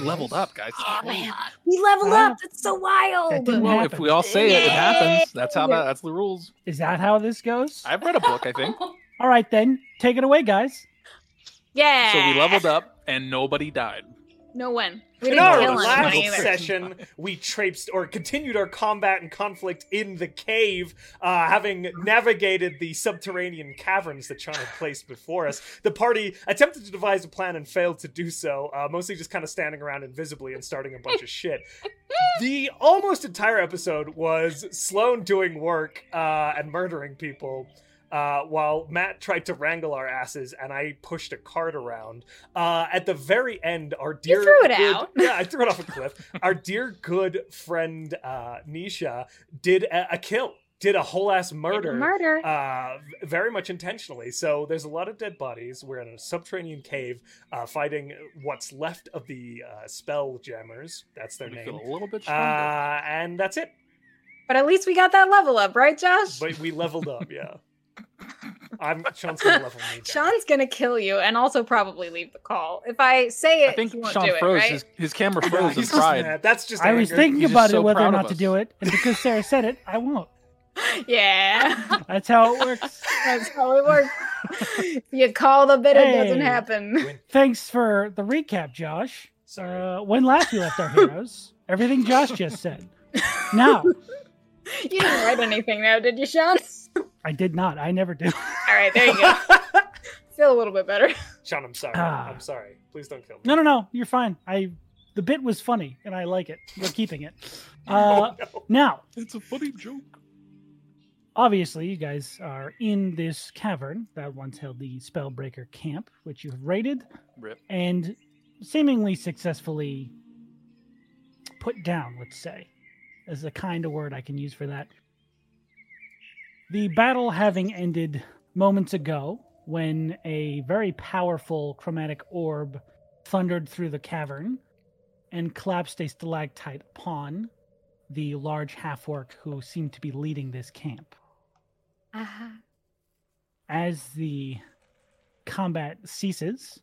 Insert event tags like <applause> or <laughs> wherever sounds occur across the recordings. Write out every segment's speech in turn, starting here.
leveled up, guys. Oh man, He leveled Ah. up. That's so That wild. didn't Well, if happen. we all say it, it happens. That's how Yeah. that, that's the rules. Is that how this goes? I've read a book, I think. All right, then. Take it away, guys. <laughs> Yeah. So we leveled up and nobody died. no one. We No, didn't kill In our that's him. last funny either. session, we traipsed or continued our combat and conflict in the cave, uh, having navigated the subterranean caverns that Sean had placed before us. The party attempted to devise a plan and failed to do so, uh, mostly just kind of standing around invisibly and starting a bunch of shit. The almost entire episode was Sloan doing work uh, and murdering people. Uh, while Matt tried to wrangle our asses and I pushed a cart around. Uh, at the very end, our dear threw it good- out. yeah, I threw it off a cliff. Our dear good friend uh, Nisha did a, a kill, did a whole ass murder, Murder. uh, v- very much intentionally. So there's a lot of dead bodies. We're in a subterranean cave, uh, fighting what's left of the uh, spell jammers. That's their We name. feel a little bit stronger. Uh, and that's it. But at least we got that level up, right, Josh? But we leveled up. Yeah. I'm Sean's gonna level me down. Sean's gonna kill you and also probably leave the call. If I say it, I think he won't Sean do it, froze. right? His, his camera Yeah, froze and he's just fried. mad. That's just. I was anger. thinking He's just about so it whether proud or of not to us. do it, and because Sarah said it, I won't. <laughs> <laughs> Yeah, That's how it <laughs> works. that's how it works. you call the bit, it doesn't Hey. happen. <laughs> Thanks for the recap, Josh. Sorry. Uh, when last you left our heroes, everything Josh just said. Now, You didn't write anything though, did you, Sean? I did not. I never do. <laughs> All right, there you go. <laughs> Feel a little bit better. <laughs> Sean, I'm sorry. Ah. I'm sorry. Please don't kill me. No, no, no. You're fine. I the bit was funny, and I like it. We're keeping <laughs> it. Oh, Uh, no. now, It's a funny joke. obviously, you guys are in this cavern that once held the Spellbreaker camp, which you have raided Rip. and seemingly successfully put down. Let's say, is a kind of word I can use for that. The battle having ended moments ago when a very powerful chromatic orb thundered through the cavern and collapsed a stalactite upon the large half orc who seemed to be leading this camp. As the combat ceases,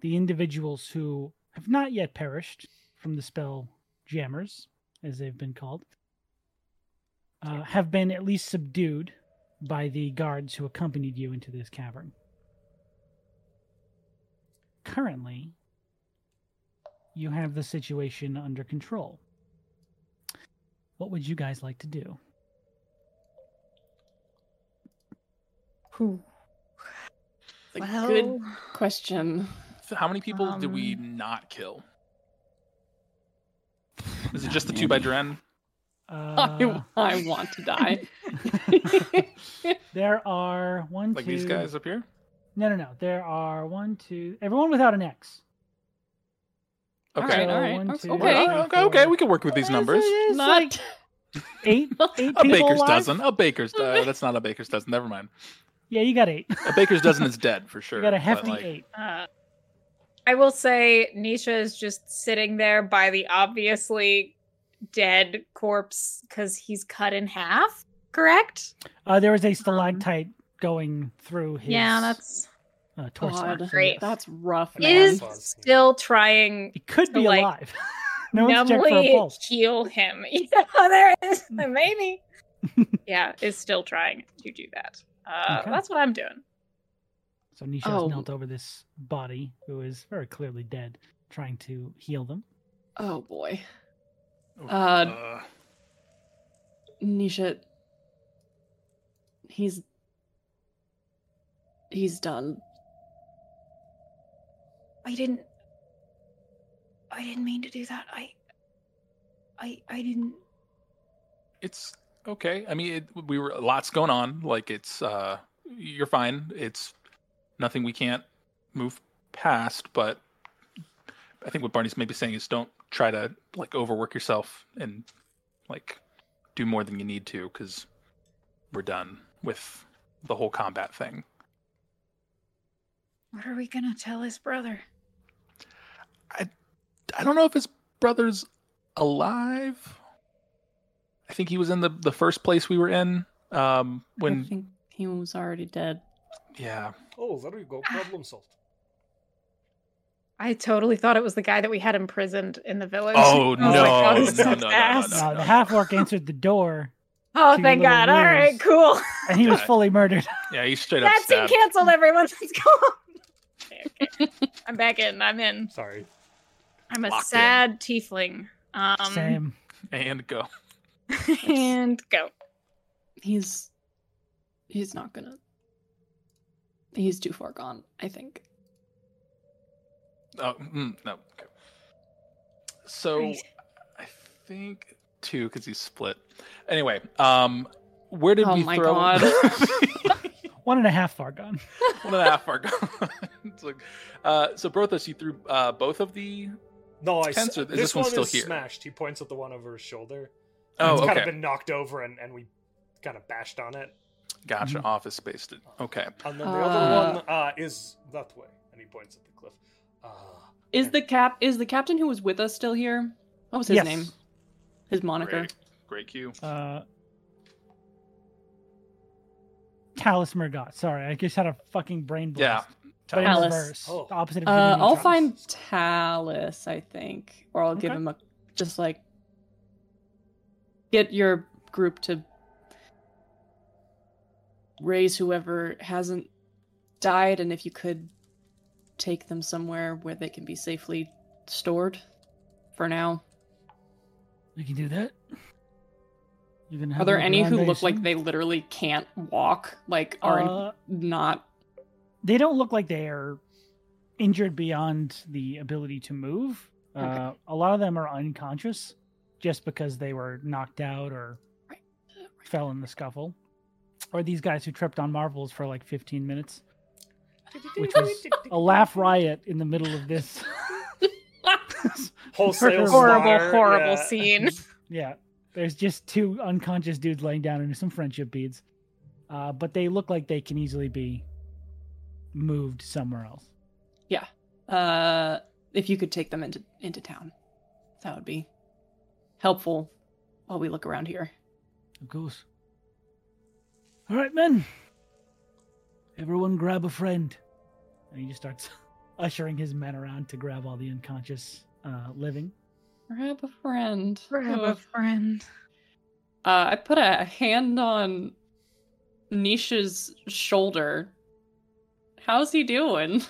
the individuals who have not yet perished from the spell jammers, as they've been called, uh, have been at least subdued by the guards who accompanied you into this cavern. Currently, you have the situation under control. What would you guys like to <laughs> do? Whew. well, good- Question. So how many people did we Um, not kill? Is it just the two by Dren? Uh, I, I want to die. <laughs> <laughs> there are one, Like these two- guys up here? No, no, no. There are one, two. Everyone without an X. Okay. All right, all right. So, one, two, Well, Okay. three, okay, okay, four. we can work with these It's- numbers. it's Not like eight, eight A people baker's alive. dozen. A baker's uh, that's not a baker's dozen. Never mind. Yeah, you got eight. A baker's dozen is dead for sure. You got a but, hefty like, eight. Uh, I will say Nisha is just sitting there by the obviously dead corpse because he's cut in half, correct? Uh, there was a stalactite going through his yeah, that's uh, torso. God, so great. yes. that's rough. Yeah. is Man. Applause. still trying it could so, be like, alive. <laughs> no one's checked for a numbly pulse. heal him. <laughs> Yeah, there it is maybe. yeah, is still trying to do that. Uh, Okay. That's what I'm doing. So Nisha Oh. has knelt over this body, who is very clearly dead, trying to heal them. Oh boy. oh, Uh, uh, Nisha. He's. He's done. I didn't. I didn't mean to do that. I. I. I didn't. it's okay. I mean, it, we were lots going on. Like it's uh, you're fine. It's nothing we can't move past. But I think what Barney's maybe saying is don't try to like overwork yourself and like do more than you need to because we're done with the whole combat thing. What are we gonna tell his brother? I don't know if his brother's alive. I think he was in the the first place we were in. Um, I when think he was already dead. yeah, Oh, there you go. Problem solved. I totally thought it was the guy that we had imprisoned in the village. Oh, <laughs> I was like, no, "Oh, this no, sucks no, no, no, ass." no. Uh, the half orc answered the door, Oh, Two thank little God! All right, wheels. cool. and he was Yeah. fully murdered. Yeah, he straight up That's it. stabbed. Canceled everyone. <laughs> Let's go. Okay, <laughs> okay. I'm back in. I'm in. Sorry. I'm a Locked in. sad tiefling. Um, Same. and go. <laughs> And go. He's he's not gonna. He's too far gone. I think. Oh mm, no. Okay. So Right. I think two because he's split. Anyway, um, where did Oh we my throw? God. One and a half far gone. <laughs> One and a half are gone. <laughs> It's like- uh, so Brothos, you threw uh, both of the. No, I. Tense, or is this, this one one still is here? smashed. He points at the one over his shoulder. Oh, it's okay. kind of been knocked over, and, and we kind of bashed on it. Gotcha. Mm-hmm. Mhm. Office based it. Okay. And then the Uh. other one uh, is that way, and he points at the cliff. Uh, Is and- the cap is the captain who was with us still here? What was his yes. name? His moniker. Great. Great cue. Uh, Talus Murgot. Sorry, I just had a fucking brain Yeah. blast. But in Talus. reverse, Oh. the opposite of Uh, Jimmy I'll Neutron. find Talus, I think, or I'll give Okay. him a just like get your group to raise whoever hasn't died, and if you could take them somewhere where they can be safely stored for now. We can do that. You're gonna have Are a there little any who rendezvous look like soon? they literally can't walk, like are Uh, not? they don't look like they are injured beyond the ability to move. Uh, a lot of them are unconscious just because they were knocked out or uh, fell in the scuffle. Or these guys who tripped on marbles for like 15 minutes. Which was a laugh riot in the middle of this. <laughs> Horrible, wholesale slaughter, Horrible, horrible yeah. scene. Yeah. There's just two unconscious dudes laying down under some friendship beads. Uh, but they look like they can easily be moved somewhere else. Uh, if you could take them into into town, that would be helpful while we look around here. Of course. All right, men. Everyone grab a friend. And he just starts <laughs> ushering his men around to grab all the unconscious uh, living. Grab a friend. Grab Uh, a friend. I put a hand on Nisha's shoulder. How's he doing?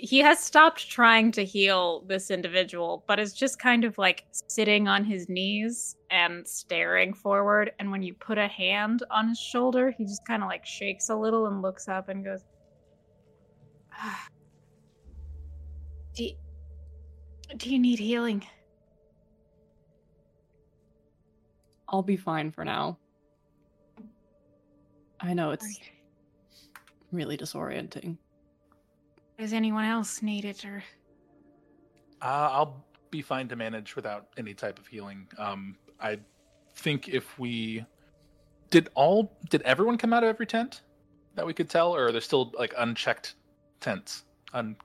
He has stopped trying to heal this individual, but is just kind of like sitting on his knees and staring forward. And when you put a hand on his shoulder, he just kind of like shakes a little and looks up and goes, "Ah. do, y- do you need healing? I'll be fine for now. I know it's really disorienting. Does anyone else need it or Uh, I'll be fine to manage without any type of healing. Um, I think if we did all did everyone come out of every tent that we could tell, or are there still like unchecked tents? Un-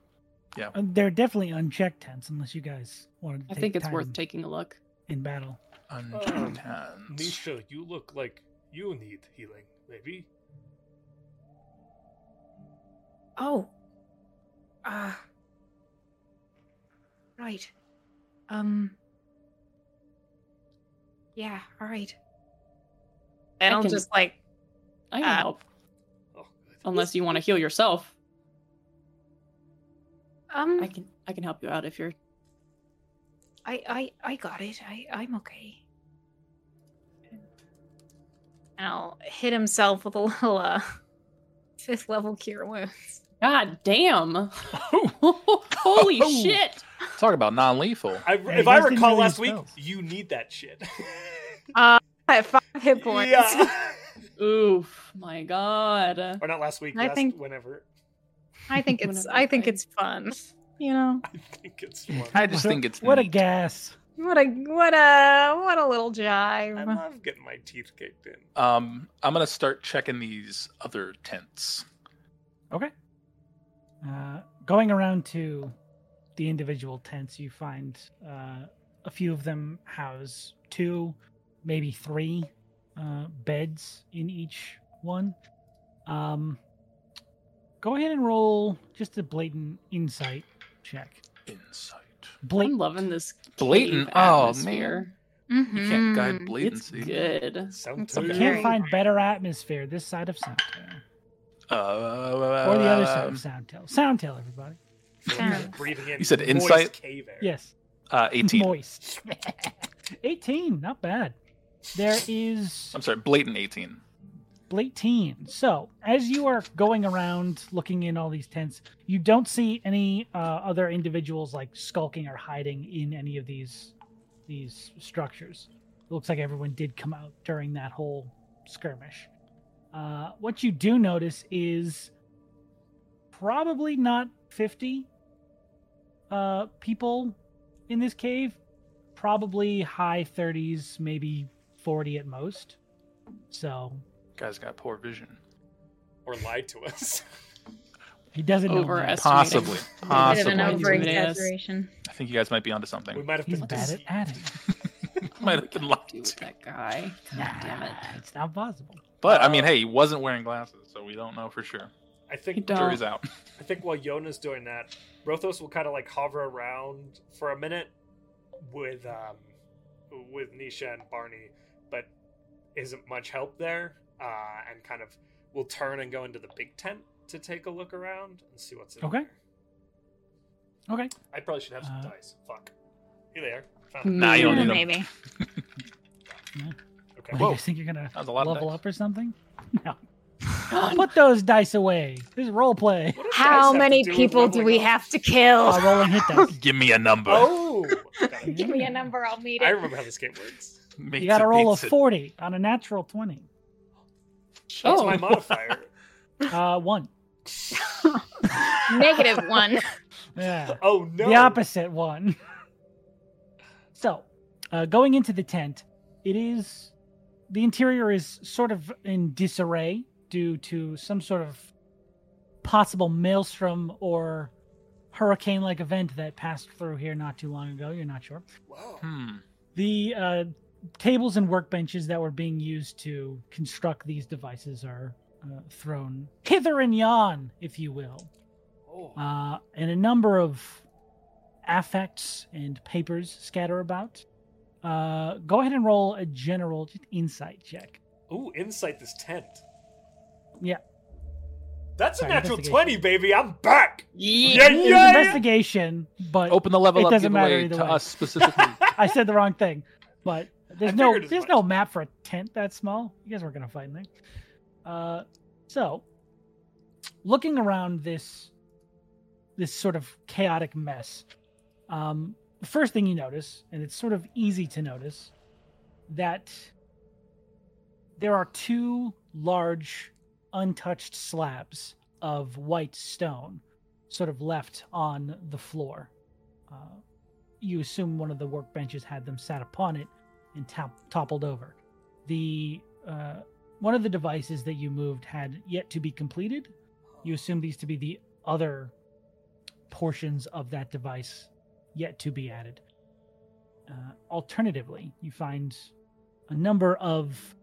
Uh, They're definitely unchecked tents, unless you guys wanted to I take think it's time worth taking a look. in battle. Um, unchecked tents. Nisha, you look like you need healing, maybe. Oh. Uh. Right. Um. Yeah, all right. And I I'll can- just like, I can Uh, help, Oh, good. unless you want to heal yourself. um, I can I can help you out if you're I, I, I got it. I, I'm okay. And I'll hit himself with a little, uh, <laughs> fifth level cure wounds. God <laughs> damn. Holy Oh. shit. Talk about non-lethal. I, Yeah, you if I guys didn't recall really last use week, spells. you need that shit. <laughs> I have five hit points. <laughs> Yeah. Oof, my god. or not last week. I last think- whenever. <laughs> I think it's, Whenever I I- think it's fun. You know, I think it's one. I just <laughs> What a- think it's what a neat. gas. what a, what a, what a little jive. I love getting my teeth kicked in. Um, I'm gonna start checking these other tents. Uh, going around to the individual tents, you find uh, a few of them house two, maybe three uh, beds in each one. Um, Go ahead and roll just a blatant insight check. Insight. I'm Blatant. loving this. Blatant. cave Oh, atmosphere. Mm-hmm. You can't guide Mhm. Hmm, It's blatancy. good. Sound It's a to You you. can't Very find better atmosphere this side of Soundtail. Uh, Or the other Um, side of Soundtail. Soundtail, everybody. Sound. Breathing in. You said moist insight? Cave air. Yes. Uh, <laughs> 18. Moist. 18, not bad. There is I'm sorry, blatant 18. Blateen. So, as you are going around looking in all these tents, you don't see any uh, other individuals like skulking or hiding in any of these these structures. It looks like everyone did come out during that whole skirmish. Uh, what you do notice is probably not 50 uh, people in this cave, probably high 30s, maybe 40 at most. So Guy's got poor vision. Or lied to us. <laughs> He doesn't know that. Overestimated. Possibly. Bit of Possibly. an Possibly. over Yes. exaggeration. I think you guys might be onto we something. might have He's been. bad at adding. <laughs> Might have been lied Dude, to. that guy. God Nah, damn it. it's not possible. But, I mean, hey, he wasn't wearing glasses, so we don't know for sure. I You think don't. Jury's out. I think while Yona's doing that, Rothos will kind of like hover around for a minute with um with Nisha and Barney, but isn't much help there. Uh, and kind of will turn and go into the big tent to take a look around and see what's in Okay. there. Okay. I probably should have some Uh, dice. Fuck. Here they are. Found them. Nah, you don't Yeah, need them. maybe. What, Okay. do you Whoa. guys think you're gonna That's a lot of level dice. up or something? No. Oh, Put those dice away. This is role <laughs> play. What do dice How have to many do with people do leveling we up? have to Oh, kill? Uh, rolling hit dice. Give me a number. <laughs> Oh, got it. Give me a number, I'll meet I it. remember how this game works. <laughs> Makes You got to it, roll a beats it. forty on a natural twenty. That's Oh. my modifier. Uh, one. Negative <laughs> one. Yeah. Oh no. The opposite one. <laughs> so, uh, going into the tent, it is the interior is sort of in disarray due to some sort of possible maelstrom or hurricane-like event that passed through here not too long ago. You're not sure. Wow. Hmm. The uh, tables and workbenches that were being used to construct these devices are uh, thrown hither and yon, if you will Oh. uh, and a number of affects and papers scatter about. Uh, go ahead and roll a general just insight check. Ooh, insight this tent. Yeah. That's Sorry, a natural investigation. 20, baby. I'm back. Yeah. It was yeah, yeah. investigation, but Open the level It up doesn't matter giveaway either to way. us <laughs> specifically. <laughs> I said the wrong thing. But there's I no figured as there's no much. map for a tent that small. You guys weren't gonna find anything. Uh, so looking around this this sort of chaotic mess, um, the first thing you notice, and it's sort of easy to notice, that there are two large untouched slabs of white stone sort of left on the floor. Uh, you assume one of the workbenches had them sat upon it and top- toppled over. The uh, one of the devices that you moved had yet to be completed. You assume these to be the other portions of that device yet to be added. Uh, alternatively, you find a number of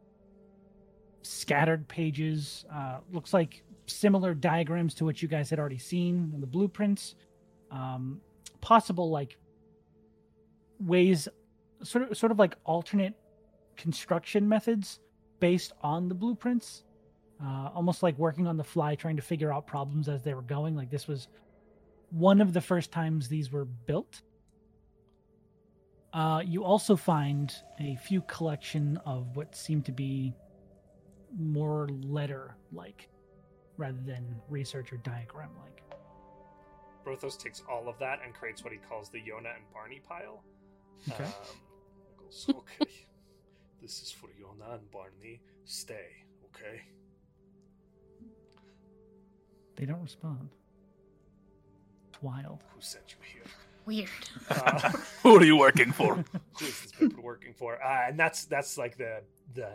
scattered pages. Uh, looks like similar diagrams to what you guys had already seen in the blueprints. Um, possible like ways sort of sort of like alternate construction methods based on the blueprints uh, almost like working on the fly trying to figure out problems as they were going like this was one of the first times these were built uh, you also find a few collection of what seem to be more letter like rather than research or diagram like Brothos takes all of that and creates what he calls the Yona and Barney pile. Okay. Um, goes, <laughs> okay. this is for Yona and Barney. Stay, okay? they don't respond it's wild Who sent you here? Weird. Uh, Who are you working <laughs> for? who is this paper working for? Uh, and that's that's like the the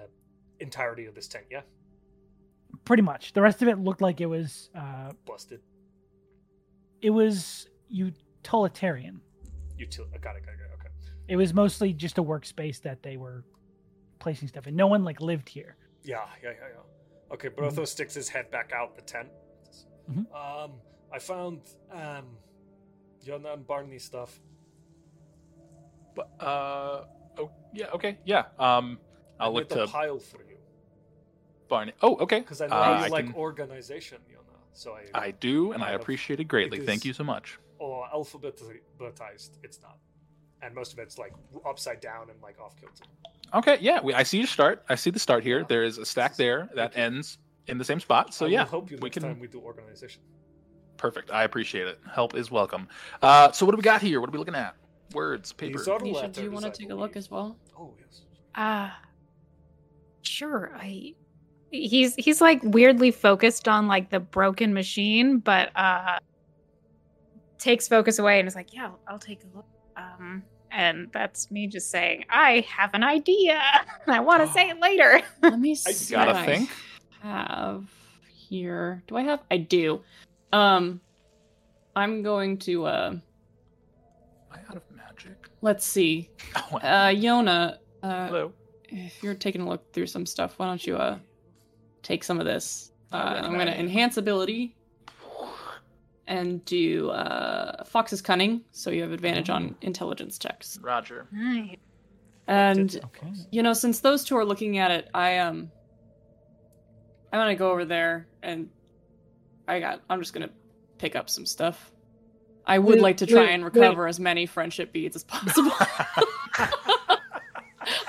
entirety of this tent, yeah? pretty much the rest of it looked like it was uh Busted. it was utilitarian Util- uh, got it, got it, got it, okay. it was mostly just a workspace that they were placing stuff in no one like lived here Yeah, yeah, yeah, yeah. Okay, Brothos sticks his head back out the tent. Mhm. Um, I found um, Yona and Barney stuff. But uh, oh yeah, okay, yeah. Um, I'll With look a to pile for you Barney. Oh, okay. because I know Uh, you I like can- organization, Yona. So I, I do, and I Kind of. appreciate it greatly. It Thank is- you so much. or alphabetized. It's not, and most of it's like upside down and like off kilter. Okay, yeah, we, I see your start. I see the start here. There is a stack there that Thank you. ends in the same spot. So I will yeah, help you we next can- time we do organization. perfect. I appreciate it. Help is welcome. Uh, so what do we got here? What are we looking at? Words, paper. These are Nisha, letters, do you want I to take a look believe. as well? Oh yes. Uh sure, I he's he's like weirdly focused on like the broken machine, but uh takes focus away and is like, Yeah, I'll, I'll take a look. Um and that's me just saying, I have an idea. <laughs> I wanna say it <gasps> later. <laughs> <laughs> Let me see. gotta what think. I have here. Do I have? I do. Um, I'm going to. Uh, Am I out of magic? <laughs> let's see. Oh, Uh, Yona, uh, hello. if you're taking a look through some stuff, why don't you uh take some of this? I Uh, and I'm recognize gonna it. enhance ability and do uh Fox's cunning, so you have advantage on intelligence checks. Roger. Nice. And Okay. You know, since those two are looking at it, I um I'm gonna go over there and I got I'm just gonna pick up some stuff. I would Wait, like to try wait, and recover as many friendship beads <laughs> as possible. <laughs> I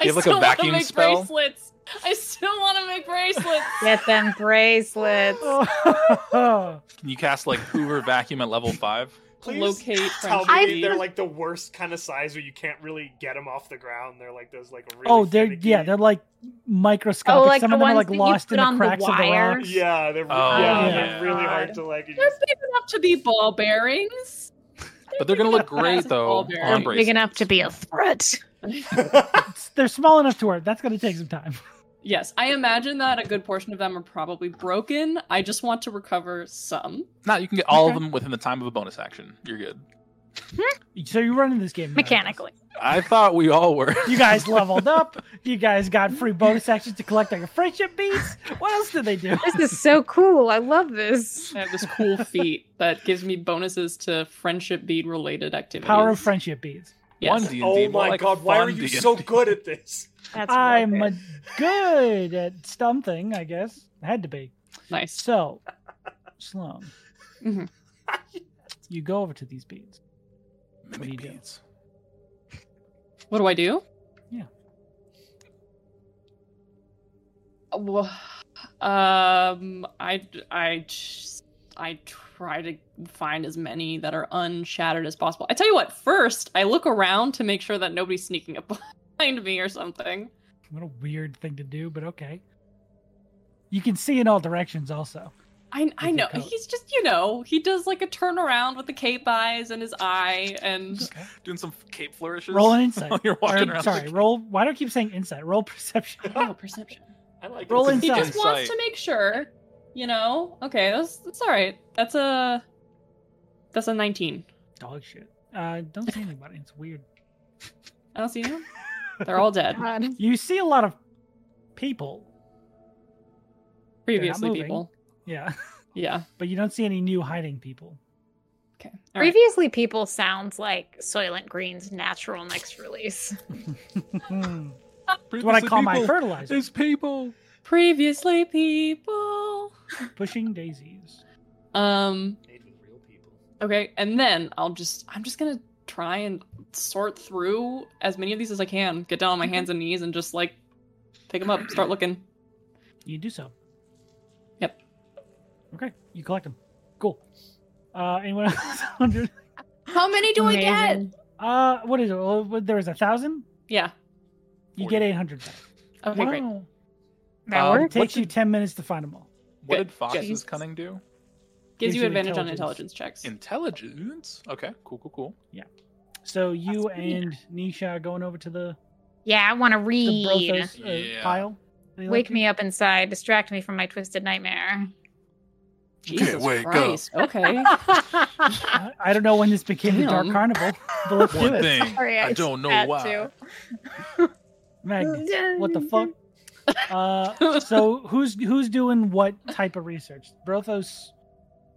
You have, like, a still wanna vacuum make spell? bracelets. I still wanna make bracelets. <laughs> Get them bracelets. Oh. Can you cast like <laughs> Hoover vacuum at level five? Please Locate tell friendship me I've- they're beads. like the worst kind of size where you can't really get them off the ground. They're like those like really oh, they're finicky- yeah, they're like microscopic. Oh, like Some the of them are ones like that you lost in put the on the cracks of the wire? <laughs> rocks. yeah, they're Oh, yeah, yeah. they're really hard God. to like. you They're just- big enough to be ball bearings. But they're gonna look great Classic though. ball on bearing. bracelets. Big enough to be a threat. <laughs> <laughs> Oh It's- They're small enough to where that's going to take some time. Yes, I imagine that a good portion of them are probably broken. I just want to recover some. No, you can get all of Okay. them within the time of a bonus action. You're good. So you're running this game now. Mechanically. I thought we all were. <laughs> You guys leveled up. You guys got free bonus actions to collect on your friendship beads. What else did they do? This is so cool. I love this. I have this <laughs> cool feat that gives me bonuses to friendship bead related activities. Power of friendship beads. One Yes. D&D, oh more my like god, why are fun you D&D. so good at this? That's I'm a good at something, I guess. Had to be. Nice. So, Sloan, Mhm. you go over to these beads. Mimic What do you do? beads. What do I do? Yeah. Well, um, I, I, just- I try to find as many that are unshattered as possible. I tell you what, first, I look around to make sure that nobody's sneaking up <laughs> behind me or something. What a weird thing to do, but okay. You can see in all directions also. I, I your know. coat. He's just, you know, he does like a turnaround with the cape eyes and his eye <laughs> and. Doing some f- cape flourishes. Roll <laughs> an insight. while You're walking Or, around. sorry, roll. Why do I keep saying insight? Roll <laughs> perception. Oh, perception. I like Roll it. He Insight. just wants to make sure, you know. Okay, that's that's all right. That's a that's a 19. Dog shit. Uh, don't see anybody. It's weird. I don't see him. They're <laughs> all dead. God. You see a lot of people. Previously, moving. people. Yeah, <laughs> Yeah. but you don't see any new hiding people. Okay. all right. Previously, people sounds like Soylent Green's natural next release. Hmm. it's It's what I call my fertilizer. There's people. Previously, people. Pushing daisies. Um. Made with real people. Okay, and then I'll just I'm just gonna try and sort through as many of these as I can. Get down on my hands and knees and just like pick them up. Start looking. You do so. Yep. Okay, you collect them. Cool. Uh, anyone else? <laughs> wonder- How many do I get? Amazing. uh, what is it? Well, what- there was a thousand. Yeah. You Forty. get eight hundred. Okay, great. That Um, Uh, worked? It takes What's you the- ten minutes to find them all. What Good. did Fox's Jesus. cunning do? Gives Gives you you advantage on intelligence. intelligence checks. Intelligence. Okay. Cool. Cool. Cool. So you pretty and Nisha are going over to the, yeah, I want to the read. brothos uh, Yeah. pile. Wake me up inside. Distract me from my twisted nightmare. Jesus wake up. Christ, <laughs> <laughs> Okay. I I don't know when this became the Dark Damn. Carnival, but let's do One it. thing. Sorry, I I don't know had why. to. Magnus, what the fuck? Uh, so who's who's doing what type of research? Brothos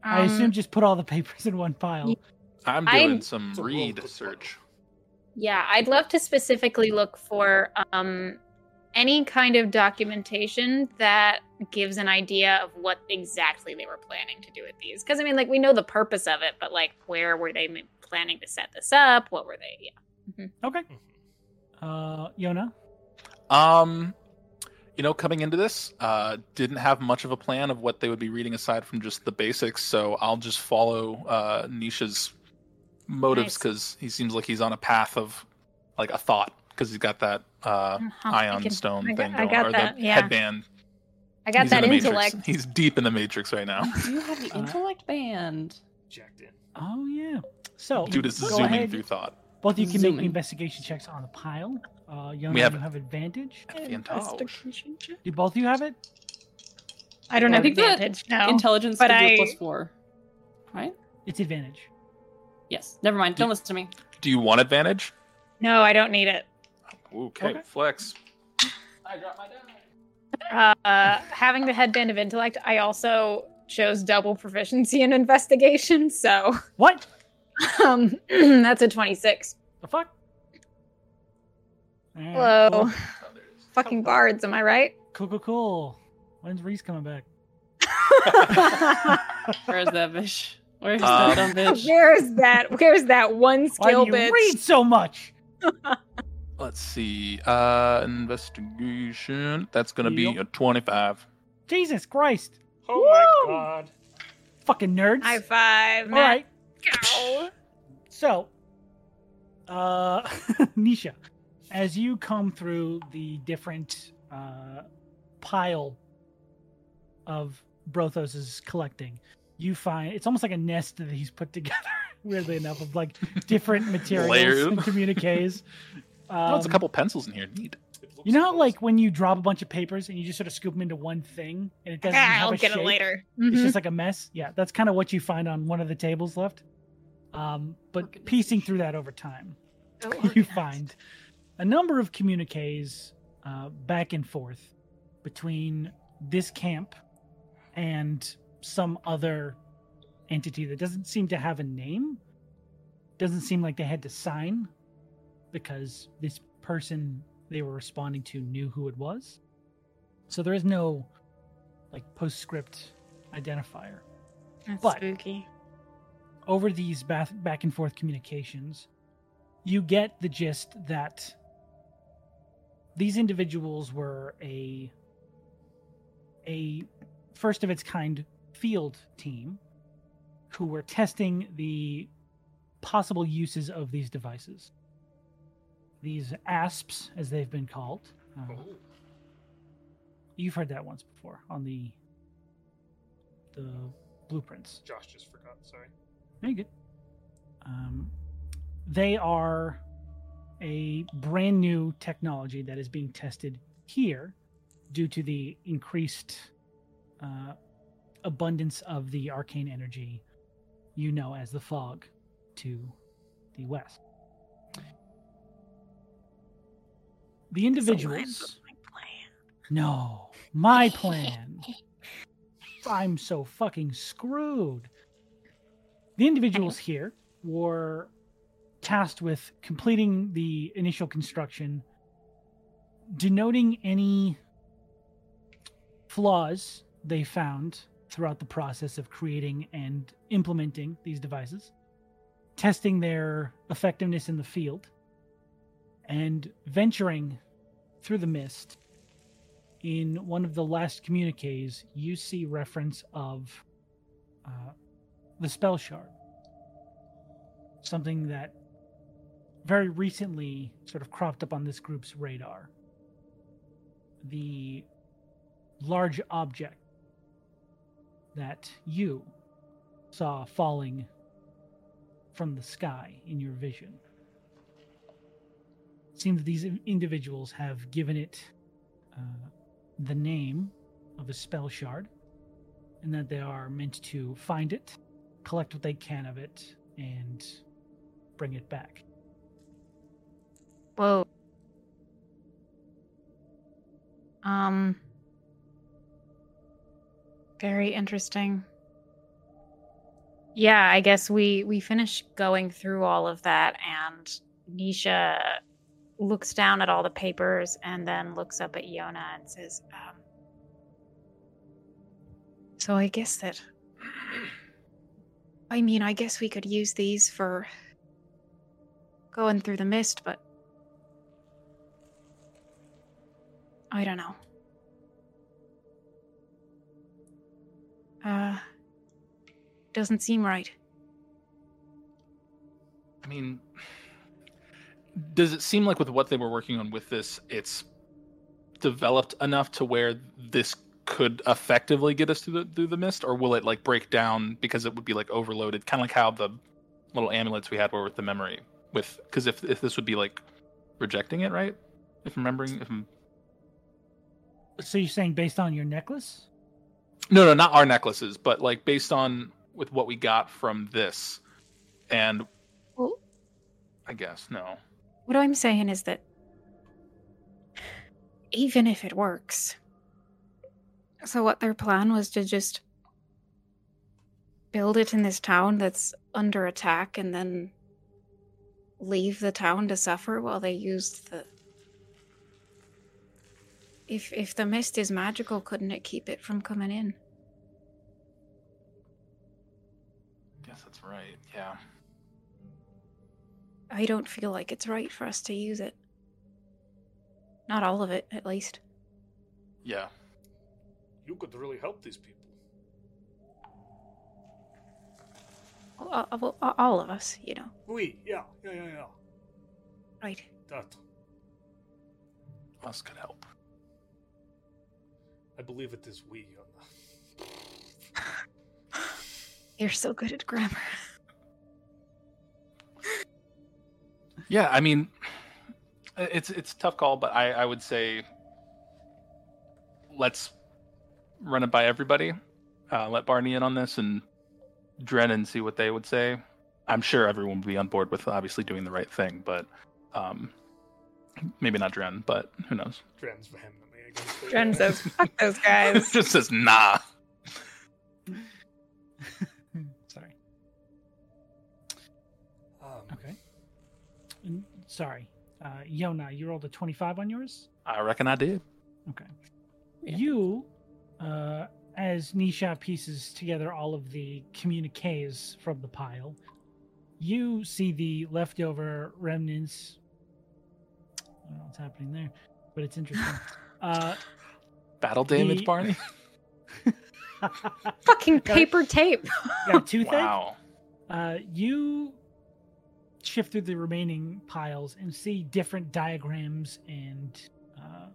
Um, I assume just put all the papers in one pile. I'm I'm- doing some It's a roll read good search. Yeah, I'd love to specifically look for um, any kind of documentation that gives an idea of what exactly they were planning to do with these. Because I mean, like we know the purpose of it, but like where were they m- planning to set this up? What were they? Yeah. Okay. Uh, Yona, Um, you know, coming into this, uh, didn't have much of a plan of what they would be reading aside from just the basics. So I'll just follow uh, Nisha's motives Nice. because he seems like he's on a path of like a thought because he's got that uh, Uh-huh. I ion can- stone I got- thing I going, got or that, the yeah. headband. I got he's that in the intellect. Matrix. He's deep in the matrix right now. You have the Uh, intellect band. Jacked in. Oh yeah. So Dude is go zooming ahead. through thought. Both of you can make Zooming. investigation checks on the pile. Uh, Yona, have- you have advantage. Fantosh. Do both of you have it? I don't Yeah, I have think that advantage now. Intelligence But gives you a I- plus four. Right? It's advantage. Yes. Never mind. Don't You- listen to me. Do you want advantage? no, I don't need it. Okay, Okay. flex. Uh, having the headband of intellect, I also chose double proficiency in investigation, so What um, <clears throat> that's a 26. the fuck? Alright, Hello. cool. Fucking bards, am I <laughs> right? <laughs> Cool, cool, cool. When's Reese coming back? Where's that bitch? Where's Um, that <laughs> dumb bitch? Where's that? Where's that one Why skill do you bitch? read so much? Let's see. Uh, investigation. That's gonna be Yep. a twenty-five. Jesus Christ! Oh my god. Fucking nerds. High five, All Matt. right. So, uh, <laughs> Nisha, as you come through the different uh, pile of Brothos's collecting, you find it's almost like a nest that he's put <laughs> together, weirdly enough, of like <laughs> different materials Layered. and <laughs> communiques. Oh, there's a Um, couple pencils in here. Neat. It looks You know, how, close. like when you drop a bunch of papers and you just sort of scoop them into one thing, and it doesn't Ah, have I'll a get shape? it later. it's Mm-hmm. Mhm. just like a mess yeah that's kind of what you find on one of the tables left um, but Look at this. piecing through that over time Oh, <laughs> you find a number of communiques uh, back and forth between this camp and some other entity that doesn't seem to have a name doesn't seem like they had to sign because this person they were responding to knew who it was so there is no like postscript identifier Mm-hmm. That's but- spooky. over these bath- back and forth communications, you get the gist that these individuals were a a first of its kind field team who were testing the possible uses of these devices. These asps, as they've been called. Uh, Oh. you've heard that once before on the the blueprints. Josh just forgot. Sorry. Very good. Um, they are a brand new technology that is being tested here due to the increased uh, abundance of the arcane energy you know as the fog to the west. The individuals. No, my plan. I'm so fucking screwed. The individuals here were tasked with completing the initial construction, denoting any flaws they found throughout the process of creating and implementing these devices, testing their effectiveness in the field, and venturing through the mist. In one of the last communiques, you see reference of uh, the spell shard. Something that very recently sort of cropped up on this group's radar. The large object that you saw falling from the sky in your vision. It seems that these in- individuals have given it uh, the name of a spell shard, and that they are meant to find it collect what they can of it and bring it back. Whoa. Um. Very interesting. yeah, I guess we we finish going through all of that, and Nisha looks down at all the papers and then looks up at Yona and says, um, "So I guess that. I mean, I guess we could use these for going through the mist, but I don't know. Uh." Doesn't seem right. I mean, does it seem like with what they were working on with this, it's developed enough to where this could effectively get us through the, through the mist, or will it like break down because it would be like overloaded, kind of like how the little amulets we had were with the memory with because if if this would be like rejecting it, right? If I'm remembering, if I'm So you're saying based on your necklace? No, no, not our necklaces, but like based on with what we got from this, and Well- I guess no. What I'm saying is that even if it works, so what their plan was to just build it in this town that's under attack and then leave the town to suffer while they used the if if the mist is magical couldn't it keep it from coming in Guess that's right. Yeah. i don't feel like it's right for us to use it not all of it at least Yeah. You could really help these people. all, all- all- uh, all of us you know We, yeah, yeah, yeah, yeah. right That. Us could help. I believe it is we. Yona. You're so good at grammar. Yeah, I mean, it's it's a tough call, but I I would say let's run it by everybody. Uh, let Barney in on this and Dren and see what they would say. I'm sure everyone would be on board with obviously doing the right thing, but um, maybe not Dren, but who knows? <laughs> Dren's vehemently against it. Dren says, fuck those guys. <laughs> Just says nah. Sorry. <laughs> Um, Okay. Mm, Sorry. Uh, Yona, you rolled a 25 on yours? I reckon I did. Yeah. You, uh, as Nisha pieces together all of the communiques from the pile, you see the leftover remnants. I don't know what's happening there, but it's interesting. uh, Battle damage, Ye- Barney. <laughs> Fucking Got it. paper tape. got a toothache? Wow. Uh, you shift through the remaining piles and see different diagrams and uh,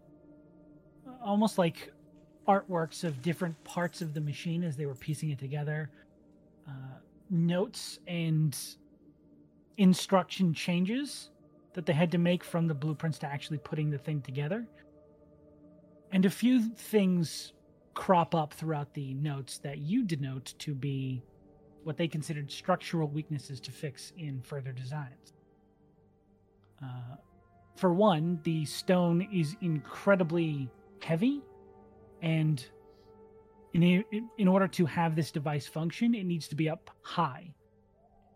almost like artworks of different parts of the machine as they were piecing it together. Uh, notes and instruction changes that they had to make from the blueprints to actually putting the thing together. And a few things crop up throughout the notes that you denote to be what they considered structural weaknesses to fix in further designs. Uh, for one, the stone is incredibly heavy, and in, in order to have this device function, it needs to be up high.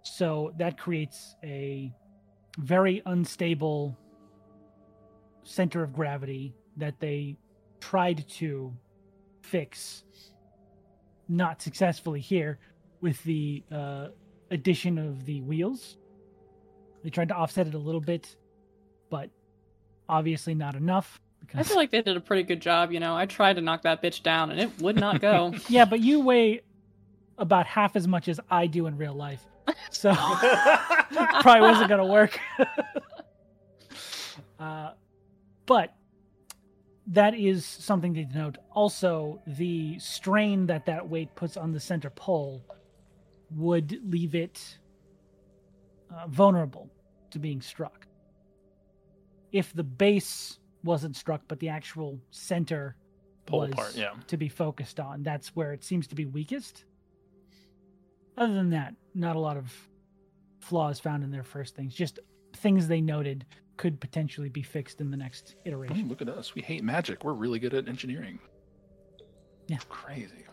So that creates a very unstable center of gravity that they tried to fix, not successfully here, with the uh, addition of the wheels. They tried to offset it a little bit, but obviously not enough. Because I feel like they did a pretty good job, you know. I tried to knock that bitch down and it would not go. <laughs> yeah, but you weigh about half as much as I do in real life, so <laughs> <laughs> probably wasn't gonna work. <laughs> uh, but that is something to note. Also, the strain that that weight puts on the center pole would leave it uh, vulnerable to being struck. If the base wasn't struck, but the actual center Pull was apart. Yeah. to be focused on, that's where it seems to be weakest. Other than that, not a lot of flaws found in their first things. Just things they noted could potentially be fixed in the next Oh, iteration. look at us. We hate magic. We're really good at engineering. Yeah. Crazy.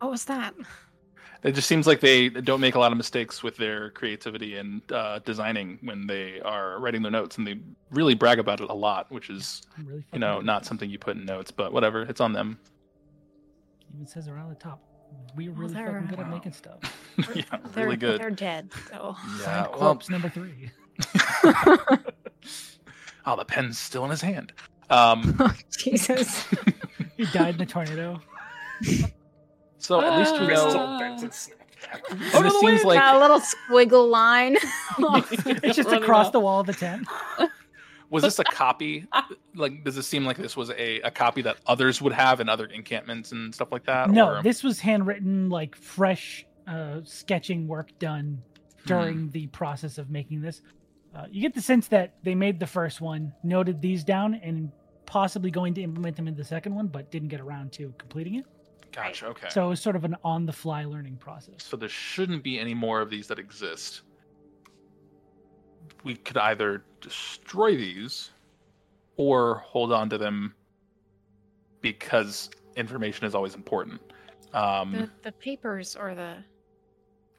What was that? It just seems like they don't make a lot of mistakes with their creativity and uh, designing when they are writing their notes, and they really brag about it a lot, which is I'm really you fucking know good. not something you put in notes, but whatever, it's on them. <laughs> even says it right on the top. We were Well, really they're- fucking good at Wow. making stuff. <laughs> yeah, They're, really good. They're <laughs> dead. So Oh, Yeah, Find well, corpse number <laughs> three. oh, the pen's still in his hand. Um, <laughs> Jesus. He died in a tornado. so at least we Crystal know. Ah. Uh, bent and snapped. And it seems like a little squiggle <laughs> line. <laughs> It's just across the wall of the tent. was this a copy? like, does this seem like this was a, a copy that others would have in other encampments and stuff like that? No, or- this was handwritten, like fresh uh, sketching work done Hmm. during the process of making this. Uh, you get the sense that they made the first one, noted these down, and possibly going to implement them in the second one, but didn't get around to completing it. gotcha. Okay. So it was sort of an on the fly learning process. So there shouldn't be any more of these that exist. We could either destroy these or hold on to them because information is always important. Um, the, the papers or the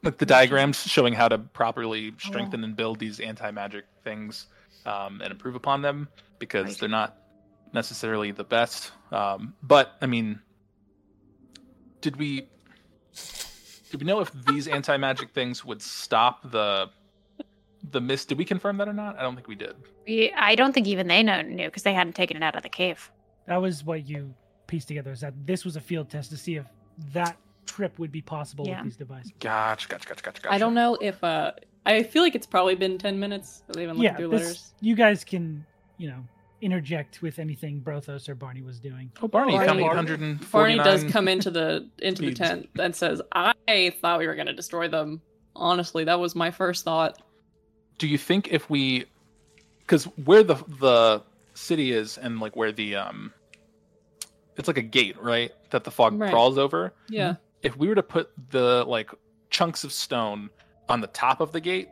like the diagrams showing how to properly strengthen and build these anti-magic things um, and improve upon them because Right. they're not necessarily the best. Um, but I mean, did we did we know if <laughs> these anti-magic things would stop the the mist? Did we confirm that or not? I don't think we did. We, I don't think even they know, knew because they hadn't taken it out of the cave. That was what you pieced together. Is that this was a field test to see if that trip would be possible Yeah. with these devices? Gotcha, gotcha, gotcha, gotcha. I don't know if uh I feel like it's probably been ten minutes that they haven't looked yeah, at their this- letters. you guys can, you know, interject with anything Brothos or Barney was doing. Oh, Barney, Barney- found Barney 849. Barney does come into the into the Speeds. tent and says, I thought we were gonna destroy them. Honestly, that was my first thought. do you think if we because where the the city is and like where the um it's like a gate right that the fog Right. crawls over Yeah. if we were to put the like chunks of stone on the top of the gate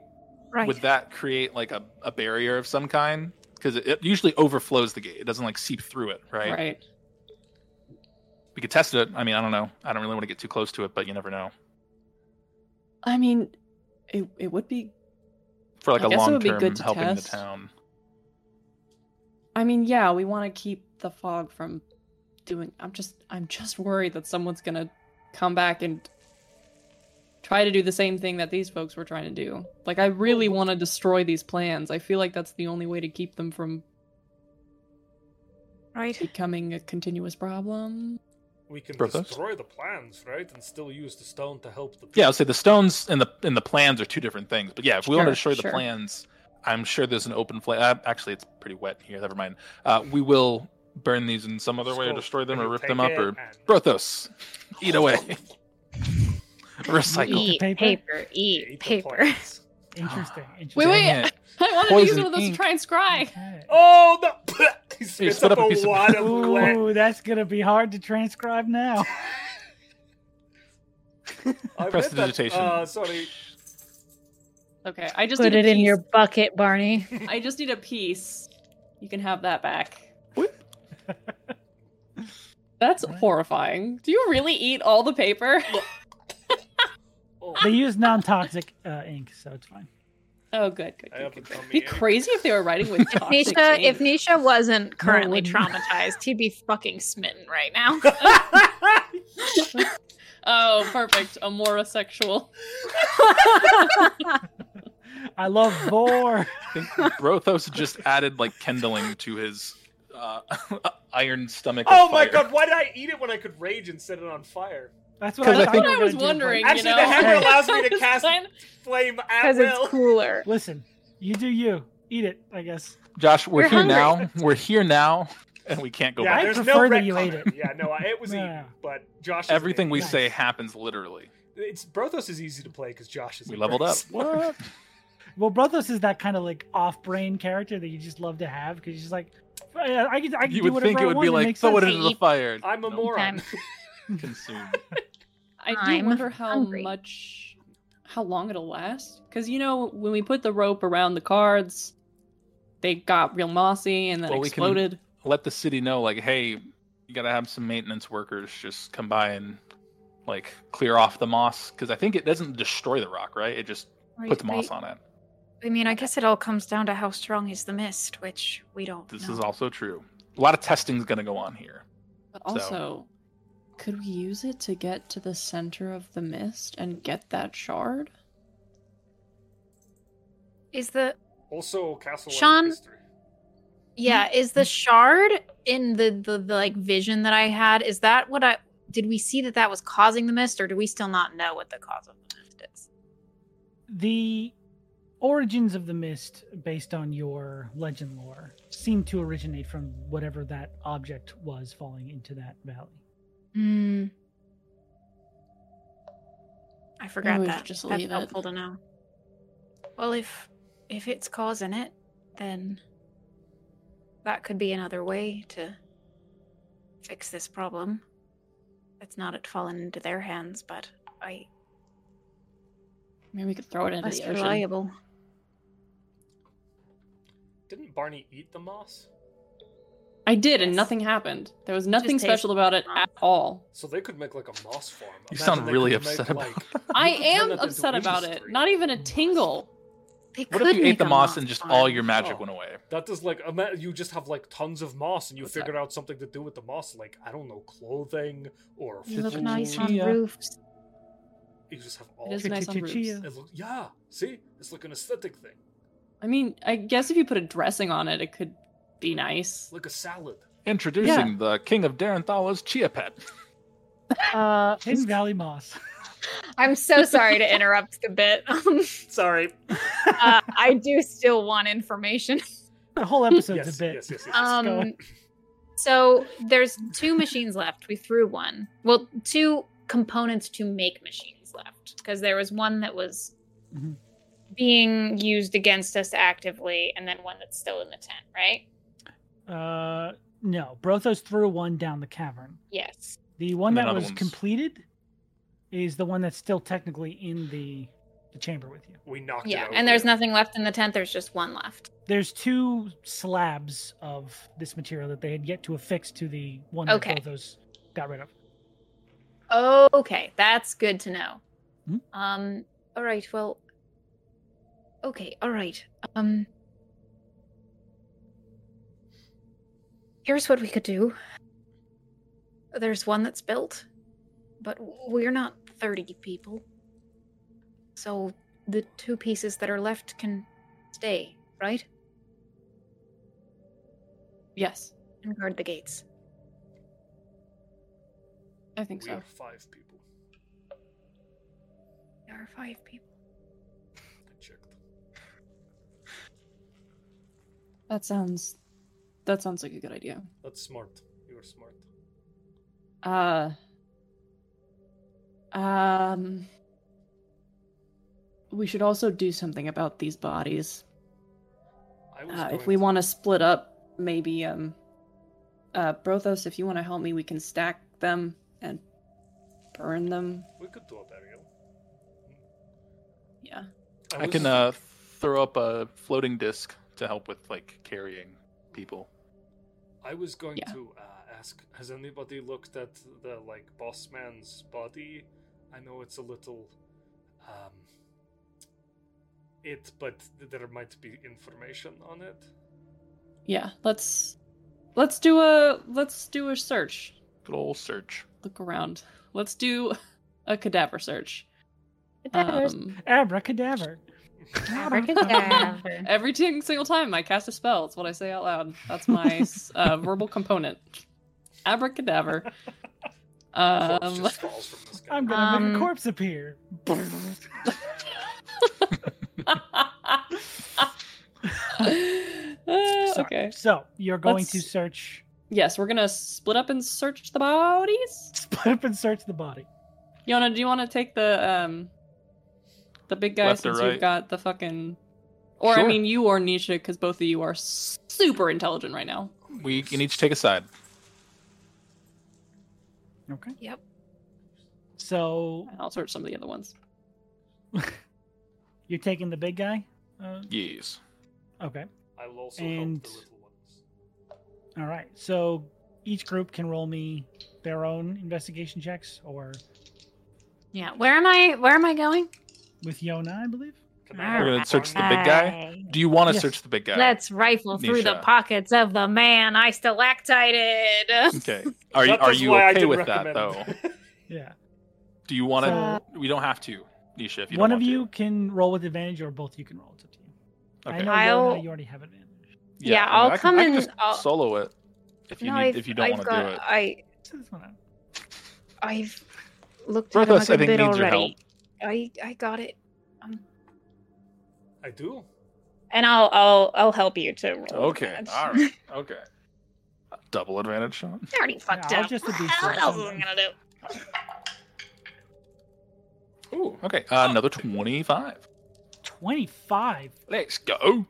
right. would that create like a, a barrier of some kind because it, it usually overflows the gate it doesn't like seep through it Mm-hmm. right? Right. we could test it i mean i don't know i don't really want to get too close to it but you never know I mean it it would be for like I a guess it long would be term good to helping test. the town I mean, yeah, we wanna keep the fog from doing I'm just I'm just worried that someone's gonna come back and try to do the same thing that these folks were trying to do. Like I really wanna destroy these plans. I feel like that's the only way to keep them from right. becoming a continuous problem. <laughs> We can Brothos? destroy the plans, right, and still use the stone to help the. Yeah, I'll say the stones and the and the plans are two different things. But yeah, if we want to Sure, destroy the sure. plans, I'm sure there's an open flame. Uh, actually, it's pretty wet in here. Never mind. Uh, we will burn these in some other way, or Skull. destroy them, And or you rip take them up, it or and- Brothos, eat away, <laughs> recycle. Eat. The Eat paper? paper, eat Eat the paper. plants. <gasps> <gasps> Interesting. Wait, interesting. wait. Dang it. I wanted to use Poison one of those ink. to try and scry. Okay. <laughs> Oh no! <laughs> he spits spit up, up a a, piece of- wad of gla- Ooh, that's gonna be hard to transcribe now. I read that- Prestidigitation. Uh, sorry. Okay, I just Put need it a in your piece. bucket, Barney. <laughs> I just need a piece. You can have that back. What? <laughs> That's What? horrifying. Do you really eat all <laughs> the paper? Oh, They use non-toxic uh, ink, so it's fine. Oh, good, good. I good, have a good. tummy It'd be ache. crazy if they were writing <laughs> with toxic Nisha, ink. if Nisha wasn't currently wouldn't. traumatized, he'd be fucking smitten right now. <laughs> oh, perfect. Amorasexual. <laughs> I <laughs> love Vor. I think Brothos just added like kindling to his uh, <laughs> iron stomach. of Oh my fire. god, why did I eat it when I could rage and set it on fire? That's what I, Because I thought think- you I were was gonna do, wondering, but- Actually, you know. the hammer <laughs> allows me to Just cast kind of- Flame at Because will. it's cooler. Listen, you do you. Eat it, I guess. Josh, we're, We're here hungry. now. We're here now, and we can't go yeah, back. there's prefer no that you ate retconning. Yeah, no, I- <laughs> it was eaten, Yeah. but Josh. isn't Everything eating we it. say happens literally. It's Brothos is easy to play because Josh is. We a leveled very up. smart- What? Well, Brothos is that kind of like off-brain character that you just love to have because you're just like, I, I can, I can you do would whatever think I it would want. be it like makes throw it sense." into the fire. <laughs> I'm a Nope. <laughs> moron. Consumed. I do I'm wonder how hungry. much, how long it'll last. Because you know, when we put the rope around the cards, they got real mossy and then Well, we can- exploded. Let the city know, like, hey, you gotta have some maintenance workers just come by and like clear off the moss because I think it doesn't destroy the rock, right? It just Right, puts I- moss on it. I mean, I guess it all comes down to how strong is the mist, which we don't This know. is also true. A lot of testing's going to go on here. But So- also, could we use it to get to the center of the mist and get that shard? Is the Also, Castle. Sean? History. yeah is the shard in the, the the like vision that I had? Is that what I did? We see that that was causing the mist, or do we still not know what the cause of the mist is? the origins of the mist based on your legend lore seem to originate from whatever that object was falling into that valley Hmm. I forgot we should that. just That's leave it. helpful to know. Well, if if it's causing it, then that could be another way to fix this problem. It's not it falling into their hands, but I Maybe we could throw it into less the ocean. reliable. Didn't Barney eat the moss? I did, and Yes. nothing happened. There was nothing taste special about it wrong. at <laughs> all. So they could make like a moss farm. You Imagine sound they really could make, upset about like- I You could turn am that into upset about it. industry. Not even a tingle. They What could if you make ate the a moss and just all farm. your magic Oh. went away? That does like ima- you just have like tons of moss, and you What's figured out something to do with the moss, like I don't know, clothing or You look food. nice on Yeah. roofs. You just have It all. is nice on roofs. Chia-chia-chia. It look- yeah, see, it's like an aesthetic thing, I mean, I guess if you put a dressing on it, it could be nice. like a salad. Introducing the King of Darenthala's Chia Pet. Uh, hidden valley moss <laughs> I'm so sorry to interrupt the <laughs> bit. Um, Sorry. uh, I do still want information. the whole episode's Yes, a bit yes, yes, yes. yes. go. Um, so there's two machines left. We threw one. Well, two components to make machines left because there was one that was Mhm. being used against us actively, and then one that's still in the tent, right? uh no brothos threw one down the cavern Yes. the one And then that other was ones. completed is the one that's still technically in the the chamber with you we knocked it Yeah, out. and there's yeah. nothing left in the tent. There's just one left. there's two slabs of this material that they had yet to affix to the one that Okay. brothos got rid of Okay, that's good to know. Mhm. Um. All right. Well. Okay. All right. Um. Here's what we could do. There's one that's built, but we're not 30 people. So the two pieces that are left can stay, right? Yes, And guard the gates. I think We so. are five people. There are five people. I checked. That sounds. That sounds like a good idea. That's smart. You are smart. Uh. Um. We should also do something about these bodies. I was Uh, if going we to- want to split up, maybe um, uh, Brothos, if you want to help me, we can stack them and burn them. we could do a burial. Yeah. I can uh, throw up a floating disc to help with like carrying people. I was going Yeah. to uh, ask, has anybody looked at the like boss man's body? I know it's a little um it, but th- there might be information on it. Yeah. Let's let's do a let's do a search. Good old search. Look around. Let's do a cadaver search. Cadavers. Um, abracadabra Abracadabra. every ting- single time I cast a spell, it's what I say out loud. That's my s- uh, verbal component. Abracadabra. Corpse Um, just falls from <laughs> the sky. <laughs> i'm gonna make a Um, corpse appear Um, <laughs> Uh, Sorry. okay. So you're going to Let's- search, <laughs> Yes, we're gonna split up and search the bodies. split up and search the body. Yona, do you want to take the um, the big guy Left or since right? you've got the fucking, or I Sure. mean you or Nisha because both of you are s- super intelligent right now. We can each take a side. Okay. Yep. So And I'll search some of the other ones. you're taking the big guy. Uh, Yes. okay. I will also help And- the little ones. All right. So each group can roll me their own investigation checks, or <laughs> Yeah. Where am I? Where am I going? with Yona, I believe. Can Ah, I have We're a gonna search the corn? big guy? Hey, Do you want to Yes. search the big guy? Let's rifle through the Nisha. pockets of the man I <laughs> stalactited. Okay. Are you That are is you why I okay didn't with that though? recommend Yeah. Do you want to? we don't have to, Nisha. If you One of don't want you can roll with advantage, or both of you can roll. It's up to you. to. I Okay. know I'll- Yona, you already have advantage. Yeah, I'll I can- come I can and just I'll- solo it if you need, I've- if you don't I've want to got- do it. I So this one out. I've looked at him Brothos, a I good think bit needs your already. help. I I got it. <laughs> Um, <laughs> I do. And I'll I'll I'll help you to roll. Okay. All right. Okay. Double advantage shot. <laughs> I already fucked Yeah, I'll up. just abuse what this. else am I gonna do? Ooh. Okay. Uh, another twenty-five. Twenty-five. Let's go.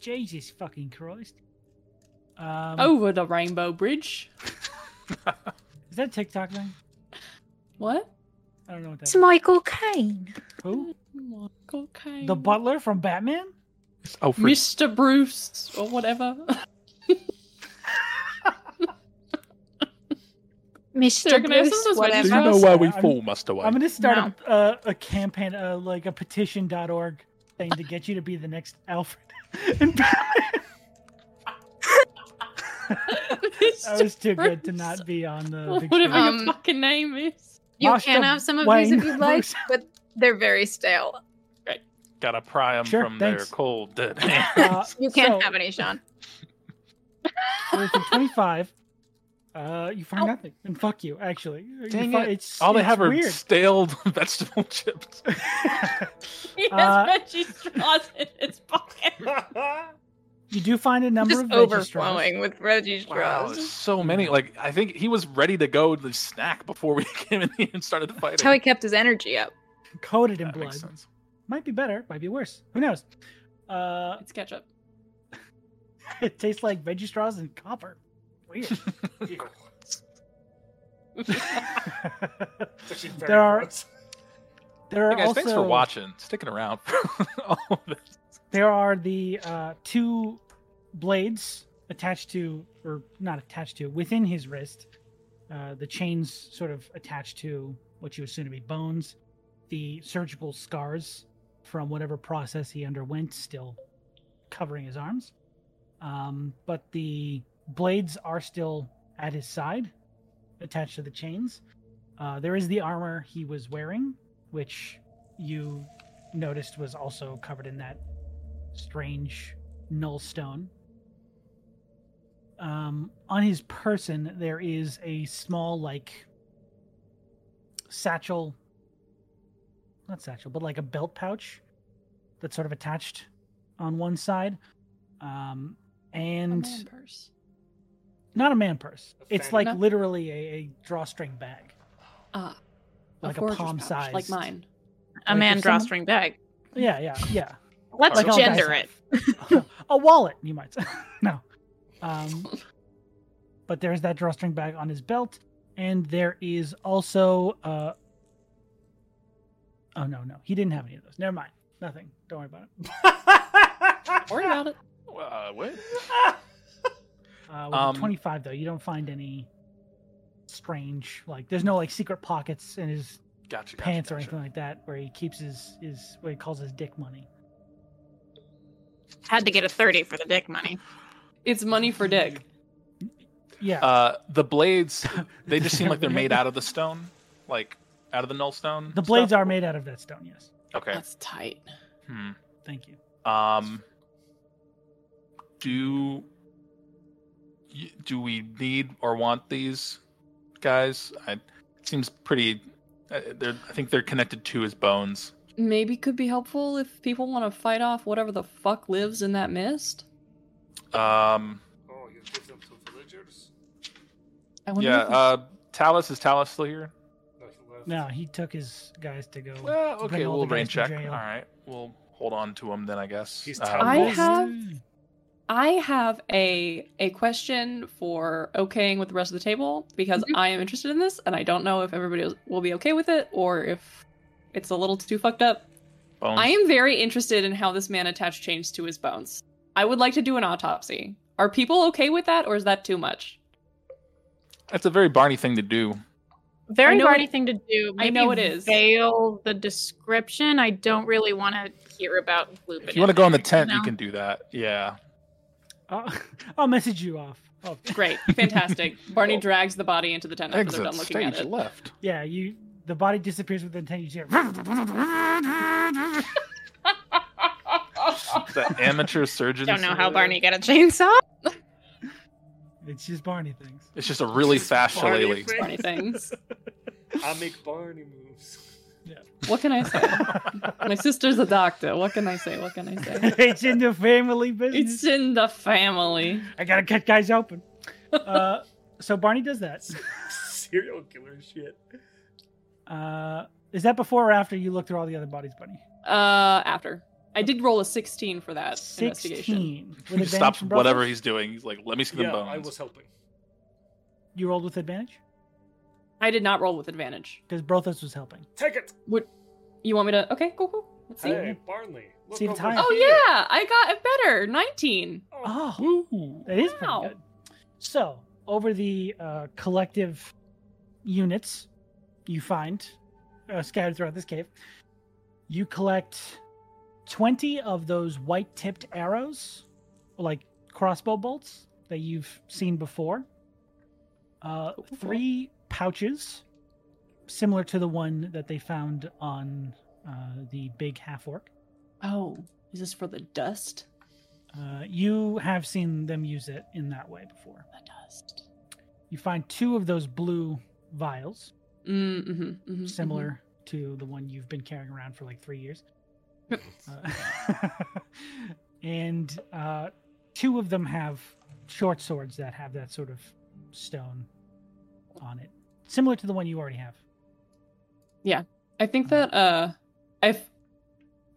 Jesus fucking Christ. Um, Oh. Over the rainbow bridge. is that a TikTok thing? What? I don't know what that. It's Michael Caine. Who? Okay. The butler from Batman? Oh, for Mr. Bruce or whatever. <laughs> They're Mr. gonna have Bruce, some of those do you know I'm vegetables. whatever. why we sorry, I'm- fall, Master Wayne? I'm going to start a, uh, a campaign, uh, like a petition.org thing to get you to be the next <laughs> Alfred. and Batman. I was too good to not be on the big Whatever screen. Um, your fucking name is. <laughs> You Master can have some of Wayne these if you'd like, Bruce. but they're very stale. Gotta pry them Sure, from thanks. their <laughs> cold dead Uh, <laughs> You can't so, have any, Sean. with a 25, uh, you Oh. find nothing. And fuck you, actually. You Dang fi- it. It's, All Oh, they it's have are weird. stale <laughs> vegetable <laughs> chips. He has Uh, veggie straws in his pocket. you do find a number Just of veggie straws. overflowing with veggie Wow, straws. there's so many. Like I think he was ready to go to the snack before we <laughs> came in here and started the fighting. That's how he kept his energy up. coated in That blood. makes sense. Might be better, might be worse. Who knows? Uh, <laughs> It's ketchup. it tastes like veggie straws and copper. <laughs> Weird. <laughs> It's actually very There are- <laughs> gross. <laughs> there are Hey guys, also thanks for watching, sticking around for <laughs> all of this. there are the uh, two blades attached to, or not attached to, within his wrist. Uh, the chains sort of attached to what you assume to be bones. The surgical scars from whatever process he underwent still covering his arms. Um, but the blades are still at his side, attached to the chains. Uh, there is the armor he was wearing, which you noticed was also covered in that strange null stone. Um, on his person, there is a small, like, satchel. Not satchel, but like a belt pouch that's sort of attached on one side. Um, and Man purse. not a man purse. A It's fanny. like No. literally a, a drawstring bag. Ah, Like a forager's palm-sized. pouch, <laughs> like mine. Like, A man if someone- drawstring bag. Yeah, yeah, yeah. <laughs> Let's Like all that gender it. stuff. a wallet, you might say. <laughs> no. Um, but there's that drawstring bag on his belt, and there is also. Uh... Oh no, no, he didn't have any of those. Never mind. Nothing. Don't worry about it. Worry about it. Uh, what? Uh, with Um, the 25 though, you don't find any strange like. There's no like secret pockets in his Gotcha. gotcha, pants or gotcha. anything like that where he keeps his his what he calls his dick money. Had to get a 30 for the dick money. It's money for dick. Yeah. Uh, <laughs> the blades, they just seem like they're made out of the stone, like out of the null stone. the blades are made out of that stone. Yes. Okay. That's tight. Hmm. Thank you. Um, do y- do we need or want these guys? I, it seems pretty. Uh, they're, I think they're connected to his bones. Maybe could be helpful if people want to fight off whatever the fuck lives in that mist. Um, Oh, you give them to villagers? I wonder yeah. if we- Uh, Talus is Talus still here? No, he left. No, he took his guys to go. Well, Bring okay. all the We'll guys rain to check. All jail. right. We'll hold on to him then, I guess. He's Uh, Talus. I we'll- have- I have a a question for okaying with the rest of the table because Mm-hmm. Mhm. I am interested in this and I don't know if everybody else will be okay with it or if it's a little too fucked up. bones. I am very interested in how this man attached chains to his bones. I would like to do an autopsy. Are people okay with that or is that too much? That's a very Barney thing to do. Very I know hardy it- thing to do. I know it is. Fail the description. I don't really want to hear about looping. If you want to go on the tent, you can do that. Yeah. I'll, <laughs> I'll message you off. Oh, <laughs> <laughs> Great, fantastic. Barney drags the body into the tent after they're Exit done looking at stage <laughs> it. left. yeah, you. The body disappears within ten. You just hear- The amateur surgeon. <laughs> Don't know how Barney got a chainsaw. <laughs> It's just Barney things. <laughs> It's just a really fast Barney shillelagh. thing. Barney things. I make Barney moves. <laughs> What can I say? My sister's a doctor. What can I say? What can I say? it's in the family business. It's in the family. I gotta cut guys <laughs> open. Uh, so Barney does that. <laughs> Serial killer shit. Uh, is that before or after you look through all the other bodies, Bunny? Uh, after I did roll a sixteen for that investigation. Sixteen. With <laughs> He advantage stops from Brussels? whatever he's doing. He's like, let me see the Yeah, I bones. was helping. You rolled with advantage I did not roll with advantage. because Brothos was helping. Take it. Would you want me to? Okay, cool, cool. Let's see. Hey, Barney. Look See the over time. Oh here. yeah, I got it better. Nineteen. Oh, Oh, Woo. that is Wow. pretty good. So over the uh, collective units you find uh, scattered throughout this cave, you collect twenty of those white-tipped arrows, like crossbow bolts that you've seen before. Uh, three pouches, similar to the one that they found on uh, the big half orc. Oh, is this for the dust? Uh, you have seen them use it in that way before. The dust. You find two of those blue vials, Mm-hmm, mhm, similar to the one you've been carrying around for like three years. Yep. Uh, <laughs> and uh, two of them have short swords that have that sort of stone on it, similar to the one you already <laughs> have. mhm. I think that uh, if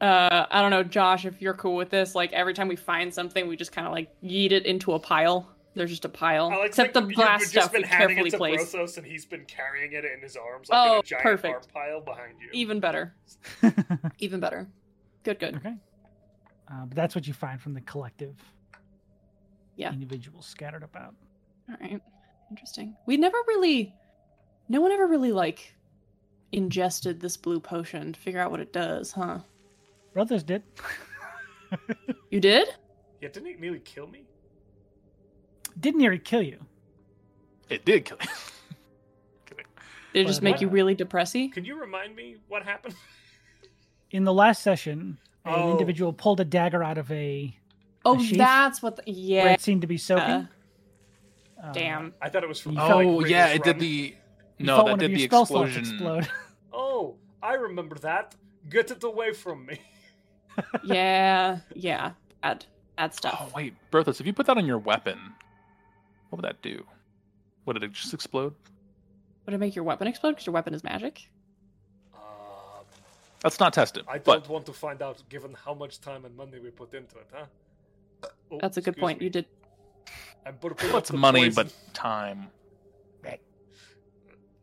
uh, I don't know, Josh, if you're cool with this, like every time we find something, we just kind of like yeet it into a pile. There's just a pile, Alex, except the like, glass you've stuff just we been handing carefully it to placed. Brothos, and he's been carrying it in his arms like in Oh, a giant perfect. arm pile behind you. Even better. Even better. Good, good. Okay. Uh, but that's what you find from the collective Yeah. individuals scattered about. All right. Interesting. We never really, no one ever really like ingested this blue potion to figure out what it does, huh? Brothers did. You did? yeah, didn't it nearly kill me? Didn't nearly kill you. It did kill <laughs> Did it just Well, make you what- really depressy? Can you remind me what happened? <laughs> In the last session, an Oh. individual pulled a dagger out of a Oh, The sheath? that's what. The, where yeah. it seemed to be soaking. Uh, Damn. I thought it was from. You Oh, felt like yeah. Greatest It did Run. the. you No, felt that one of did your the spell slots explosion. Explode. <laughs> Oh, I remember that. Get it away from me. <laughs> yeah. Yeah. Bad. Bad stuff. Oh, wait. Brothos, if you put that on your weapon, what would that do? Would it just explode? Would it make your weapon explode? Because your weapon is magic. Um, That's not tested. I don't but want to find out, given how much time and money we put into it, huh? Oh, That's a good excuse point. me. You did. I'm <laughs> burping up what's the money poison. but time?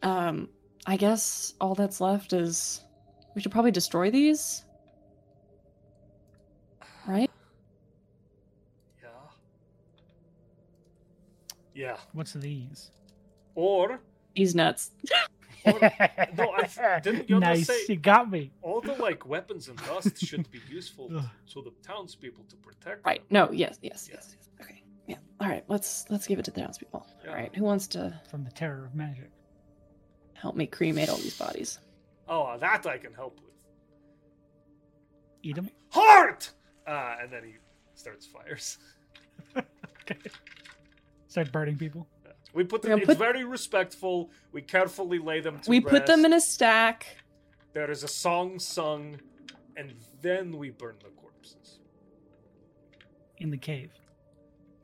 Um, I guess all that's left is we should probably destroy these. Right? Yeah. Yeah. What's these? Or These nuts. Or- <laughs> no, I- didn't you nice. say- You got me. all the like weapons and dust should be useful Ugh. to the townspeople to protect. Right. them. No. Yes. Yes. Yeah. Yes. yes. Okay. Yeah. All right. Let's let's give it to the townspeople. Yeah. All right. Who wants to From the terror of magic. help me cremate all these bodies? Oh, that I can help with. Eat them. Heart. Uh, and then he starts fires. <laughs> Start burning people. We put them. We're gonna It's put- very respectful. We carefully lay them. To we put them rest. in a stack. There is a song sung, and then we burn the corpses. In the cave.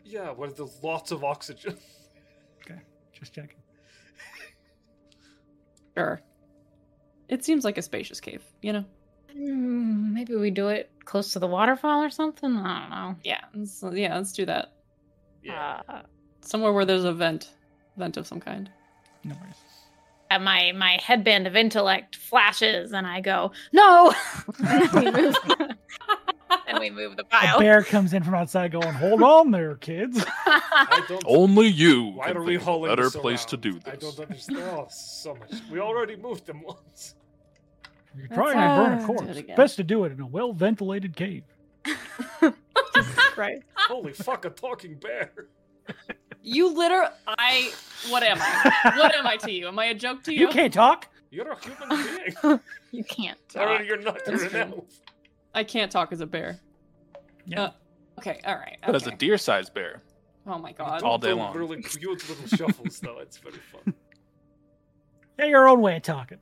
Yeah, where there's lots of oxygen. <laughs> Just checking. Sure. It seems like a spacious cave. You know. Hmm, Maybe we do it close to the waterfall or something. I don't know. Yeah. let's- yeah. Let's do that. Yeah. Uh, Somewhere where there's a vent, vent of some kind. No worries. and uh, my my headband of <laughs> intellect flashes, <laughs> and I go, "No!" and when we move A the pile. bear comes in from outside going, Hold on there, kids. <laughs> I don't. Oh, Only you. why can are we think of a hauling better this place to around? do I this? don't understand. Oh, so much. We <laughs> already moved them once. You're That's trying to burn a fine. Do it corpse. again. Best to do it in a well ventilated cave. Right. Holy fuck, a talking bear. You literally. I. What am I? <laughs> what am I to you? Am I a joke to you? You can't talk. You're a human being. you can't. I mean, you're not. You're an That's true. elf. I can't talk as a bear. Yeah. Uh, okay. All right. But as a okay. deer-sized bear, oh my You god. do All day those long. Really cute little shuffles, though. It's very fun. Yeah, your own way of talking.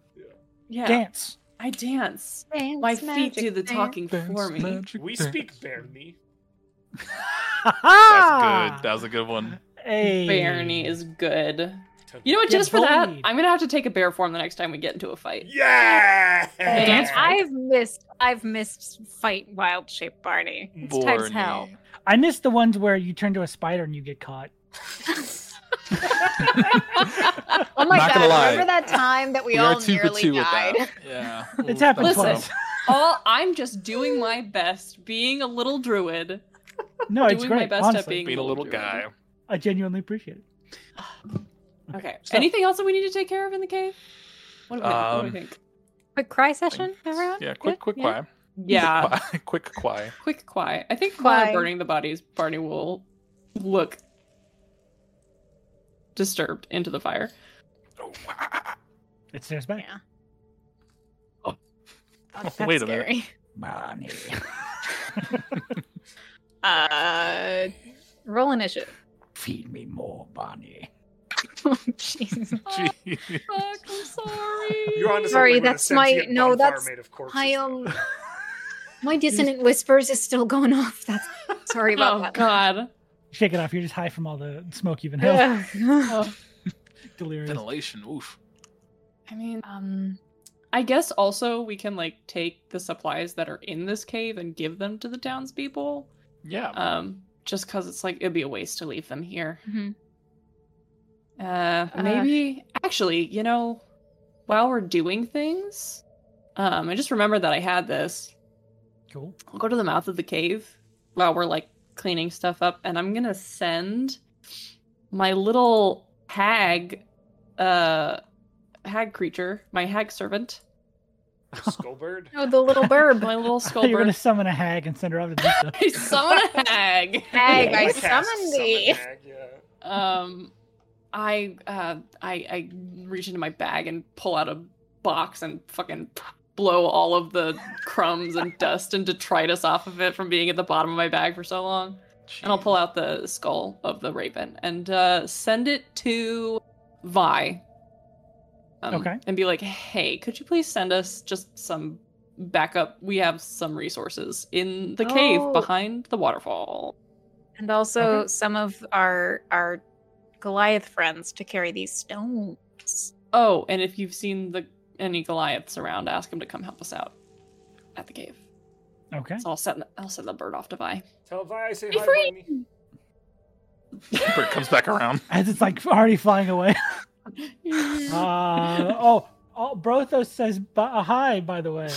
Yeah. Dance. I dance. My feet do the talking for me. We speak Bernie. That's Ah. <laughs> good. That was a good one. Hey. Barney is good. You know what? Yeah, Just for that, bullied. I'm gonna have to take a bear form the next time we get into a fight. Yeah. Dance fight? I've missed I've missed fight wild shape Barney. It's times <laughs> hell. Borny. I miss the ones where you turn to a spider and you get caught. Oh my Not god! gonna lie. Remember that time that we, We all are two for nearly two with died? that. <laughs> Yeah. It's Ooh, happened that's Listen. <laughs> twice. rough. All I'm just doing my best, being a little druid. No, it's Doing great. my best at honestly, being- Being a little guy. I genuinely appreciate it. Okay. so- Anything else that we need to take care of in the cave? What do we, what do we Um, think? Quick cry session, everyone? Yeah, quick, Good? quick, Yeah. quiet. Yeah. <laughs> quick, quiet. Quick quiet. I think while they're Quai. burning the bodies, Barney will look disturbed into the fire. Oh, It stares back. Yeah. Oh, That's Wait a minute. Barney. Uh, roll <laughs> initiative. <laughs> Feed me more, Barney. Oh, Jesus. Gee. Oh, fuck, I'm sorry. <laughs> You're on to Sorry, something with a that's my- sentient no, bonfire that's- made of corpses. I <laughs> um, my dissonant whispers is still going off. That's sorry about Oh that. god. Shake it off. You're just high from all the smoke you've inhaled. Ugh. <laughs> Oh. Delirious. Ventilation. Oof. I mean, um, I guess also we can like take the supplies that are in this cave and give them to the townspeople. Yeah. Um, just because it's like it'd be a waste to leave them here. mhm. Uh, Uh, maybe actually, you know, while we're doing things, um, I just remembered that I had this. Cool. I'll go to the mouth of the cave while we're like cleaning stuff up, and I'm gonna send my little hag, uh, hag creature, my hag servant, Skullbird. <laughs> Oh, the little bird. <laughs> my little I thought you were going skullbird. to summon a hag and send her off to do <laughs> stuff. I summon a hag. Hag, I Podcast summoned thee. summon hag, yeah. Um, I uh, I I reach into my bag and pull out a box and fucking blow all of the crumbs and dust and detritus off of it from being at the bottom of my bag for so long. And I'll pull out the skull of the raven and uh, send it to Vi. Um, Okay. And be like, hey, could you please send us just some backup? We have some resources in the Oh. cave behind the waterfall. and also some of our our Goliath friends to carry these stones. Oh, and if you've seen the any Goliaths around, ask him to come help us out at the cave. Okay. So I'll send the, I'll send the bird off to <laughs> Vi. Tell Vi I say Be hi, free. Barney. Bird comes back around. As it's like already flying <laughs> away. Uh, oh, oh, Brothos says bu- uh, hi, by the way.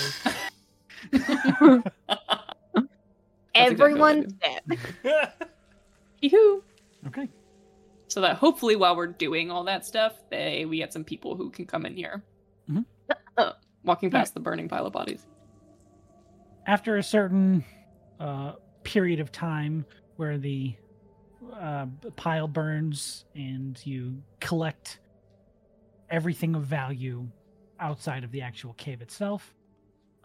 That's exactly what I Everyone's dead. <laughs> Yoo-hoo. Okay. So that hopefully while we're doing all that stuff, they we get some people who can come in here. Mhm. Walking past the burning pile of bodies. After a certain uh, period of time where the uh, pile burns and you collect everything of value outside of the actual cave itself,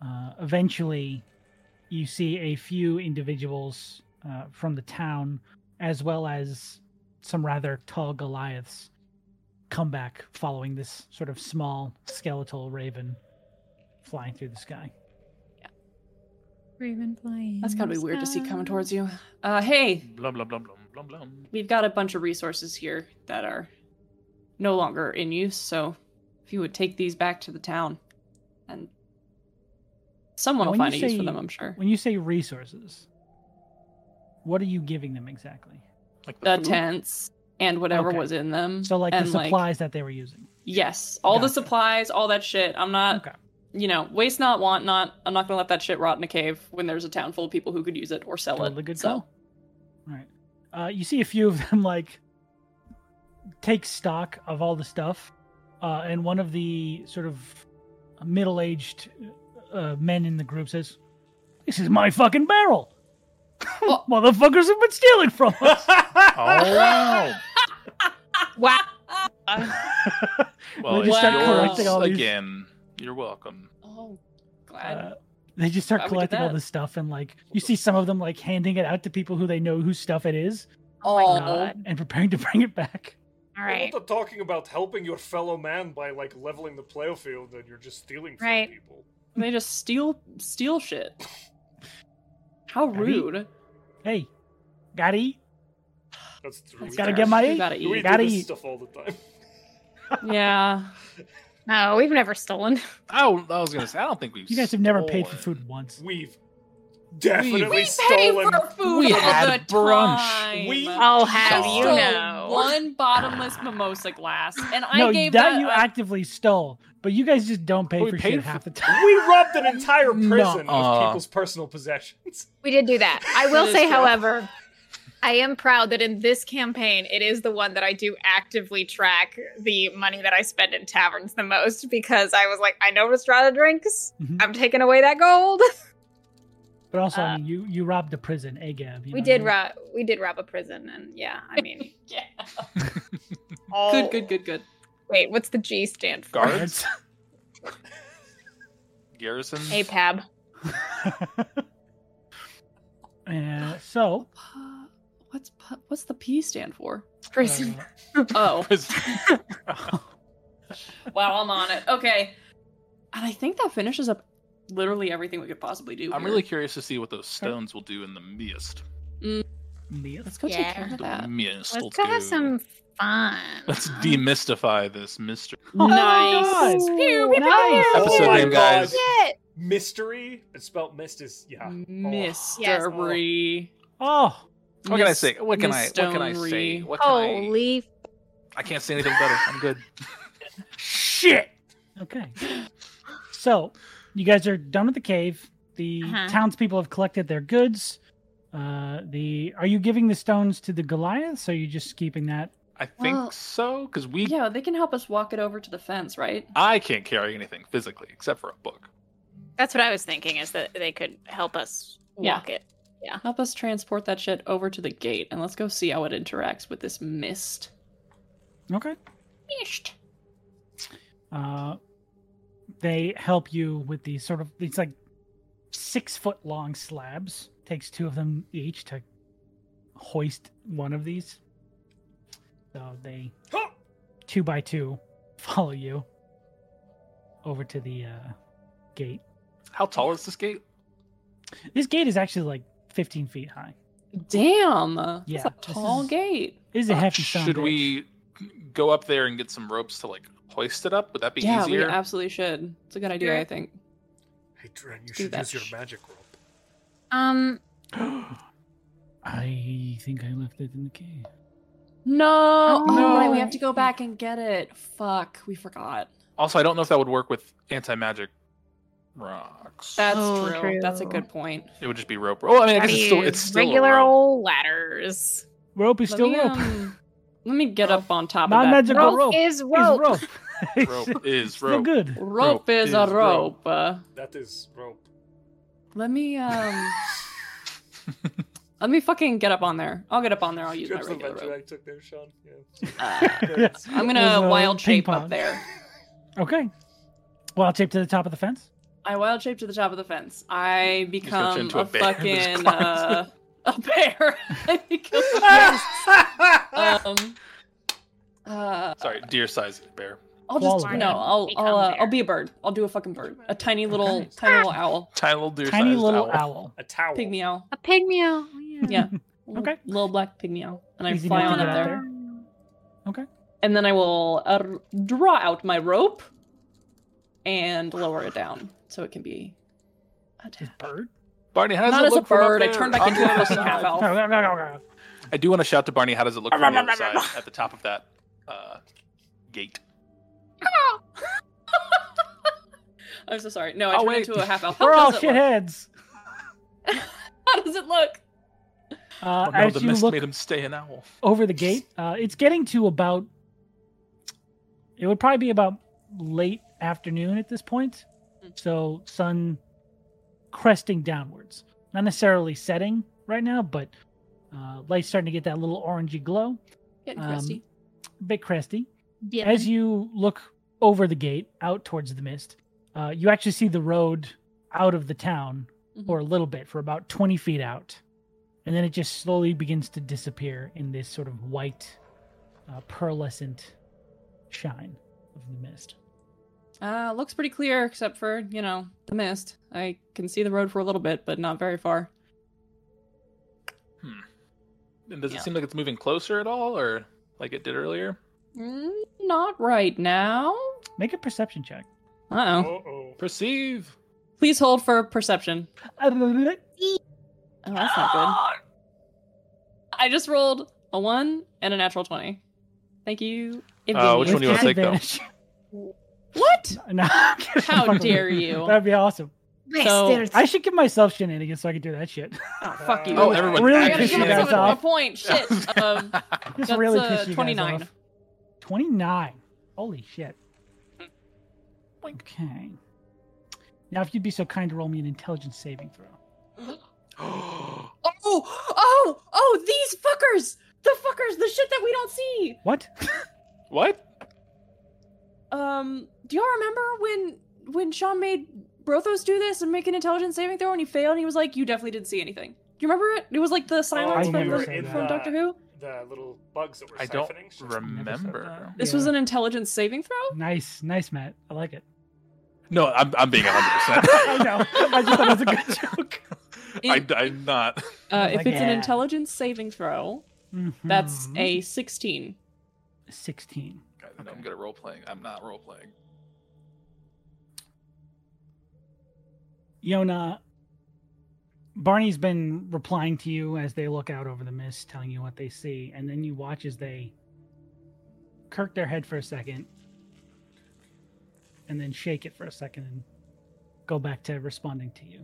uh, eventually you see a few individuals uh, from the town as well as some rather tall Goliaths come back following this sort of small skeletal raven flying through the sky. Raven flying. That's gotta be weird to see coming towards you. Uh, hey, Blum blum blum blum blum blum. we've got a bunch of resources here that are no longer in use so if you would take these back to the town and someone Now, will when find a you use for say- them i'm sure When you say resources, what are you giving them exactly? Like the the food? Uh, tents and whatever Okay. was in them So like and the supplies that they were using. yes all the Gotcha. supplies all that shit i'm not Okay. you know, waste not, want not. I'm not gonna let that shit rot in a cave when there's a town full of people who could use it or sell Totally it. good so call. All right. Uh, you see a few of them <laughs> like take stock of all the stuff, uh, and one of the sort of middle-aged uh, men in the group says, "This is my fucking barrel. <laughs> Motherfuckers have been stealing from us." Oh wow! <laughs> Wow. <laughs> Well, We just it's start yours collecting all these- again. You're welcome. oh, glad. Uh, they just Why start would you collecting all bet? this stuff, and like you see some of them like handing it out to people who they know whose stuff it is, uh, oh, God. and preparing to <laughs> bring it back. All right. People are talking about helping your fellow man by like leveling the playfield, and you're just stealing from Right. people. they just steal steal shit. How Gotta eat. rude! Hey, gotta eat. That's true. That's We Gotta do- fair. get my You eight. Gotta eat. We Gotta do this eat. stuff all the time. <laughs> yeah, No, we've never stolen. <laughs> Oh, I was gonna say. I don't think we've. You guys have never paid for stolen. food once. We've definitely We stolen. food We all had the brunch. time. Oh, We- I'll have Stole you know. one bottomless mimosa glass, and I no, gave that, that you a- actively stole, but you guys just don't pay Oh, we for paid shit for- <laughs> half the time. we robbed an entire prison of Nuh-uh. people's personal possessions. <laughs> We did do that. I will It is say, true. however, I am proud that in this campaign, it is the one that I do actively track the money that I spend in taverns the most because I was like, I know Restrada drinks. Mm-hmm. Mhm. I'm taking away that gold. But also, I Uh, mean, you you robbed a prison, a gab. you We know, did you- rob. We did rob a prison, and yeah, I mean, Yeah. all, Good, good, good, good. Wait, what's the G stand for? guards, garrison. APAB. Uh, so Pu- What's pu- what's the P stand for? <laughs> Prison. uh, <laughs> Oh, oh, wow, I'm on it. Okay, and I think that finishes up literally everything we could possibly do. <laughs> I'm here. really curious to see what those stones will do in the mist. me- Let's go Yeah. take care of The that. mist. will Let's go have do. some fun. <gasps> Let's demystifify this mystery. <laughs> Oh my nice. God. Pew, pew, Nice. pew. Episode oh my name, guys. God. Shit. Mystery. It's spelled mist is yeah. Mm. Mystery. Oh, What can I Mis- say? What can I? What can I say? mistonery. What can I? Holy I can't say anything better. I'm good. shit. Okay. So you guys are done with the cave. The Uh-huh. townspeople have collected their goods. Uh, the are you giving the stones to the Goliaths? Or are you just keeping that? <laughs> I think Well, so because we. Yeah, they can help us walk it over to the fence, right? I can't carry anything physically except for a book. That's what I was thinking is that they could help us Yeah. walk it. Help us transport that shit over to the gate, and let's go see how it interacts with this mist. Okay. Mist. Uh, they help you with these sort of these like six foot long slabs. Takes two of them each to hoist one of these. So they Huh. two by two <laughs> follow you over to the uh, gate. How tall is this gate? This gate is actually like 15 feet high. Damn. That's Yeah, a this tall is- gate. It is a hefty stone. Uh, Should bitch. <gasps> we go up there and get some ropes to like hoist it up? Would that be Yeah, we easier? absolutely should. It's a good idea, Yeah. I think. Hey Dren, you Do should that use your sh- magic rope. Um, I think I left it in the cave. No. Oh, Oh, right, we no. have to go back and get it. Fuck, we forgot. Also, I don't know if that would work with anti magic rocks. That's Oh, true. That's a true. good point. It would just be rope. Oh, I mean, I guess it's still it's use still a regular rope. old ladders. Rope is Let still <laughs> me, rope. um, let me get up on top of Not that. magical rope. Rope, rope is Is rope. rope. <laughs> It's <laughs> Rope is Still rope. good. Rope is, a rope. rope. Uh, That is rope. let <laughs> me um let me fucking get up on there. I'll get up on there. I'll use my Just the regular venture rope. I took there, Sean. Yeah. Uh, Thanks. I'm There's a gonna wild ping shape up pong. there. Okay. Wild shape to the top of the fence. I wild shape to the top of the fence. I turn become into a, a bear and just fucking climbs. uh, a bear. <laughs> I become <laughs> a bear. um, uh, <laughs> Sorry, deer sized bear. I'll just Koala. no. I'll Become I'll, uh, bear. I'll be a bird. I'll do a fucking bird. A tiny little Okay. tiny little owl. Tiny little deer Tiny sized little owl. owl. A towel. Pygmy owl. A pygmy owl. Yeah. Yeah. Okay. Little black pygmy owl. And I Easy fly enough on to up get there. out there. and then I will uh, r- draw out my rope and lower it down so it can be This attached. bird. Barney, how does Not it as a look from up bird, I there? turned back On into <laughs> the a other <laughs> fucking half side. elf. I do want to shout to Barney. How does it look from the other side at the top of that uh, gate? I'm so sorry. No, I Oh, turned wait. into a half <laughs> elf. How We're all does it look? shitheads. How does it look? Uh, Oh, no, as the you mist look made him stay an owl. over the gate, uh, it's getting to about. It would probably be about late afternoon at this point, Mm. so sun cresting downwards. Not necessarily setting right now, but uh, light's starting to get that little orangey glow, Getting Um, crusty. a bit cresty. As you look over the gate out towards the mist, uh, you actually see the road out of the town Mhm. for a little bit, for about 20 feet out. And then it just slowly begins to disappear in this sort of white, uh, pearlescent shine of the mist. Uh, looks pretty clear except for, you know, the mist. I can see the road for a little bit, but not very far. And does Yeah. it seem like it's moving closer at all, or like it did earlier? Mm, not right now. Make a perception check. Uh oh. oh. Perceive. Please hold for perception. Oh, that's not good. <gasps> I just rolled a one and a natural twenty. Thank you. Uh, which Evie. one do you wanna take, though? What? <laughs> No, I'm kidding. How dare <laughs> you? That'd be awesome. So- I should give myself shenanigans so I can do that shit. Oh, fuck you. Oh, everyone. Really I I gotta pissed give you appreciate guys it. myself a- a off. <laughs> point. Shit. Um, Just That's, really uh, piss you 29. guys off. 29. Holy shit. Hmm. Okay. Now, if you'd be so kind to roll me an intelligence saving throw. oh, oh, oh, oh! These fuckers, the fuckers, the shit that we don't see. What? <gasps> what? Um, do y'all remember when when Sean made Brothos do this and make an intelligence saving throw and he failed and he was like, "You definitely didn't see anything." Do you remember it? It was like the silence Oh, I from, never from, said from that. Doctor Who. The little bugs that were I don't <laughs> siphoning. remember. This was Yeah. an intelligence saving throw. Nice, nice, Matt. I like it. No, I'm, I'm being 100%. <laughs> I know. I just thought it was a good <laughs> joke. It- I, am not. Uh, Oh if my it's an God. intelligence saving throw, that's Mhm. a sixteen. 16. God, no, I'm good at role playing. I'm not role playing. Yona, Barney's been replying to you as they look out over the mist, telling you what they see, and then you watch as they kirk their head for a second and then shake it for a second and go back to responding to you.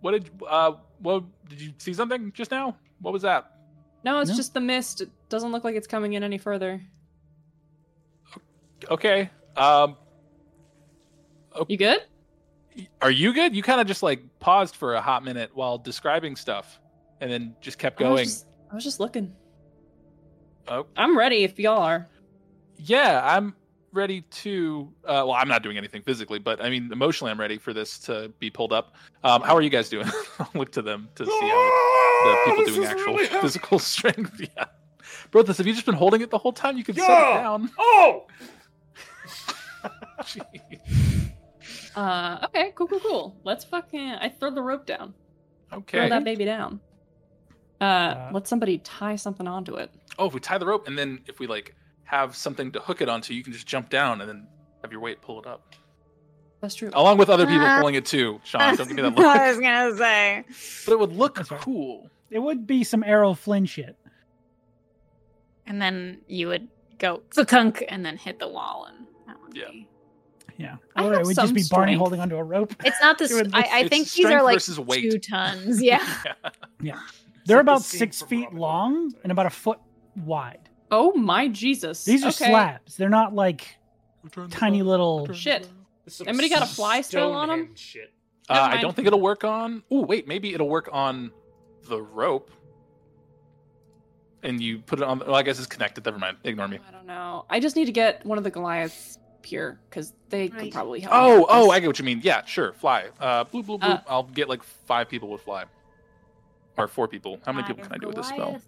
What did uh what did you see something just now? What was that? No, it's No. just the mist. It doesn't look like it's coming in any further. Okay. Um You good? are you good? You kind of just like paused for a hot minute while describing stuff and then just kept I was going. just, I was just looking. Oh. I'm ready if y'all are. Yeah, I'm ready to uh well, I'm not doing anything physically, but I mean emotionally I'm ready for this to be pulled up. Um how are you guys doing? <laughs> I'll look to them to see how the Oh, Ah, people doing actual physical <laughs> strength. Yeah. Brothos, have you just been holding it the whole time? You can set Yeah. it down. <laughs> Oh! Jeez. Uh, okay, cool, cool, cool. Let's fucking. I throw the rope down. Okay. Throw that baby down. Uh, let somebody tie something onto it. Oh, if we tie the rope and then if we like have something to hook it onto, you can just jump down and then have your weight pull it up. That's true. Along with other people Ah. pulling it too, Sean. Don't give me that That's what <laughs> I look. was gonna say. But it would look That's right. cool. It would be some Arrow Flynn shit. And then you would go thunk and then hit the wall and that would Yeah. be. Yeah. I or it have would just some be Barney strength. holding onto a rope. It's not It this. would look- I, I it's think these strength are like versus weight. <laughs> two tons. Yeah. They're the about scene six from feet Robin Hood. long and about a foot wide. oh my Jesus! These are okay. slabs. They're not like tiny little. Shit. This is Anybody got a fly spell on 'em? Stonehenge Shit. Uh, Never I mind. don't think it'll work on. Oh wait, maybe it'll work on the rope. And you put it on. Well, I guess it's connected. Never mind. Ignore me. I don't know. I just need to get one of the Goliaths pure because they could Right. probably help. me Oh, with oh, this. I get what you mean. Yeah, sure. Fly. Uh, bloop, bloop, bloop. Uh, I'll get like five people with fly, or four people. How many people can I do with this spell?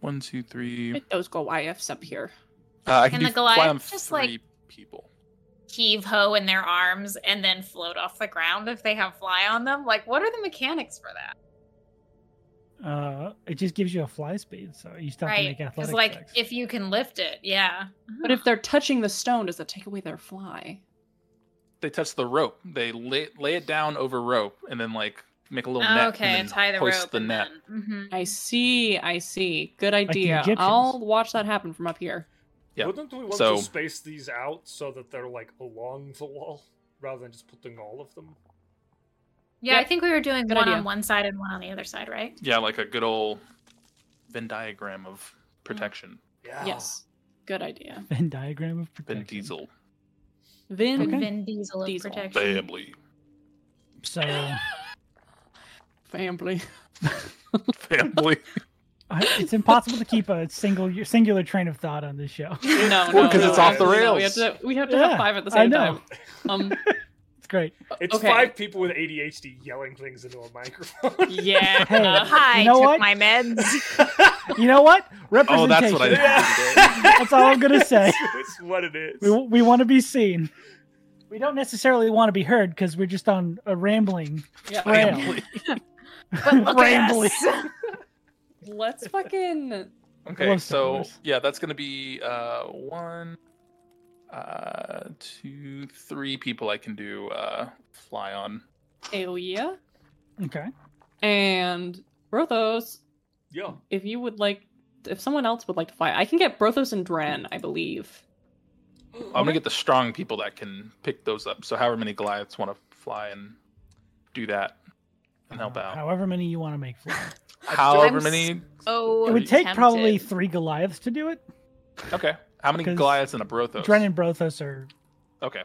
One, two, three. Get those Goliaths up here. Uh, I can Can do the Goliath fly on just, three like- people. Heave ho in their arms and then float off the ground if they have fly on them. Like, what are the mechanics for that? Uh, it just gives you a fly speed, so you still have to right? make athletics. like, checks. if you can lift it, yeah. But if they're touching the stone, does that take away their fly? They touch the rope. They lay, lay it down over rope, and then like make a little net. okay, and then tie the hoist rope. the and net. Then, Mhm. I see. I see. Good the idea. Egyptians. I'll watch that happen from up here. Yeah. Wouldn't we want So- to space these out so that they're like along the wall? rather than just putting all of them. Yeah, I Yep. think we were doing Good one idea. on one side and one on the other side, right? Yeah, like a good old Venn diagram of protection. Hmm. Yeah. Yes. Good idea. Venn diagram of protection. Vin Diesel Vin Okay. Vin Diesel of Diesel. protection. family. <laughs> So I, family. <laughs> Family. it's impossible to keep a single singular train of thought on this show. <laughs> No, no, Well, 'cause it's no, off the no, rails. we have to, we have, to Yeah, have five at the I same know. time. <laughs> Um, It's great. It's okay. five people with ADHD yelling things into a <laughs> microphone. <laughs> Yeah. Hey, Hi, you know took what? my meds. <laughs> You know what? Oh, Representation. that's what I <laughs> did <laughs> today. That's all I'm gonna say. it's what it is. We, we want to be seen. We don't necessarily want to be heard because we're just on a rambling Yeah. trail. Family. But look at Rambling. us. Let's fucking. Okay, Close, so close. yeah, that's gonna be uh one uh two three people I can do uh fly on. Aoya <laughs> Okay. and Brothos, Yeah. if you would like, if someone else would like to fly, I can get Brothos and Dran, I believe. I'm gonna get the strong people that can pick those up. So however many Goliaths wanna fly and do that and help Uh, out. However many you want to make fly. However I'm many Oh, It would take tempted. probably three Goliaths to do it. Okay. How many 'Cause Goliaths and a Brothos? Dren and Brothos are Okay.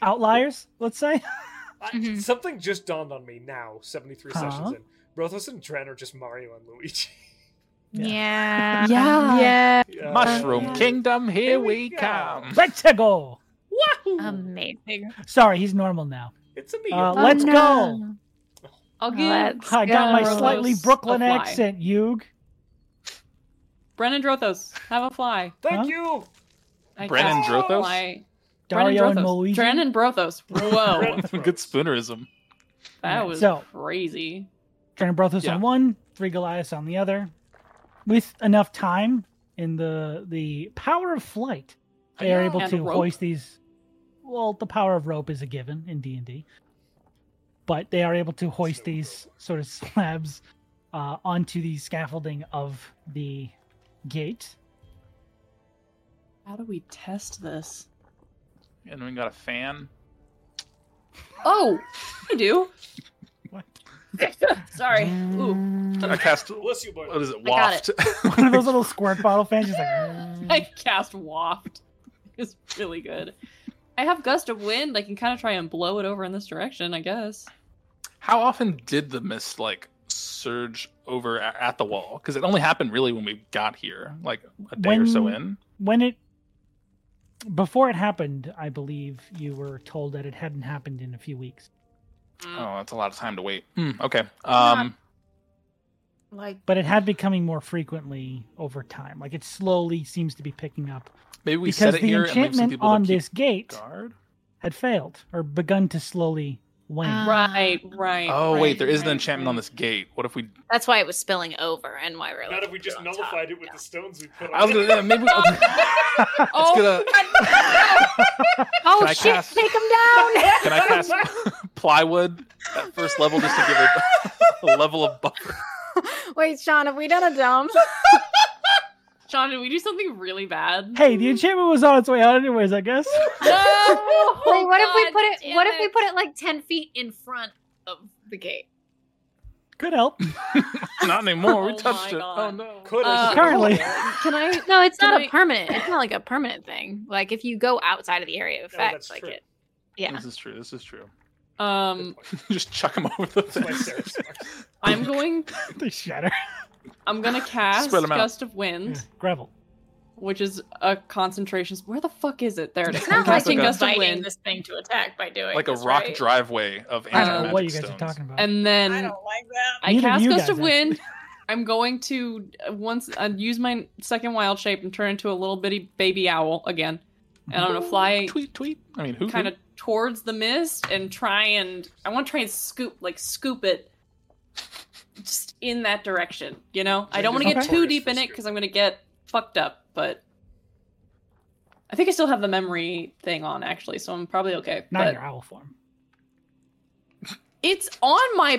outliers, let's say. <laughs> I- Mm-hmm. Mhm. Something just dawned on me now, 73 sessions Huh? in. Brothos and Dren are just Mario and Luigi. <laughs> Yeah. Yeah. Yeah. Yeah. Mushroom yeah. Kingdom, here Here we we go. come. Let's go. Wahoo! Um, Amazing. Sorry, he's normal now. it's a me. Uh, Mario. let's Oh, go. no. I'll give Let's I got my go. Brothos slightly a Brooklyn fly. accent, Yug. Brennan Drothos have a fly. Thank Huh? you! I Brennan cast Drothos? fly. Brennan Dario and Drothos. Luigi. Dran and Brothos. Whoa, <laughs> Good spoonerism. that was So- crazy. Dren and Brothos Yeah. on one, three Goliaths on the other. With enough time and the the power of flight, they are Yeah. able And to rope. hoist these. Well, the power of rope is a given in D and D, but they are able to hoist So these sort of <laughs> slabs uh, onto the scaffolding of the gate. How do we test this? And we got a fan. Oh, I do. What? <laughs> Sorry. Ooh, I cast Bless you, boy. what is it? got <laughs> Waft. One of those little squirt bottle fans, just like. <laughs> I cast waft. It's really good. I have gust of wind. I can kind of try and blow it over in this direction, I guess. How often did the mist like surge over a- at the wall? Because it only happened really when we got here, like a day or so When- in. when it before it happened, I believe you were told that it hadn't happened in a few weeks. Oh, that's a lot of time to wait. Hmm, okay. Um, Like, But it had been coming more frequently over time. Like it slowly seems to be picking up maybe we because set it the here and leave some enchantment people on to this gate keep guard. had failed or begun to slowly wane. Uh, Ah. Right, right. Oh right, wait, there is an right, enchantment right. on this gate. What if we? that's why it was spilling over and why we're like. Not if we just on top. nullified it with the stones we put on I was gonna it. yeah, <laughs> maybe. Oh, <laughs> gonna- <laughs> Oh, Can I shit. cast- Take him down. <laughs> Can I cast <laughs> plywood at first level just to give it <laughs> a level of buffer? Wait, Sean, have we done <laughs> a dumb? <laughs> Sean, did we do something really bad? Oh Hey, the enchantment was on its way out anyways, I guess. <laughs> No! Wait, what if we God put it, damn What if we put Oh it like ten feet in front of the gate? Could help. <laughs> Not anymore. We Oh touched my it. God. Oh no. Could <laughs> Uh, have- Currently. Can I? No, it's Can not a I- permanent. It's not like a permanent thing. Like if you go outside of the area of No, effect, that's like true. it. Yeah. This is true. This is true. <laughs> Um, just chuck them over the <laughs> That's why Sarah thing. sucks. I'm going. they shatter. I'm gonna <laughs> cast Spread 'em out. gust of wind, <laughs> Gravel. which is a concentration. Where the fuck is it? There it is. It's not not I'm like casting like you're you're gust of inviting wind, this thing to attack by doing Like a this, rock right? driveway of I anti don't know what you guys are stones. talking about. and then like that. I Neither of cast you Gust guys, of Wind. I'm going to uh, once uh, use my second wild shape and turn into a little bitty baby owl again, and I'm gonna fly Tweet, tweet. I mean, who? kind of towards the mist and try and I want to try and scoop like scoop it just in that direction. You know, I don't want to Okay. get too deep in it because I'm gonna get fucked up. But I think I still have the memory thing on actually, so I'm probably okay. not in but your owl form. it's on my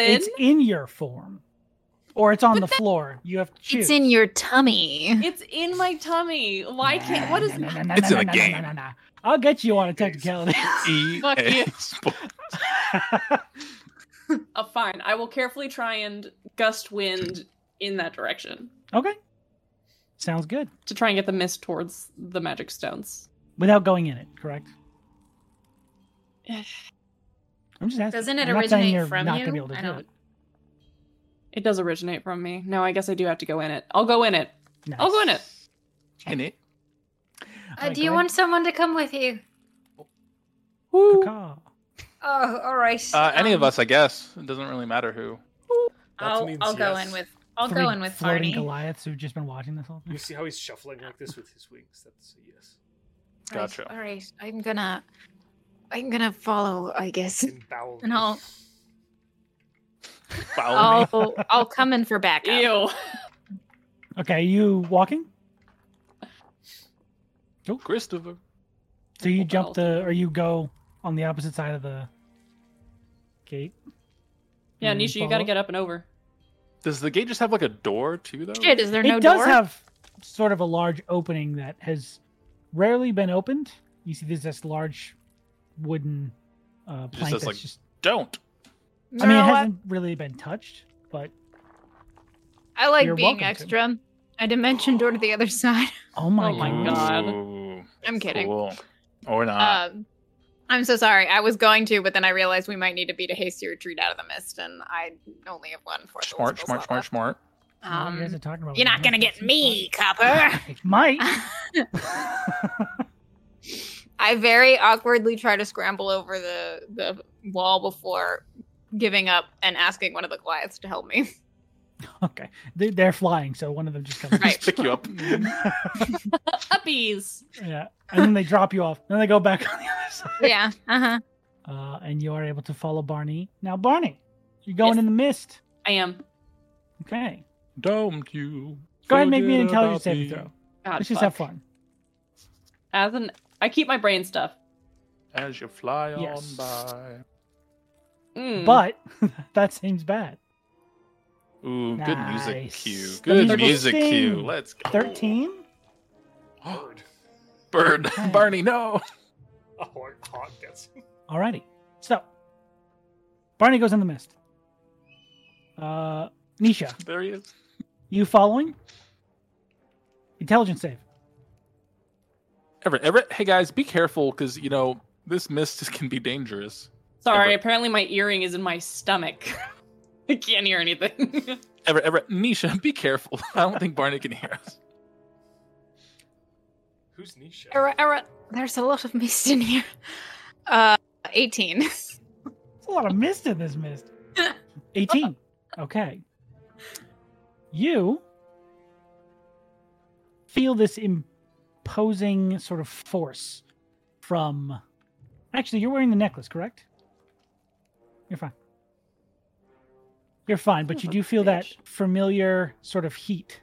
<laughs> It's in your form. or it's on But the floor. You have to choose. It's in your tummy. It's in my tummy. Why <laughs> can't? What is? It's in the game. I'll get you on a technicality. <laughs> EA Fuck <laughs> you. Sports. Uh, fine. I will carefully try and gust wind in that direction okay. Sounds good. to try and get the mist towards the magic stones. Without going in it, correct? I'm just asking. Doesn't it I'm not saying originate you're from not you? Gonna be able to I do don't- it. It does originate from me. No, I guess I do have to go in it. I'll go in it. I'll go in it. In it. Uh, Alright, do go you ahead. want someone to come with you? Woo. Caw-caw. Oh, all right. Uh, any of Um, us, I guess. It doesn't really matter who. That I'll, means I'll go yes. in with. I'll Three go in with floating Barney. Goliaths who've just been watching this whole You thing. see how he's shuffling like this with his wings? That's a yes. Right, Gotcha. All right, I'm gonna, I'm gonna follow, I guess, <laughs> Emboweled. and <gasps> I'll, Follow Oh, me. I'll, I'll come in for backup. Ew. Okay, you walking? Christopher. So you Well, jump the, or you go on the opposite side of the gate. Yeah, and Nisha, you Mm, got to follow? get up and over. Does the gate just have like a door too, though? Shit, is there no it does door? have sort of a large opening that has rarely been opened. You see, there's this large wooden uh, Just plank says, that's like, just. Don't. I mean, No, it I- hasn't really been touched, but I like You're welcome being to. extra. I dimension door to the other <laughs> side. oh my, Oh my god. God. Ooh, I'm kidding. Cool. Or not. um, I'm so sorry. I was going to, but then I realized we might need to beat a hasty retreat out of the mist, and I only have one for smart, smart, smart, smart. What you guys are Um, talking about with you're not the gonna knife? get me, copper. It might. <laughs> <laughs> I very awkwardly try to scramble over the the wall before giving up and asking one of the Goliaths to help me. <laughs> okay, they're, they're flying, so one of them just comes. Right. Just pick you up. Uppies. <laughs> Yeah, and then they drop you off. Then they go back <laughs> on the other side. yeah. Uh huh. Uh, and you are able to follow Barney. Now, Barney, you're going Yes. in the mist. I am. Okay, Don't you. go ahead and make me an forget about intelligence saving me. throw. God, Let's just fuck. have fun. As an, I keep my brain stuff. As you fly Yes. on Mm. But <laughs> that seems bad. by. Ooh, good music Nice. cue. The Good musical music cue. sting. Let's go. Thirteen. Bird. Bird. Okay. Barney, no. <laughs> A hawk, hawk gets. Alrighty. So Barney goes in the mist. Uh, Nisha, There he is. you following? Intelligence save. Everett, Everett, hey guys, be careful because, you know, this mist <laughs> can be dangerous. Sorry, Ever- apparently my earring is in my stomach. <laughs> I can't hear anything. <laughs> Everett, Everett, Nisha, be careful. <laughs> I don't think Barney can hear us. Who's Nisha? <laughs> Era, era. There's a lot of mist in here. Uh, 18. There's a lot of mist in this mist. 18. Okay. You feel this imposing sort of force from. Actually, you're wearing the necklace, correct? You're fine. You're fine, but you do feel that Bitch. familiar sort of heat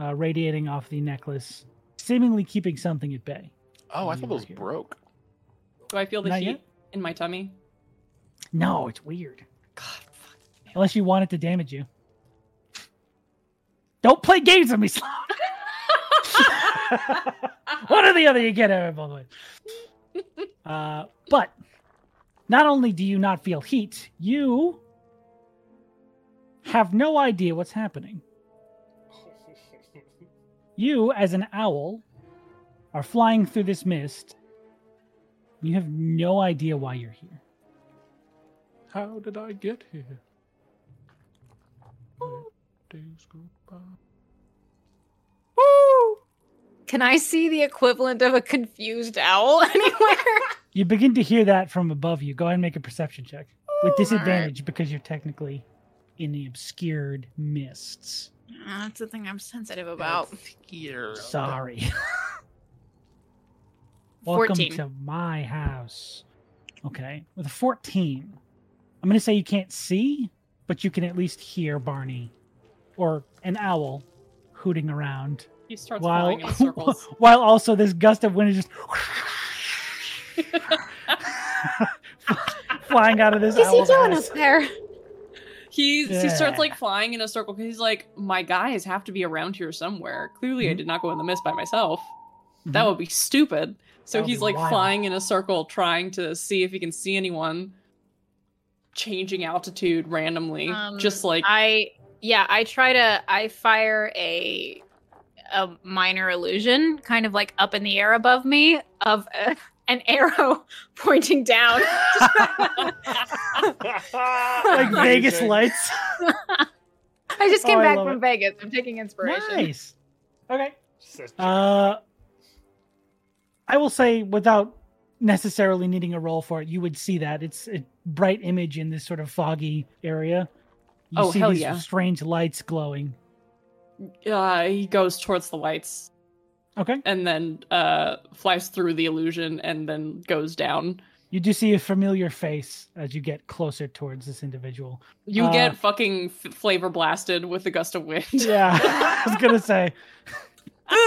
uh, radiating off the necklace, seemingly keeping something at bay. Oh, I thought You those were here. broke. Do I feel the Not heat yet. in my tummy? No, it's weird. God, fuck. Unless you want it to damage you. Don't play games with me, Sloan. <laughs> One or the other, you get it both ways. Uh, but not only do you not feel heat, you have no idea what's happening. You, as an owl, are flying through this mist. You have no idea why you're here. How did I get here? Days go by. Can I see the equivalent of a confused owl <laughs> anywhere? You begin to hear that from above you. Go ahead and make a perception check with disadvantage because you're technically in the obscured mists. That's the thing I'm sensitive about. Here. Sorry. <laughs> Welcome 14. to my house. Okay, with a 14, I'm going to say you can't see, but you can at least hear Barney or an owl hooting around He starts while flying <laughs> in circles. while also this gust of wind is just <laughs> flying out of this What is he owl's doing ass. up there? He he Yeah. starts like flying in a circle because he's like, my guys have to be around here somewhere. Clearly, I Mhm. did not go in the mist by myself. That Mhm. would be stupid. So That would he's be like wild. flying in a circle, trying to see if he can see anyone. Changing altitude randomly, Um, just like I yeah, I try to I fire a a minor illusion, kind of like up in the air above me, of uh <laughs> an arrow <laughs> pointing down. <laughs> like Vegas Amazing. lights. I just came Oh, I back love from it. Vegas. I'm taking inspiration. nice. Okay. Just a- Uh, I will say, without necessarily needing a roll for it, you would see that it's a bright image in this sort of foggy area. You Oh, see hell these yeah. strange lights glowing. uh, he goes towards the lights Okay, and then uh, flies through the illusion and then goes down. you do see a familiar face as you get closer towards this individual. You Uh. get fucking f- flavor blasted with a gust of wind. Yeah, <laughs> I was gonna say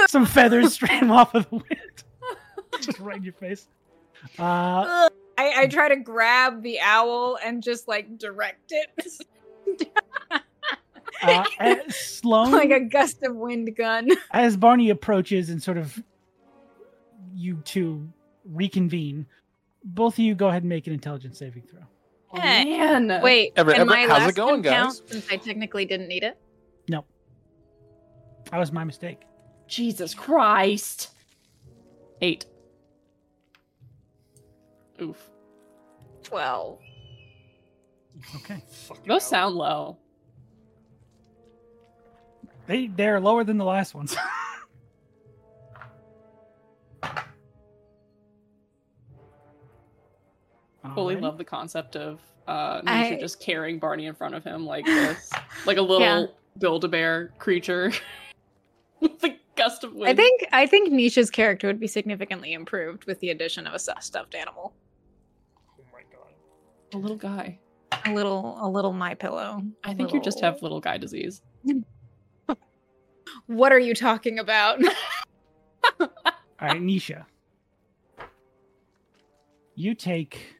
some <laughs> feathers stream off of the wind, <laughs> just right in your face. Uh, I, I try to grab the owl and just like direct <laughs> it <laughs> uh, and Sloane, like a gust of wind gun. as Barney approaches and sort of you two reconvene, both of you go ahead and make an intelligence saving throw. Oh, <laughs> man. Wait, Everett, can Everett, my how's it last going, one guys? count since I technically didn't need it? That was my mistake. Jesus Christ. Eight. Oof. Twelve. Okay. Fucking Those hell. sound low. They they're lower than the last ones. <laughs> Fully Alrighty. love the concept of uh, I- Nisha just carrying Barney in front of him like this, <laughs> like a little Yeah. Build-A-Bear creature <laughs> with a gust of wind. I think I think Nisha's character would be significantly improved with the addition of a soft stuffed animal. Oh my god. a little guy. A little a little my pillow. I think you just have little guy disease. What are you talking about? <laughs> All right, Nisha. You take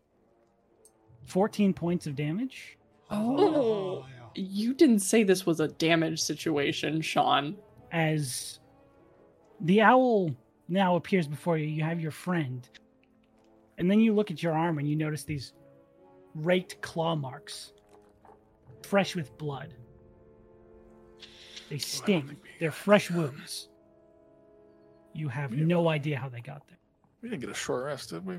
14 points of damage. Oh. You didn't say this was a damage situation, Sean. as the owl now appears before you. You have your friend, and then you look at your arm and you notice these raked claw marks, fresh with blood. They sting. think we They're got fresh them. wounds. You have We don't- no idea how they got there. We didn't get a short rest, did we?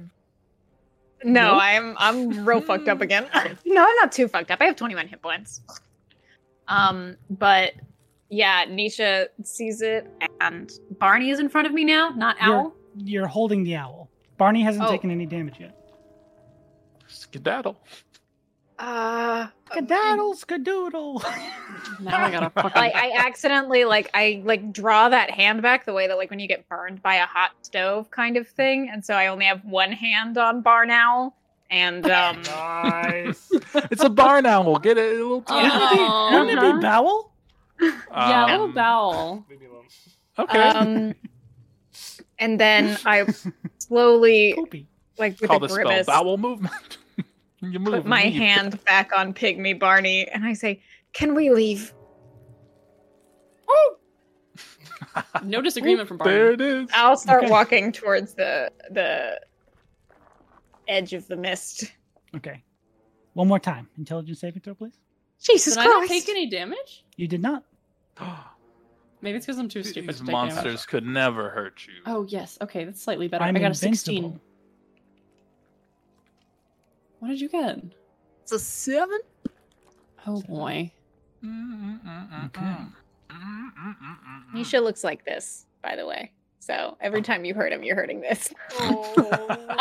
No, Nope. I'm I'm real fucked up <laughs> again. <laughs> no, I'm not too fucked up. I have 21 hit points. Um, but yeah, Nisha sees it, and Barney is in front of me now, not You're- Owl. You're holding the owl. Barney hasn't Oh. taken any damage yet. Skedaddle. Uh, Skedaddle, <laughs> skadoodle. Now I gotta fucking. like I accidentally like I like draw that hand back the way that like when you get burned by a hot stove kind of thing, and so I only have one hand on Barn Owl, <laughs> and um, Nice. <laughs> It's a barn owl. Get it? A <laughs> little tiny. Wouldn't it be- Oh. Wouldn't it Uh-huh. be bowel? yeah, a little Um, bowel. Leave me alone. Okay. um, and then I <laughs> slowly Poopy. like with Call a the spell grimace. bowel movement. <laughs> you move. put my and leave. hand back on Pygmy Barney and I say, "Can we leave?" <laughs> No disagreement from There Barney. it is. I'll start Okay. walking towards the the edge of the mist. Okay. One more time. Intelligence saving throw, please. Jesus Did I not Christ! take any damage? You did not. <gasps> Maybe it's because I'm too stupid These to take damage. monsters could never hurt you. Oh yes. Okay, that's slightly better. i I'm got a invincible. sixteen. What did you get? It's a seven. Oh <laughs> boy. Okay. Nisha looks like this, by the way. So every time you hurt him, you're hurting this. Oh,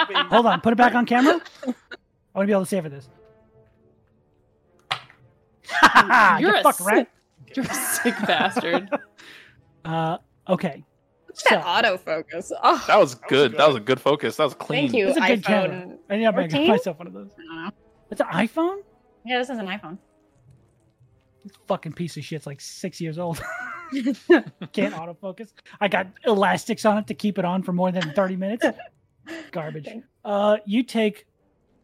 baby. Hold on, put it <laughs> back on camera. I want to be able to savor this. <laughs> You're Get a fucked, rat. You're a sick bastard. Uh, okay. Look So, at <laughs> that autofocus. Oh, That was was good. good. That was a good focus. That was clean. thank you, That's a good camera. iPhone. I need to make 14? myself one of those. That's an iPhone. Yeah, this is an iPhone. This fucking piece of shit's like six years old. <laughs> Can't autofocus. I got elastics on it to keep it on for more than thirty <laughs> minutes. Garbage. Uh, you take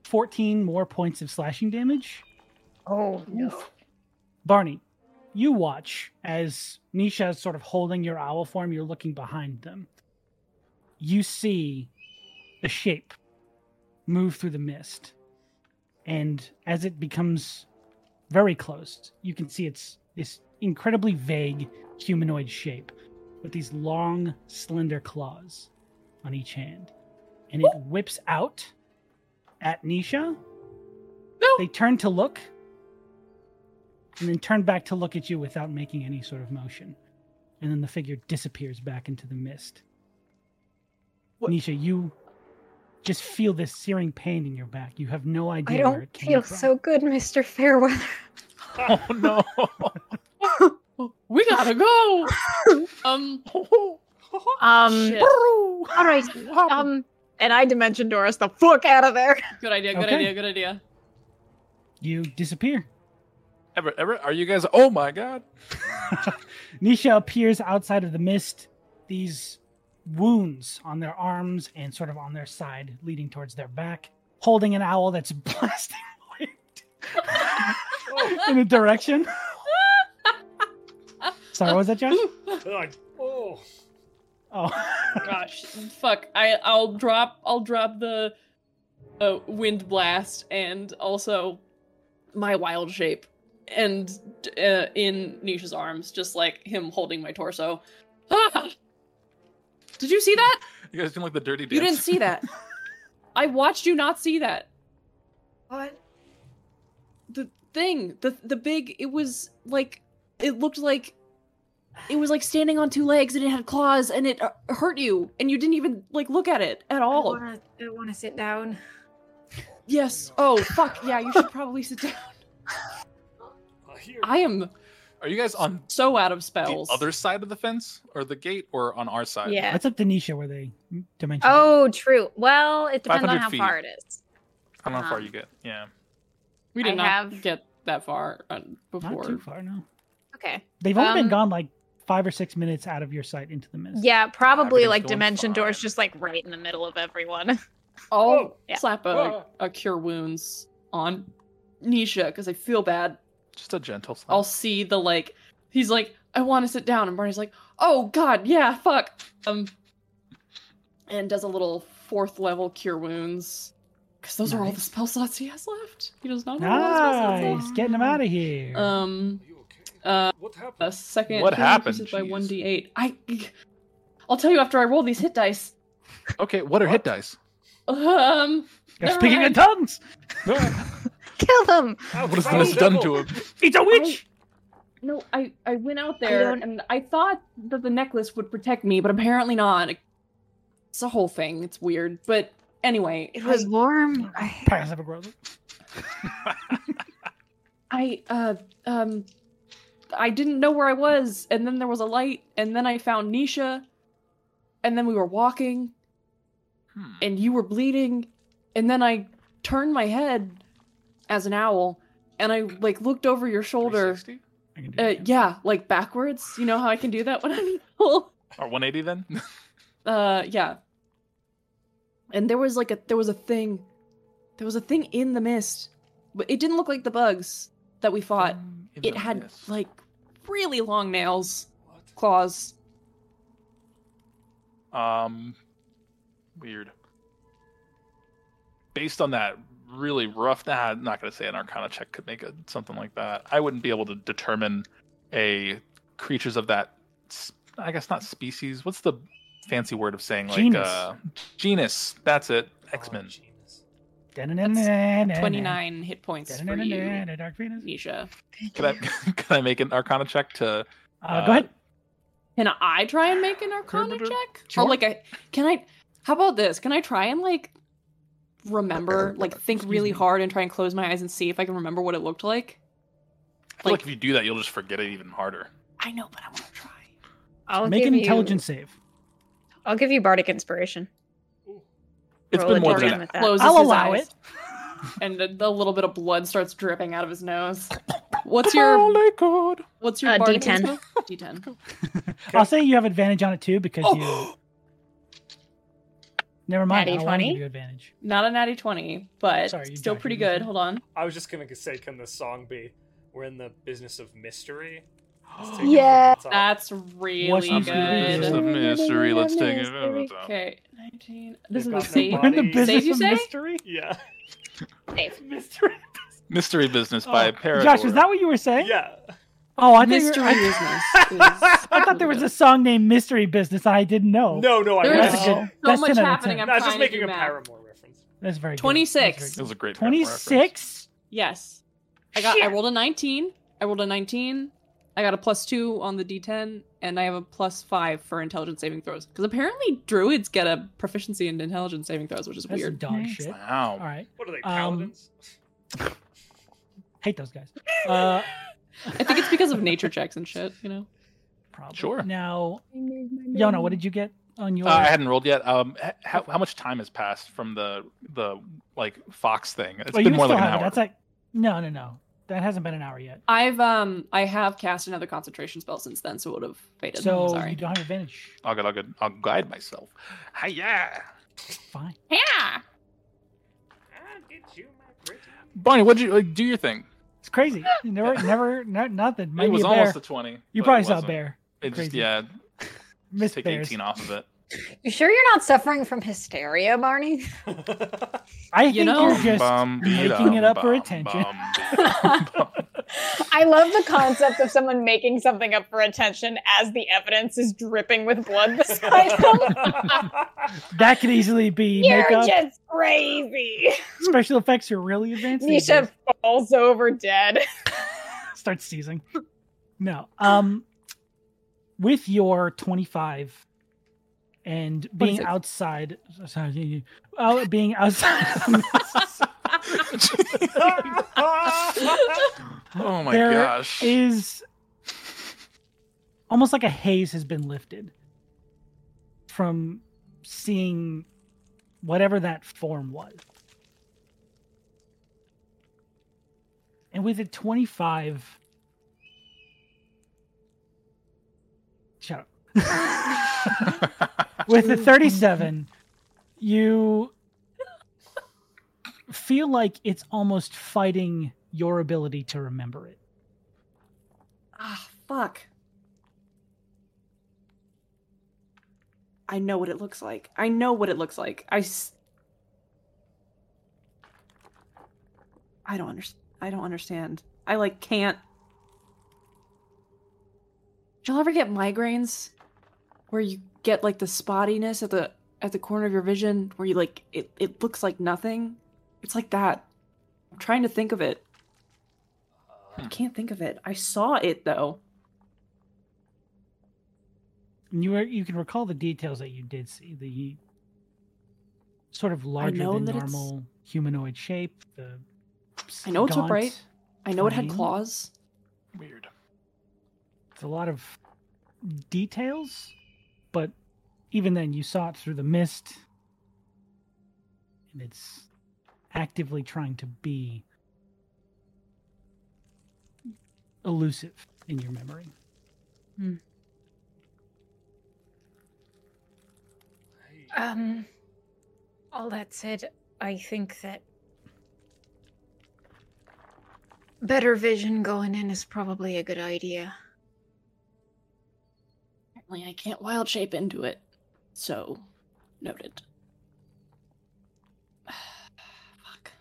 fourteen more points of slashing damage. Oh no. Barney, you watch as Nisha is sort of holding your owl form. You're looking behind them. You see the shape move through the mist. And as it becomes very close, you can see it's this incredibly vague humanoid shape with these long, slender claws on each hand. And it whips out at Nisha. No. They turn to look and then turn back to look at you without making any sort of motion. And then the figure disappears back into the mist. What- Nisha, you just feel this searing pain in your back. You have no idea I where don't it came feel from. so good, Mr. <laughs> Fairweather. <laughs> Oh no! We <laughs> gotta go. um, <laughs> Um, shit. all right. Um, and I dimension Doris the fuck out of there. good idea. Good Okay. idea. Good idea. You disappear. Everett, Everett, are you guys? Oh my god! Nisha appears outside of the mist, these wounds on their arms and sort of on their side, leading towards their back, holding an owl that's <laughs> blasting wind in a <laughs> direction. Sorry, what was that, Josh? Ugh. Oh. Oh, <laughs> Gosh, fuck. I I'll drop I'll drop the uh, wind blast and also my wild shape and uh, in Nisha's arms, just like him holding my torso. Ah! Did you see that? You guys doing like the dirty dance? You didn't see that. I watched you not see that. What? The thing, the the big. It was like it looked like it was like standing on two legs and it had claws and it uh, hurt you and you didn't even like look at it at I all. wanna, I wanna sit down. Yes. Oh, fuck. Yeah, you should probably sit down. <laughs> Uh, here. I am Are you guys on so out of spells. the other side of the fence or the gate or on our side? Yeah. that's up to Nisha where they dimension. Oh, true. Well, it depends on 500 how feet. far it is. I don't know how far Uh-huh. Um, you get. Yeah. we did I not have- get that far uh, not before. too far. No, Okay. they've only been Um, gone like five or six minutes out of your sight into the mist. Yeah, probably everything's like going dimension doors fine. just like right in the middle of everyone. <laughs> I'll Whoa. Oh, Yeah. slap a, a cure wounds on Nisha because I feel bad. Just a gentle slap. I'll see the like. He's like, I want to sit down, and Barney's like, Oh God, yeah, fuck. Um, and does a little fourth level cure wounds because those are all the Nice. spell slots he has left. He does Oh, not have all the spell slots left. Nice, getting them out of here. Uh, Um, Are you okay? uh, what happened? a second. What healing happened? increases By Jeez. one d eight. I, I'll tell you after I roll these hit dice. Okay, what are hit dice? Um, They're never speaking in mind. tongues. Kill them. Ouch, What has that this was done to terrible. him? It's a witch. no, I I went out there don't- and I thought that the necklace would protect me, but apparently not. It's a whole thing. It's weird, but anyway, It was warm. I, Passive aggressive. I uh um I didn't know where I was, and then there was a light, and then I found Nisha, and then we were walking, Hmm. and you were bleeding and then i turned my head as an owl and i like looked over your shoulder 360? I can do uh, that. yeah like backwards you know how i can do that when i'm an owl Or 180 then? uh yeah and there was like a there was a thing there was a thing in the mist but it didn't look like the bugs that <laughs> we fought In it the had mist. like really long nails What? claws Um, weird. Based on that really rough, nah, I'm not gonna say an Arcana check could make a, something like that. I wouldn't be able to determine a creatures of that. s- I guess not species. What's the fancy word of saying like Genus. Uh, genus? That's it. X Men. Oh, Jesus. Da-na-na-na-na-na. 29 hit points for you Da-na-na-na-na, Dark Venus. nisha <laughs> can I <laughs> can I make an Arcana check to? Uh, go ahead. Can I try and make an arcana Perimeter. check? Sure. Or like a can I how about this? Can I try and like remember, like think Excuse really me. hard and try and close my eyes and see if I can remember what it looked like? I feel like, Like- if you do that, you'll just forget it even harder. I know, but I want to try. I'll Make an give intelligence save. You, I'll give you bardic inspiration. It's Roll been a more d10 than with that. Closes I'll his allow eyes, it. <laughs> And a, a little bit of blood starts dripping out of his <laughs> nose. What's Oh Uh, your Holy God. what's your Uh, bardic D10. inspo? <laughs> D10. I'll say you have advantage on it too because you. Oh, Never mind. Natty I don't want to 20? give you advantage. not a natty 20, but Sorry, you still pretty jacked me. good. Hold on. I was just gonna say, can this song be We're in the business of mystery. <gasps> Let's take it from Yeah. the top. That's really Washington, It's a good. D.C. mystery. Let's take it. Okay, 19. This They've is a got no <laughs> save. We're <laughs> in the Body- business Save, you of say? mystery. Yeah. Safe. <laughs> Mystery. Mystery business by Oh, Parador. Josh, is that what you were saying? Yeah. Oh, I think Mystery I, business. is- <laughs> I thought there was a song named "Mystery Business." I didn't know. No, no, I Oh. There that's is a was good. so that's much 10 out of happening, 10. I'm I was just trying to making do a math. Paramore reference. That's very good. 26. That's It very was a great good. Parador reference. Twenty-six. Yes. I got. I rolled a 19. I rolled a 19. I got a plus two on the D10, and I have a plus five for intelligence saving throws. Because apparently druids get a proficiency in intelligence saving throws, which is That's weird. dog Nice. shit. Wow. All right, What are they, Um, paladins? hate those guys. Uh, I think it's because of nature checks and shit. You know. probably. Sure. Now, Yona, what did you get on your? Uh, I hadn't rolled yet. Um, h- how, how much time has passed from the the like fox thing? It's Well, you been more still like an have it. hour. That's like no, no, no. That hasn't been an hour yet. <laughs> I've um I have cast another concentration spell since then, so it would have faded. So Sorry. you don't have advantage. I'll good. I'll good. I'll guide myself. Hi, yeah. Fine. Yeah. I'll get you, my pretty. Barney, what'd you like, do your thing? It's crazy. You Never, never, no, nothing. Maybe it was a bear. almost a twenty. you but it probably saw a wasn't. bear. It just Crazy. yeah, Miss take bears. eighteen off of it. You sure you're not suffering from hysteria, Barney? I think <laughs> you know? are just Bum, be making dum, it up for bum, attention. bum. <laughs> I love the concept of someone making something up for attention as the evidence is dripping with blood <laughs> beside them. that could easily <laughs> be You're makeup. just crazy. Special effects are really advanced. these days. <laughs> Nisha falls over dead. starts seizing. No. Um with your 25 and being 26. outside sorry, <laughs> uh, being outside oh my There gosh! is almost like a haze has been lifted from seeing whatever that form was. And with a 25 shut up. with the 37 you feel like it's almost fighting your ability to remember it Ah, fuck. I know what it looks like. I know what it looks like. I. S- I don't understand. I don't understand. I like can't. Did y'all ever get migraines, where you get like the spottiness at the at the corner of your vision, where you like it? It looks like nothing. It's like that. I'm trying to think of it. I can't think of it. I saw it though. and you are, you can recall the details that you did see the sort of larger know than that it's- normal humanoid shape the I know it's gaunt- upright. I know it had Fine. claws. <laughs> Weird. it's a lot of details but even then you saw it through the mist and it's actively trying to be elusive in your memory Um, all that said, I think that better vision going in is probably a good idea. Apparently, I can't wild shape into it. So, noted. <sighs> Fuck.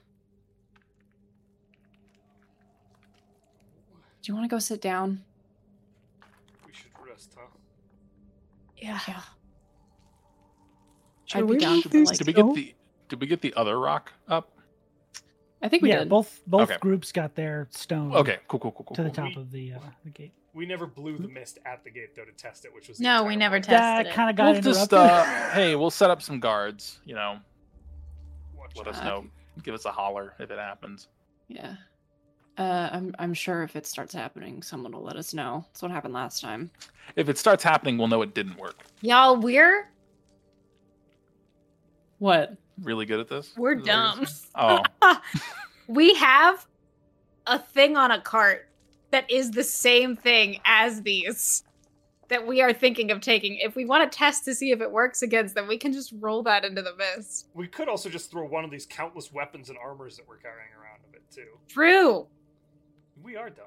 Do you want to go sit down? <laughs> we should rest, huh? Yeah. Yeah. Should I'd we be down leave for these like. Did we get the Did we get the other rock up? I think we yeah did. both both Okay. groups got their stone Okay, cool, cool, cool, cool. to the cool. top of the, uh, the gate We never blew the mist at the gate though to test it, which was the No, we entire never point. that tested it. kind of got We'll interrupted just <laughs> uh, hey, we'll set up some guards. You know, Watch let out. us know. Give us a holler if it happens. Yeah. Uh, I'm I'm sure if it starts happening, someone will let us know. That's what happened last time. If it starts happening, we'll know it didn't work. Y'all, we're What? Really good at this. we're Is that what dumb. it is? <laughs> Oh, <laughs> we have a thing on a cart that is the same thing as these that we are thinking of taking. If we want to test to see if it works against them, we can just roll that into the mist. We could also just throw one of these countless weapons and armors that we're carrying around of it too. True. We are dumb.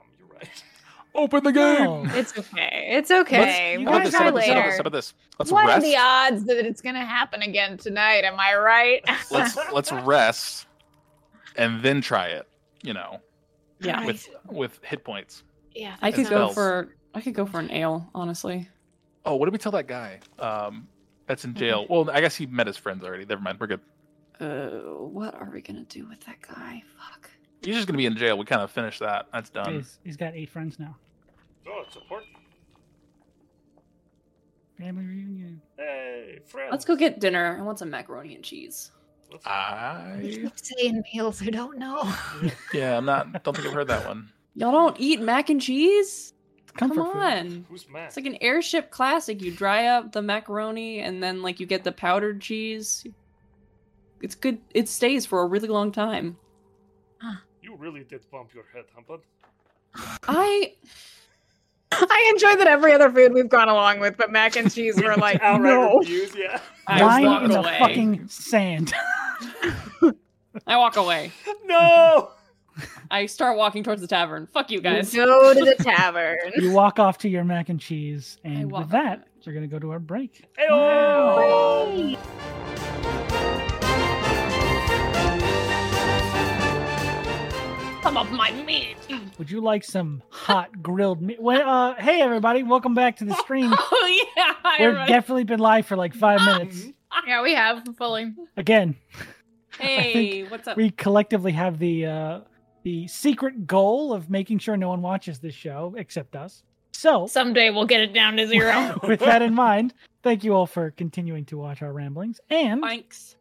Open the game. No. It's okay. It's okay. you How about We'll this? How about this? How try about later. this? How about this? Let's what are rest. the odds that it's going to happen again tonight? Am I right? <laughs> <laughs> let's let's rest, and then try it. You know, Yeah. with with hit points. yeah, I that could As go bells. for I could go for an ale, honestly. Oh, what did we tell that guy? Um, that's Mm-hmm. in jail. Well, I guess he met his friends already. Never mind. We're good. Uh, what are we gonna do with that guy? Fuck. He's just gonna be in jail. We kind of finished that. That's um, done. He's- he's got eight friends now. Oh, support. Family reunion. Hey, friends. Let's go get dinner. I want some macaroni and cheese. Ah. I Keep saying meals. I don't know. yeah, I'm not. Don't think I've heard that one. Y'all don't eat mac and cheese? Come Comfort food. on. Who's mad? It's like an airship classic. You dry up the macaroni and then like you get the powdered cheese. It's good. It stays for a really long time. You really did bump your head, huh, <laughs> bud? I <laughs> I enjoy that every other food we've gone along with, but mac and cheese were <laughs> like, Outright no. refuse, yeah. <laughs> I Lying walk in the away. fucking <laughs> sand. I walk away. No! I start walking towards the tavern. Fuck you guys. Go to the tavern. <laughs> you walk off to your mac and cheese, and walk with off that, to my- we're gonna go to our break. Ayo! Some of my <laughs> meat. Would you like some hot grilled meat? Well, uh, hey everybody, welcome back <laughs> to the stream. Oh yeah. We've everybody. definitely been live for like five minutes. <laughs> Yeah, we have fully. Again, Hey, what's up? we collectively have the uh, the secret goal of making sure no one watches this show except us. So, Someday we'll get it down <laughs> to zero. <laughs> with that in mind, thank you all for continuing to watch our ramblings, and Thanks.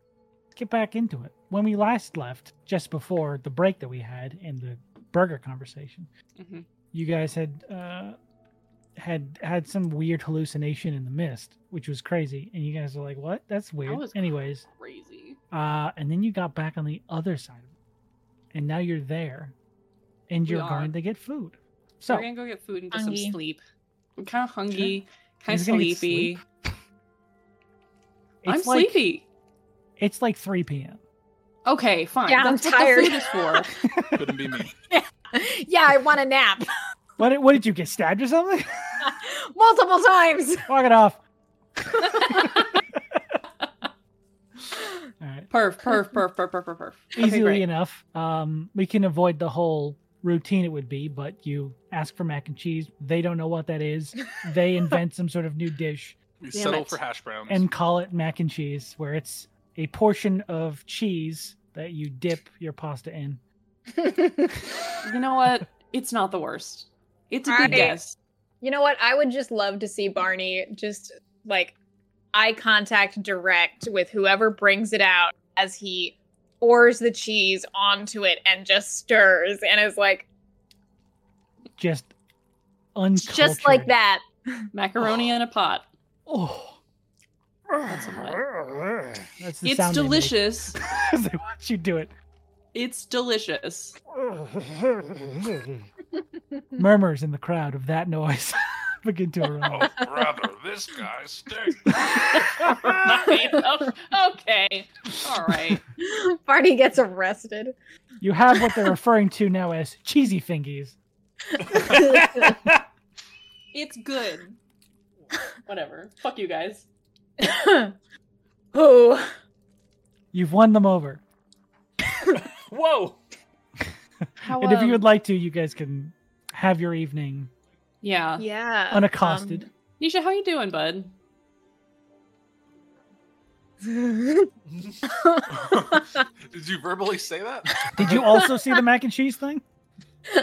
let's get back into it. When we last left, just before the break that we had and the burger conversation, Mhm. you guys had uh, had had some weird hallucination in the mist, which was crazy, and you guys were like, "What? That's weird." was Anyways, Crazy. uh, and then you got back on the other side of it, and now you're there, and We you're are. going to get food. So we're gonna go get food and get Hungry. some sleep. I'm kind of hungry, You're kind of just gonna get sleepy. sleep? I'm it's like, sleepy. It's like 3 p.m. Okay, fine. Yeah, I'm That's tired. What the food is for. Couldn't be me. yeah, I want a <laughs> nap What? What did you get stabbed or something? multiple times. Walk it <laughs> off. All right. <laughs> Perf, perf, perf, perf, perf, perf, <laughs> perf. Okay, easily great. enough. Um, we can avoid the whole routine it would be, but you ask for mac and cheese. They don't know what that is. <laughs> They invent some sort of new dish We Damn settle it. for hash browns. and call it mac and cheese, where it's a portion of cheese that you dip your pasta in. You know what? It's not the worst. It's a good Alright. guess. You know what? I would just love to see Barney just like eye contact direct with whoever brings it out as he pours the cheese onto it and just stirs and is like <laughs> Just uncultured. just like that. Macaroni in a pot. Oh, That's a lot. that's the It's sound they make delicious. as <laughs> they watch you do it. It's delicious. <laughs> Mm. Murmurs in the crowd of that noise <laughs> begin to arise. Oh, brother, this guy stinks. Oh. <laughs> okay. All right. Barney gets arrested. <laughs> You have what they're referring to now as cheesy fingies. It's <laughs> good. Whatever. Fuck you guys. oh, You've won them over. <laughs> Whoa! How, and if you um, would like to, you guys can have your evening Yeah. yeah. unaccosted. Nisha, how you doing, bud? <laughs> <laughs> Did you verbally say that? Did <laughs> you also see the mac and cheese thing? <laughs>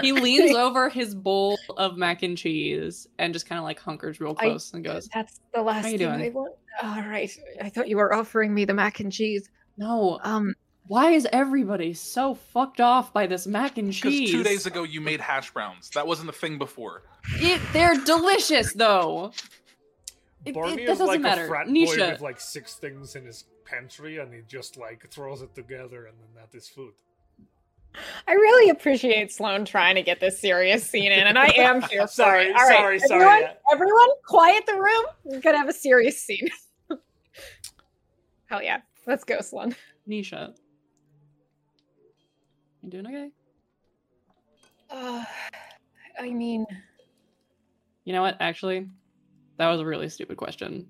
He leans over his bowl of mac and cheese and just kind of like hunkers real I- close and goes, That's the last you thing doing? I want. All right. I thought you were offering me the mac and cheese. No, Um, why is everybody so fucked off by this mac and Because cheese? two days ago you made hash browns. That wasn't a thing before. It- they're <laughs> delicious though. It- Barney it- is that doesn't like a matter. frat boy Nisha. with like six things in his pantry, and he just like throws it together, and then that is food. I really appreciate Sloan trying to get this serious scene in, and I am here. <laughs> for Sorry, it. All right, sorry, sorry. everyone, everyone, quiet the room. We're gonna have a serious scene. <laughs> Hell yeah, let's go, Sloan. Nisha. You doing okay? uh, I mean, You know what? Actually, that was a really stupid question.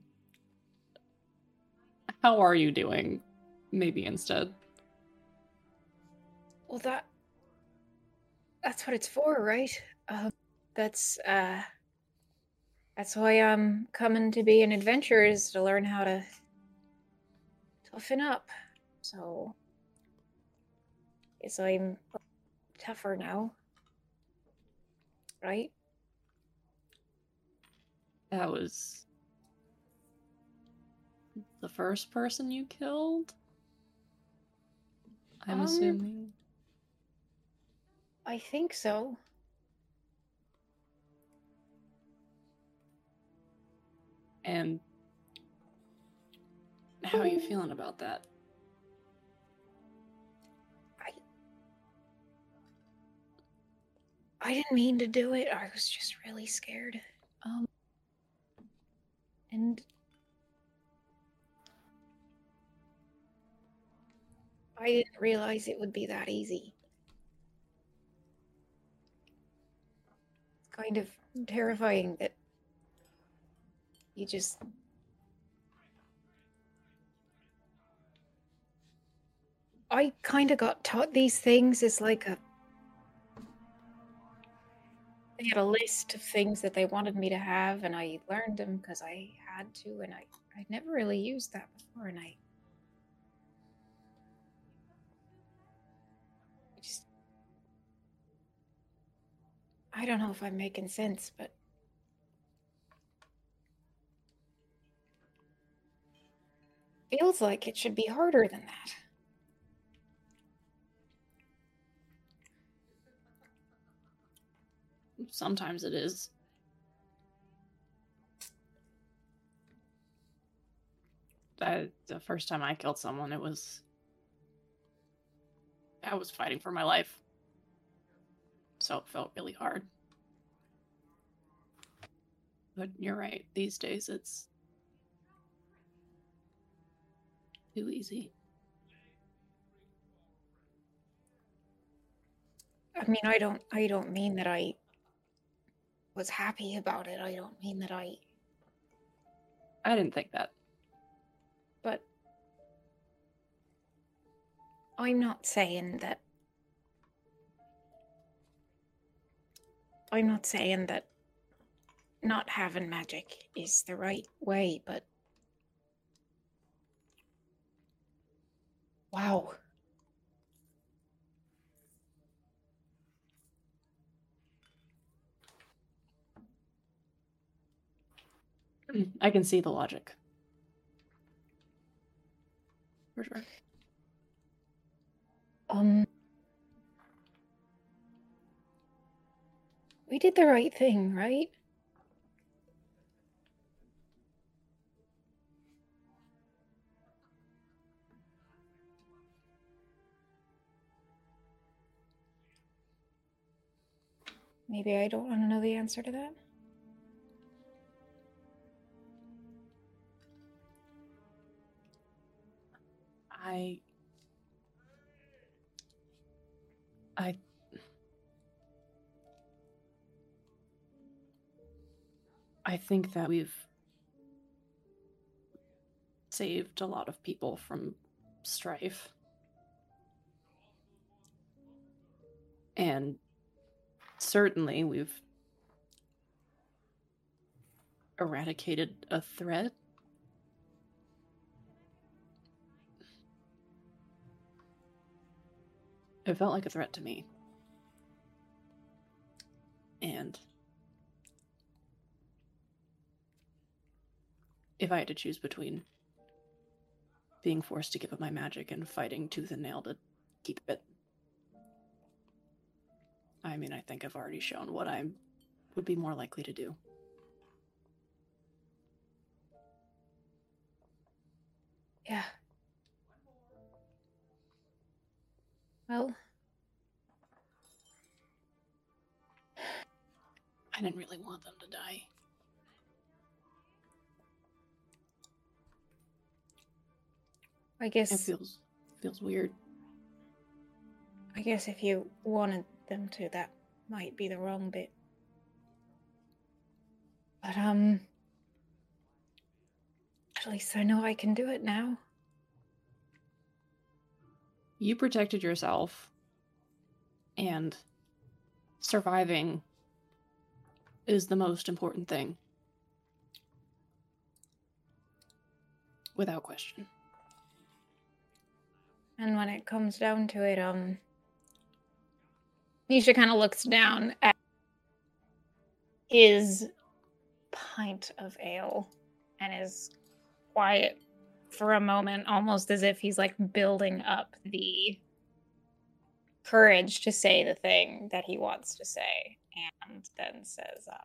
How are you doing? Maybe instead. well, that. That's what it's for, right? Um, that's, uh. That's why I'm coming to be an adventurer is to learn how to toughen up. So. Guess I'm tougher now. Right? That was the first person you killed. I'm Um, assuming. I think so. And how are you feeling about that? I didn't mean to do it. I was just really scared. Um, and I didn't realize it would be that easy. It's kind of terrifying that you just. I kind of got taught these things as like a they had a list of things that they wanted me to have and i learned them because i had to and i i never really used that before and i I just i don't know if i'm making sense but feels like it should be harder than that Sometimes it is. I, the first time I killed someone, it was. I was fighting for my life. So it felt really hard. But you're right. These days, it's. too easy. I mean, I don't I don't mean that I was happy about it. I don't mean that I I didn't think that. <clears throat> but I'm not saying that I'm not saying that not having magic is the right way, but wow. I can see the logic. For sure. Um, we did the right thing, right? Maybe I don't want to know the answer to that. I I I think that we've saved a lot of people from strife. And certainly we've eradicated a threat It felt like a threat to me. And if I had to choose between being forced to give up my magic and fighting tooth and nail to keep it, I mean, I think I've already shown what I would be more likely to do. Yeah. Well, I didn't really want them to die. I guess It feels feels weird. I guess if you wanted them to, that might be the wrong bit. But um at least I know I can do it now. You protected yourself, and surviving is the most important thing. Without question. And when it comes down to it, um Nisha kind of looks down at his pint of ale and is quiet for a moment, almost as if he's like building up the courage to say the thing that he wants to say, and then says, uh,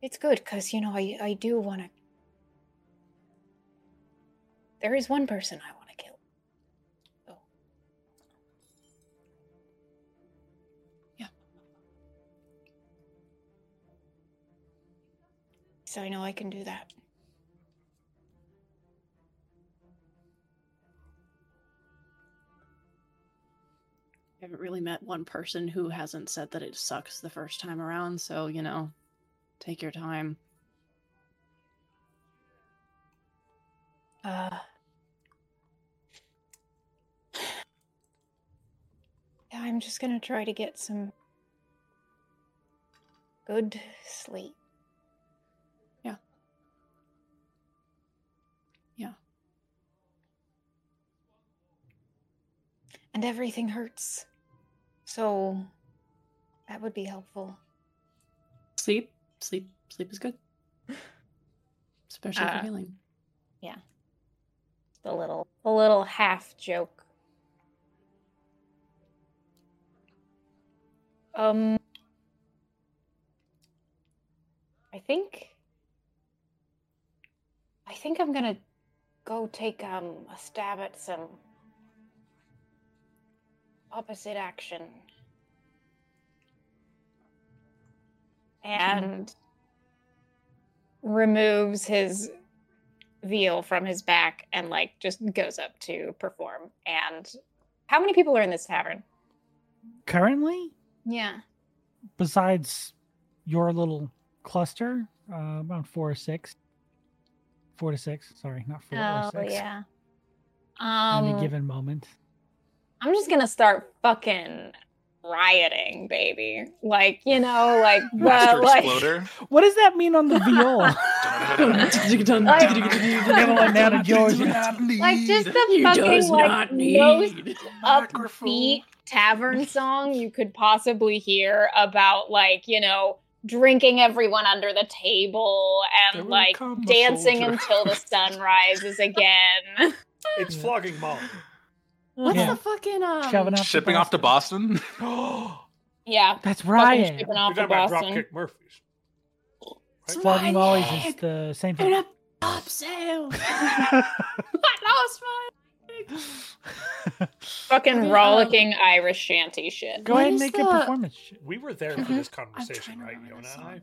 It's good because, you know, I, I do want to. There is one person I want to kill. So I know I can do that. I haven't really met one person who hasn't said that it sucks the first time around, so, you know, take your time. Uh, yeah, I'm just gonna try to get some good sleep. Yeah. Yeah. And everything hurts. So that would be helpful. Sleep, sleep, sleep is good. Especially Uh, for healing. The little the little half joke. Um I think I think I'm going to go take um a stab at some opposite action. And removes his veal from his back and like just goes up to perform. And how many people are in this tavern? Currently, Yeah. besides your little cluster, uh, about four or six. Four to six. Sorry, not four or six. Oh, yeah. At any Um given moment. I'm just gonna start fucking rioting, baby. Like, you know, <laughs> like Master the like Exploder. What does that mean on the viola? We're gonna let Nana George. <laughs> like just the fucking like most upbeat tavern song you could possibly hear about like you know drinking everyone under the table There and will like come a dancing soldier. <laughs> until the sun rises again It's flogging Molly. <laughs> What's Yeah. the fucking um? Shoving off Shipping off to Boston. <gasps> yeah That's fucking right. shipping You're off talking to about Boston. <laughs> Dropkick Murphys. It's my Flogging Molly's is leg the same in thing. <laughs> a top sale. I lost my. leg. fucking Um, rollicking irish shanty shit Go What ahead and is make a the- performance. sh- We were there for Mhm. this trying conversation, to right, remember Yona this and I? song.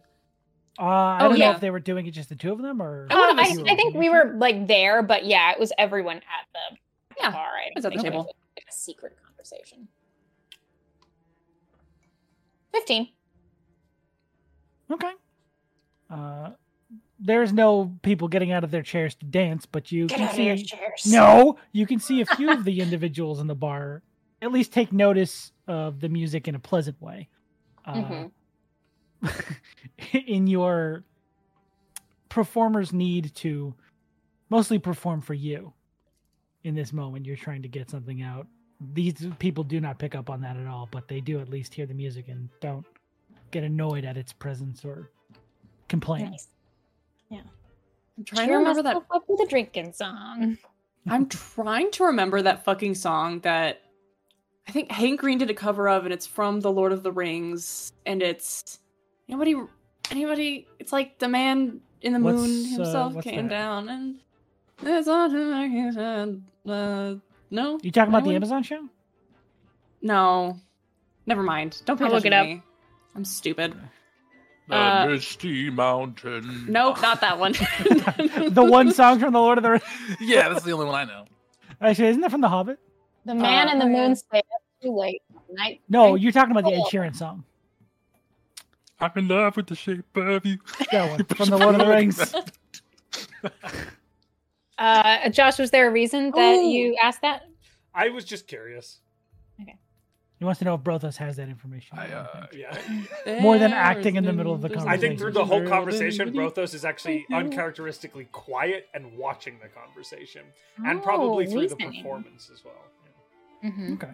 Uh, I Oh, don't know yeah. if they were doing it just the two of them or. Uh, I wanna I, miss I think we were like there but yeah it was everyone at the Yeah, bar I was at the think table. like a secret conversation 15 Okay. Uh, there's no people getting out of their chairs to dance, but you get can out of your see- chairs. No, you can see a few of the individuals in the bar at least take notice of the music in a pleasant way. Uh, <laughs> in your performer's need to mostly perform for you in this moment, you're trying to get something out. These people do not pick up on that at all, but they do at least hear the music and don't get annoyed at its presence or complain. Nice. I'm trying to remember that. Up with a drinking song. I'm trying to remember that fucking song that I think Hank Green did a cover of, and it's from The Lord of the Rings, and it's anybody, anybody. It's like the man in the moon What's, uh, himself what's came that? down, and there's a uh, no, You talking about the Anyone? Amazon show? <laughs> no, never mind. Don't pay I'll look attention it to up. me. <laughs> I'm stupid. The Uh, Misty Mountain. Nope, not that <laughs> one. <laughs> the one song from the Lord of the Rings. Yeah, that's the only one I know. Actually, isn't that from The Hobbit? The man Uh, in the oh, yeah. moon stayed up too late. one Night. No, you're talking about the Ed Oh. Sheeran song. I'm in love with the shape of you. <laughs> That <laughs> one from the Lord of the Rings. Uh, Josh, was there a reason that Ooh. you asked that? I was just curious. He wants to know if Brothos has that information. I, uh, Yeah. More than acting in the middle of the I think through the whole There's- conversation, Brothos is actually uncharacteristically quiet and watching the conversation, and probably Oh, through the reasoning. performance as well. Yeah. Mhm. Okay.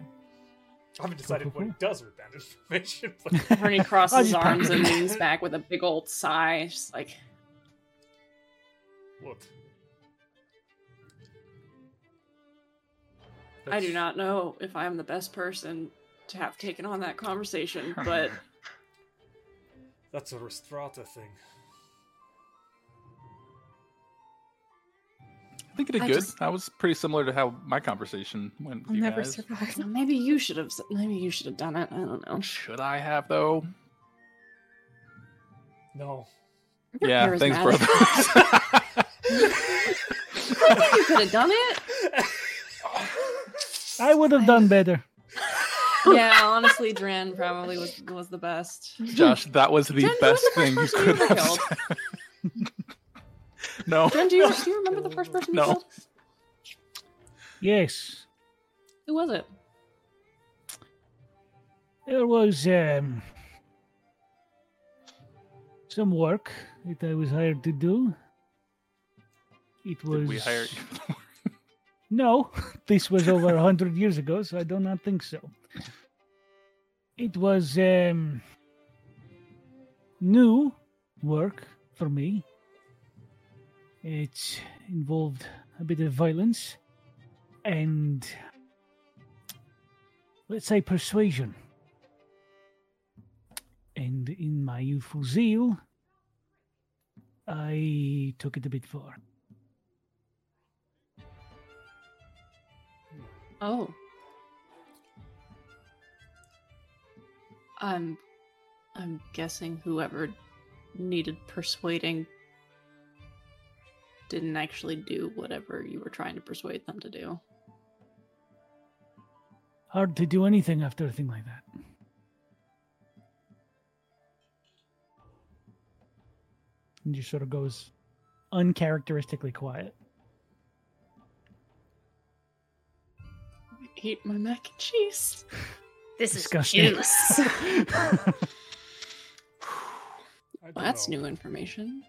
I haven't decided what he does with that information, but <laughs> Ernie I'll crosses his just arms pound and Oh, it. leans back with a big old sigh, just like look. I do That's- not know if I'm the best person to have taken on that conversation, but That's a Restrata thing. I think it did I good. just- That was pretty similar to how my conversation went. I'll With you never guys. <laughs> survive. Maybe you should have. Maybe you should have done it. I don't know. Should I have though? No. Yeah, Charismatic. thanks, brothers. you could have done <laughs> it. I would have done better. Yeah, honestly, Dran probably was was the best. <laughs> Josh, that was the Jen, who best was the thing you first person could you have killed? said. <laughs> no, Dran, do you do you remember the first person you No. killed? Yes, Who was it? There was um, some work that I was hired to do. It was. did we hire you? <laughs> No, <laughs> this was over a hundred years ago, so I do not think so. It was um, new work for me. It involved a bit of violence and let's say persuasion. And in my youthful zeal, I took it a bit far. Oh. I'm I'm guessing whoever needed persuading didn't actually do whatever you were trying to persuade them to do. Hard to do anything after a thing like that. And just sort of goes uncharacteristically quiet. I Eat my mac and cheese. This Disgusting. is juice. I don't Well, that's know. new information.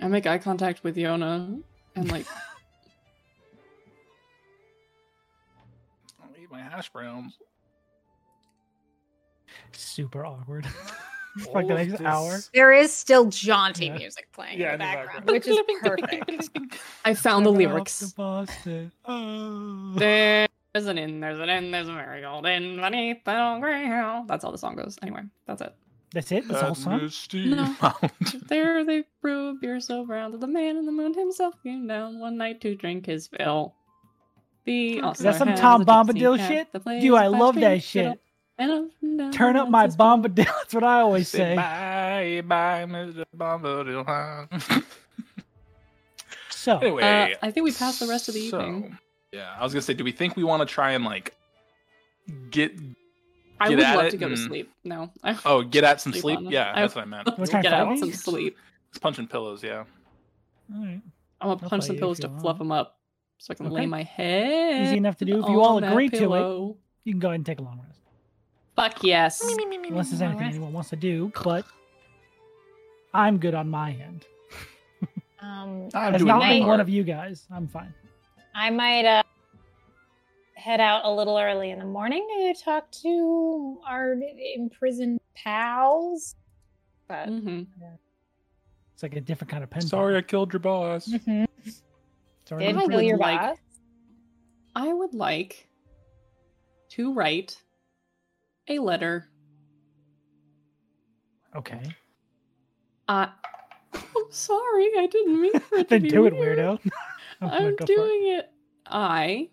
I make eye contact with Yona and like I'll eat my hash browns. <laughs> Super awkward. <laughs> All like the of next hour. this- there is still jaunty Yeah. music playing in Yeah, the background, in which <laughs> is perfect. <laughs> <laughs> I found the Never lyrics. off to Boston. Oh. <laughs> There's an inn, there's an inn, there's a marigold inn beneath the old grey hill. That's all the song goes. Anyway, that's <laughs> it. <laughs> That's it? That's all song? No. Mountain. There they brew beer so brown that the man in the moon himself came down one night to drink his fill. The Is also that some has Tom a gypsy Bombadil cat shit? that plays Dude, I the love fiddle, that shit. and up and down Turn up runs my his bell. bombadil. <laughs> That's what I <laughs> always Say say. bye, bye, Mr. <laughs> Bombadil. So, anyway, Uh, I think Uh, we passed the rest of the so- evening. Yeah, I was gonna say, do we think we want to try and like get I Get would at love it to go to and- sleep. No. <laughs> I oh get at some Sleep sleep? on them. Yeah, I- that's what I meant. would love to trying to get out fight? some sleep. It's punching pillows. all Yeah. right. I'm gonna I'll punch fight some you if pillows to you want. fluff them up so I can lay Okay. my head. Easy enough to do. If you all on that agree to it, pillow. you can go ahead and take a long rest. Fuck yes. Unless there's anything anyone wants to do, but I'm good on my end. Um, I'm It's doing not my nothing like part. one of you guys. I'm fine. I might uh, head out a little early in the morning to talk to our imprisoned pals. But hmm It's like a different kind of pen. Sorry, I pal. killed your boss. <laughs> Mhm. Sorry. did I I'm kill would your like- boss. I would like to write a letter. tr- Okay. Uh, I'm sorry, I didn't mean <laughs> for it to then be do it, weird. <laughs> weirdo. I'm gonna go I'm for it. doing it. I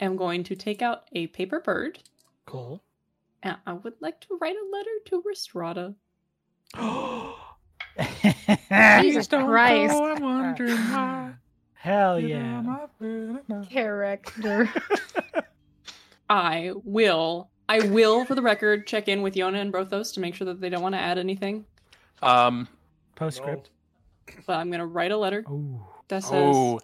am going to take out a paper bird, Cool. and I would like to write a letter to Restrada. Jesus Christ. I'm wondering why. <gasps> Hell you know, Oh, yeah. I'm up in it now. Character. I will I will, for the record, check in with Yona and Brothos to make sure that they don't want to add anything. Um, Postscript. But I'm gonna write a letter Oh, that says oh,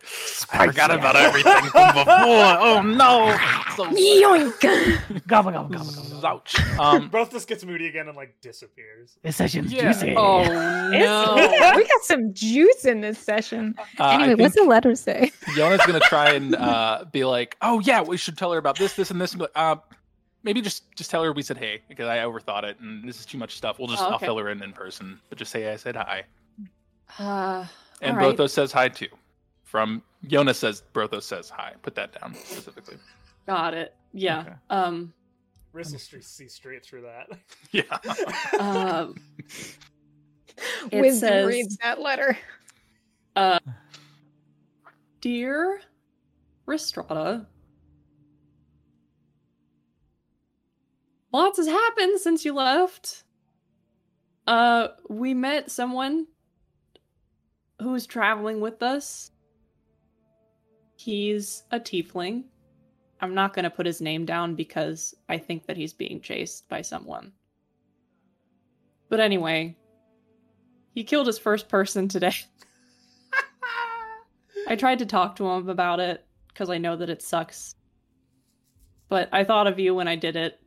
I forgot about everything <laughs> from before. Oh no! So, <laughs> Yoink! gobble gobble gobble gobble. ouch. <laughs> Um, Brothos gets moody again and like disappears. This session's Yeah. juicy. Oh It's- <laughs> no! we got some juice in this session. uh, I anyway, think- what's the letter say? Yona's gonna try and uh, be like, "Oh yeah, we should tell her about this, this, and this." But uh, maybe just just tell her we said hey because I overthought it and this is too much stuff. We'll just Oh, I'll okay. fill her in in person, but just say I said hi. Uh, And All right. Brothos says hi too. From Yona says Brothos says hi. Put that down specifically. <laughs> got it. Yeah. Okay. Um. Rissel Street sees straight through that. <laughs> Yeah. Uh, It Wisdom says- reads that letter. Dear Ristrata, lots has happened since you left. Uh, we met someone who is traveling with us. He's a tiefling. I'm not going to put his name down because I think that he's being chased by someone. But anyway, he killed his first person today. I tried to talk to him about it because I know that it sucks. But I thought of you when I did it.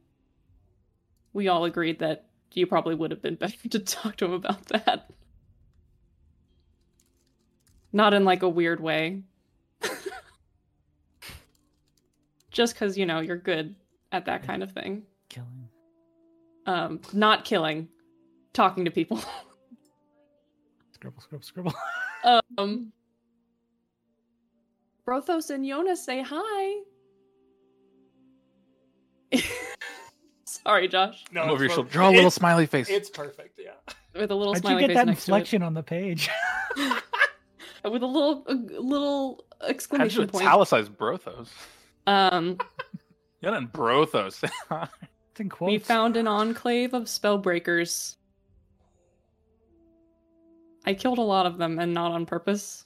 We all agreed that you probably would have been <laughs> better to talk to him about that. Not in like a weird way. <laughs> Just because, you know, you're good at that kind of thing. Killing. Um, not killing, talking to people. Scribble, scribble, scribble. Um, Brothos and Yona say hi. <laughs> Sorry, Josh, No, Over your it's shoulder. perfect. Draw a little It's- smiley face. It's perfect. Yeah. with a little How'd you smiley get face that next to it. inflection on the page? <laughs> <laughs> with a little, a little How'd you exclamation point. italicize Brothos? Um, Yona and <laughs> Brothos. It's in quotes. we found an enclave of spellbreakers. I killed a lot of them, and not on purpose.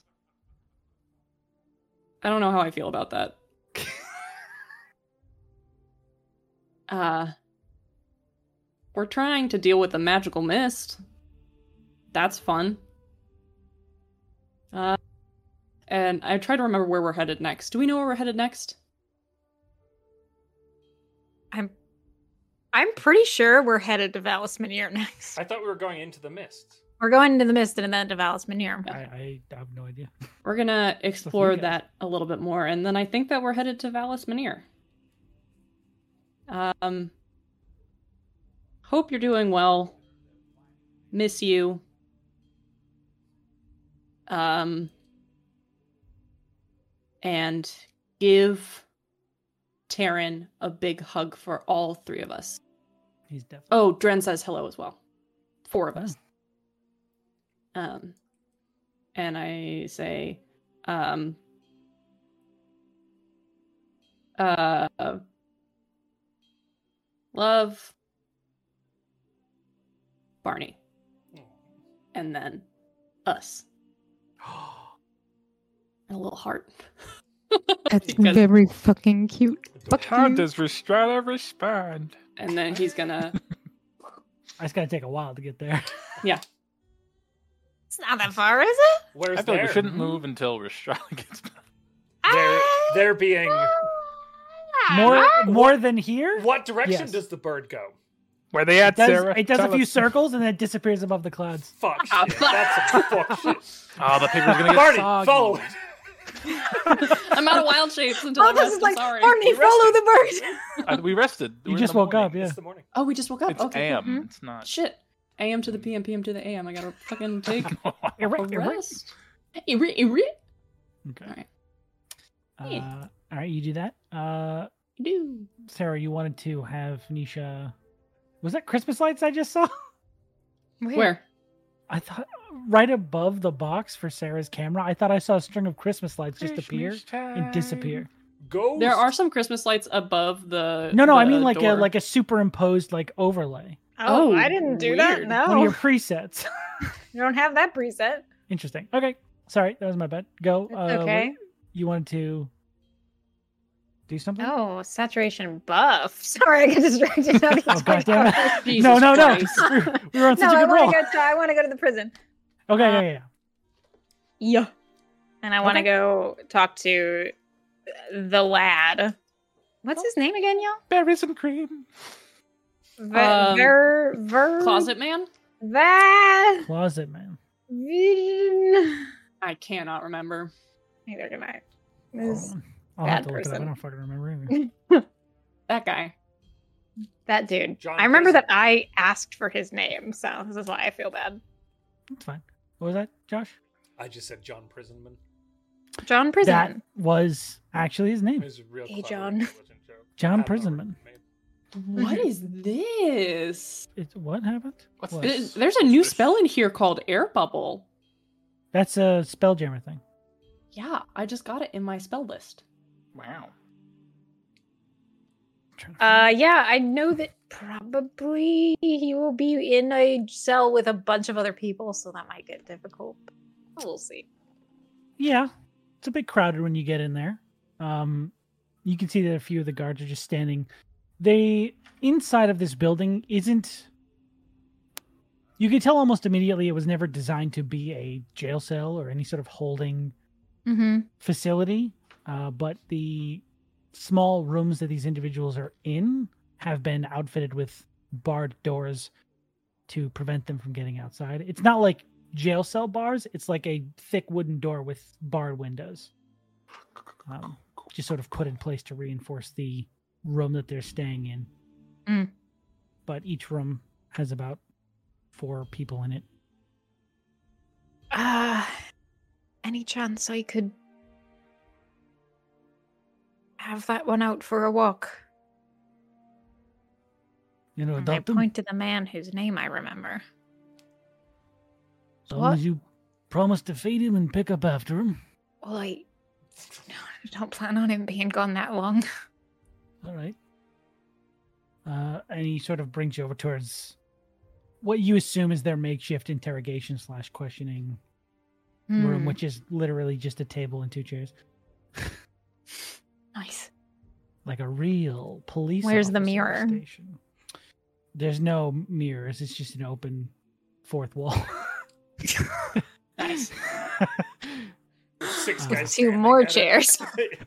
I don't know how I feel about that. uh, we're trying to deal with the magical mist. That's fun. Uh, and I try to remember where we're headed next. Do we know where we're headed next? I'm I'm pretty sure we're headed to Valis Manir next. I thought we were going into the mist. We're going into the mist and then to Valis Manir. I, I have no idea. We're gonna explore guys. that a little bit more, and then I think that we're headed to Valis Manir. Um, hope you're doing well. Miss you. Um, and give Taryn a big hug for all three of us. He's deaf. Oh, Dren says hello as well. Four of Oh. us. Um, and I say, um, uh, love Barney, and then us. And a little heart. That's Because- very fucking cute. How does Restrada respond? And then he's gonna. I just gotta take a while to get <laughs> there. <laughs> It's not that far, is it? Where's I feel there? Hmm? like we shouldn't move until Restrada <laughs> gets back. There, Ah! there being. More, Ah! more than here. What direction Yes. does the bird go? Where they at, It does, Sarah? it does a Tell few us. circles and then it disappears above the <laughs> clouds. Fuck Ah, shit. fuck. That's a fuck shit. Oh, the paper's gonna get Barney, soggy. follow it. <laughs> I'm out of wild shapes until Oh, I'm this is like sorry. Barney, follow the bird. Uh, we rested. We're You in just the woke morning. up, Hmm? yeah. It's the morning. Oh, we just woke up. It's okay. AM. Mhm. It's not. Shit. AM to the PM, PM to the AM. I gotta fucking take a rest. Eerie, eerie. Okay. Alright. Hey. Uh, all right, you do that. Uh, Do. Sarah, you wanted to have Nisha. Was that Christmas lights I just saw? <laughs> Where? I thought right above the box for Sarah's camera, I thought I saw a string of Christmas lights just appear and disappear. Go. There are some Christmas lights above the. No, no, I the mean like door. <laughs> a like a superimposed like overlay. Oh, weird. One of your presets. <laughs> You don't have that preset. Interesting. Okay, sorry, that was my bad. Go. Uh, okay. You wanted to do something? Oh, saturation buff. <laughs> Sorry, I got <laughs> distracted. Now Oh, goddamn <laughs> it. no, no, no. We were- <laughs> We were on no, such a I good roll. want to go. To, I want to go to the prison. Okay, Uh, yeah, yeah, yeah. Yeah. And I want to Okay. go talk to the lad. What's his name again, y'all? Berries and cream. Ver, Um, ver, ver, Closet man? That. Closet man. Vision. I cannot remember. Neither can I. Hold This- on. I'll bad have to look it up. I person. don't fucking remember either. <laughs> That guy. That dude. John I remember Grayson. that I asked for his name, so this is why I feel bad. It's fine. What was that, Josh? I just said John Prisonman. John Prison. That was actually his It name. was a real Hey, clever, John. intelligent joke. John I don't know Prisonman. where it <laughs> What is this? It, what happened? What's What? this? It- There's a new spell in here called air bubble. That's a spelljammer thing. Yeah, I just got it in my spell list. Wow. I'm trying to Uh, yeah, I know that probably he will be in a cell with a bunch of other people, so that might get difficult. but We'll see. Yeah, it's a bit crowded when you get in there. Um, you can see that a few of the guards are just standing. They inside of this building isn't. You can tell almost immediately it was never designed to be a jail cell or any sort of holding Mm-hmm. facility, uh, but the small rooms that these individuals are in have been outfitted with barred doors to prevent them from getting outside. It's not like jail cell bars, it's like a thick wooden door with barred windows. Um, just sort of put in place to reinforce the room that they're staying in. Mm. But each room has about four people in it. Uh, any chance I could have that one out for a walk? You know, I adopt them. point to the man whose name I remember. As long as you promise to feed him and pick up after him. Well, I no, I don't plan on him being gone that long. All right. Uh, and he sort of brings you over towards what you assume is their makeshift interrogation slash questioning room, Mm. Hmm, which is literally just a table and two chairs, nice. like a real police. Where's the officer mirror? Station. There's no mirrors. It's just an open fourth wall. <laughs> Nice. is. Six Uh, guys. Two standing more at it. chairs.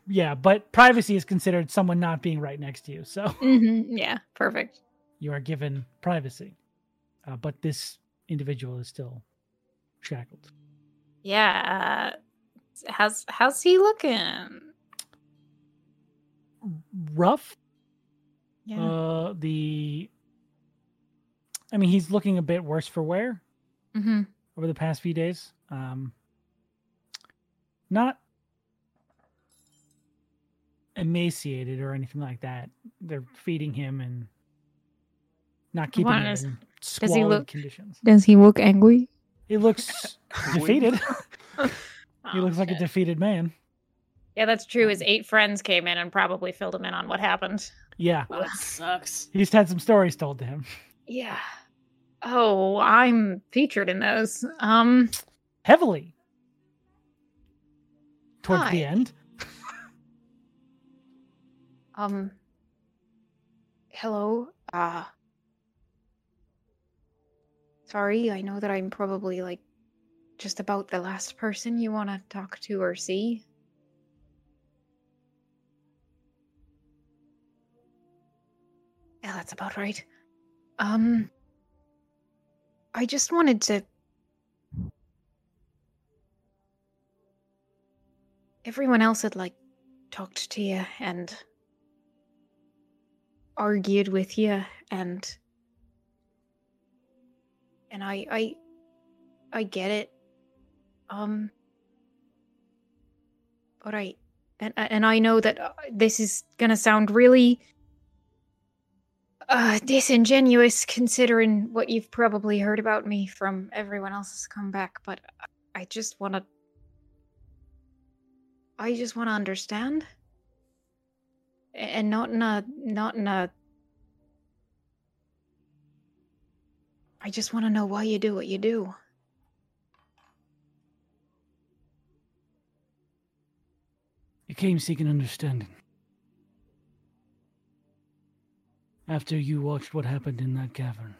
yeah, but privacy is considered someone not being right next to you, so <laughs> Mm-hmm. Yeah, perfect. you are given privacy. Uh, but this individual is still shackled. Yeah. uh, How's how's he looking? rough. Yeah. Uh, the, I mean, he's looking a bit worse for wear Mm-hmm. over the past few days. Um, not emaciated or anything like that. They're feeding him and not keeping wanna him ask, in he squalid look- conditions. Does he look angry? He looks <laughs> defeated. he looks like a defeated man. yeah, that's true. His eight friends came in and probably filled him in on what happened. Yeah, Well, that sucks. he's had some stories told to him. Yeah. Oh, I'm featured in those. Um. heavily towards the Hi. end. Um. Hello. Uh. Sorry, I know that I'm probably like just about the last person you want to talk to or see. Yeah, that's about right. Um. I just wanted to. Everyone else had like talked to you and argued with you and and I I I get it. Um but I and and I know that uh, this is going to sound really uh disingenuous considering what you've probably heard about me from everyone else's comeback, but I- I just want to I just want to understand A- and not in a not in a I just want to know why you do what you do. You came seeking understanding. after you watched what happened in that cavern.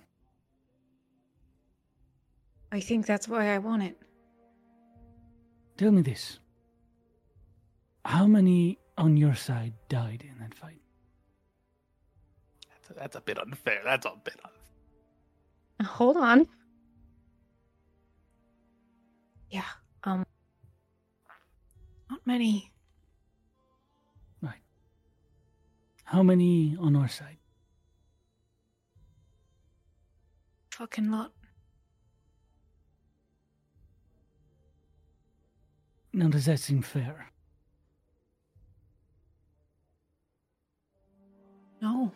I think that's why I want it. Tell me this. How many on your side died in that fight? That's a, that's a bit unfair. That's a bit unfair. Uh, Hold on. Yeah, um not many. How many on our side? Fucking lot. Now, does that seem fair? No.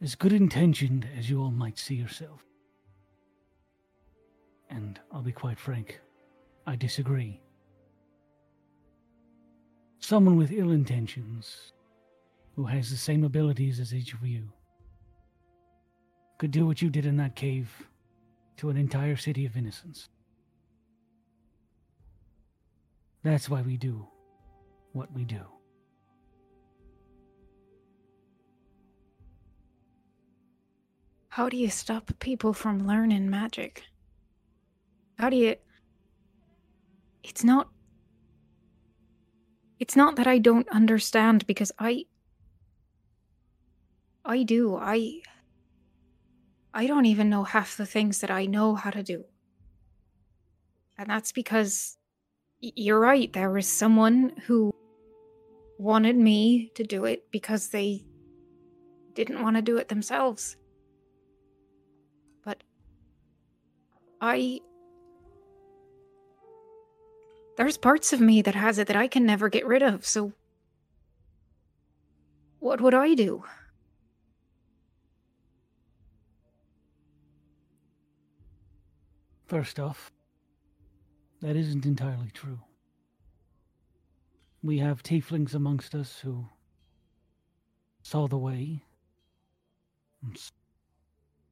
As good intentioned as you all might see yourself. And I'll be quite frank, I disagree. Someone with ill intentions, who has the same abilities as each of you, could do what you did in that cave to an entire city of innocents. That's why we do what we do. How do you stop people from learning magic? How do you. It's not. It's not that I don't understand because I. I do. I. I don't even know half the things that I know how to do. And that's because. y- You're right, there was someone who wanted me to do it because they didn't want to do it themselves. But. I. There's parts of me that has it that I can never get rid of, so. What would I do? First off, that isn't entirely true. We have tieflings amongst us who saw the way and s-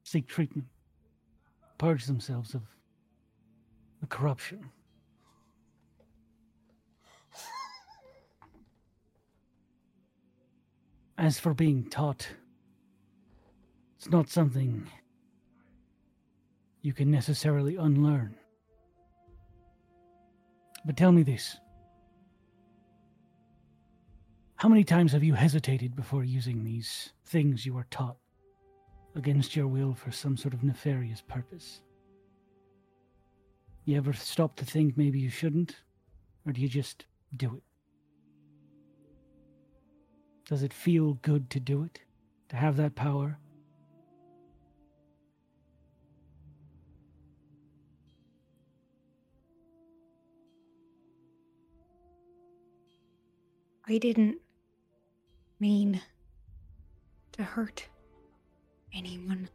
seek treatment, purge themselves of the corruption. As for being taught, it's not something you can necessarily unlearn. But tell me this. How many times have you hesitated before using these things you are taught against your will for some sort of nefarious purpose? You ever stop to think maybe you shouldn't? Or do you just do it? Does it feel good to do it? To have that power? I didn't mean to hurt anyone.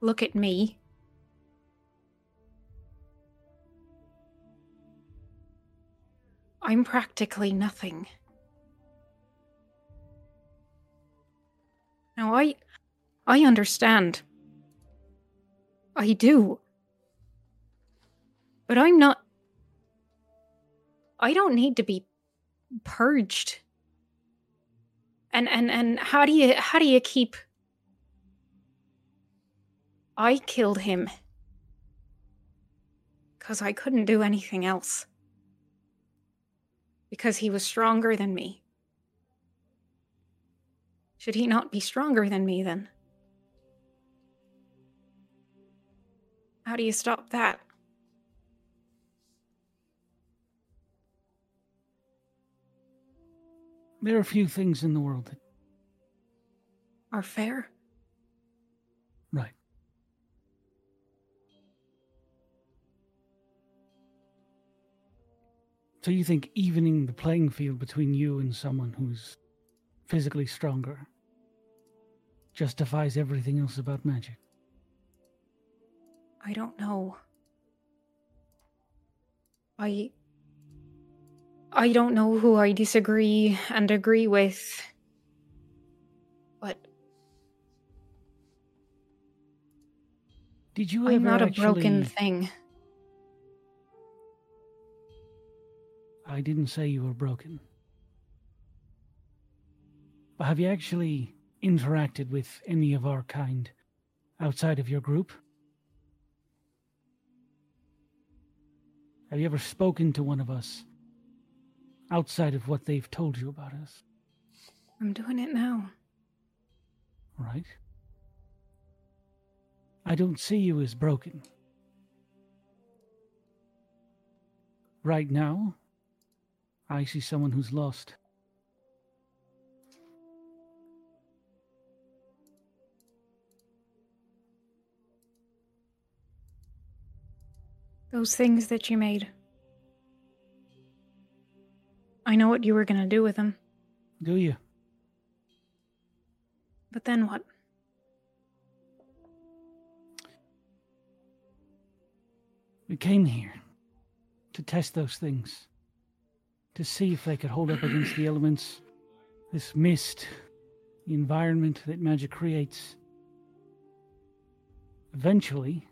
Look at me. I'm practically nothing. Now I I understand. I do. But I'm not I don't need to be purged. And and and how do you how do you keep I killed him cuz I couldn't do anything else. Because he was stronger than me. Should he not be stronger than me then? How do you stop that? There are few things in the world that. Are fair? Right. So you think evening the playing field between you and someone who's physically stronger justifies everything else about magic? I don't know. I I don't know who I disagree and agree with. But Did you I'm ever not a actually... broken thing. I I didn't say you were broken. But have you actually interacted with any of our kind outside of your group? Have you ever spoken to one of us outside of what they've told you about us? I'm doing it now. Right? I don't see you as broken. Right now, I see someone who's lost. Those things that you made. I know what you were going to do with them, Do you? but then what? We came here to test those things, to see if they could hold up against the elements, this mist, the environment that magic creates. Eventually,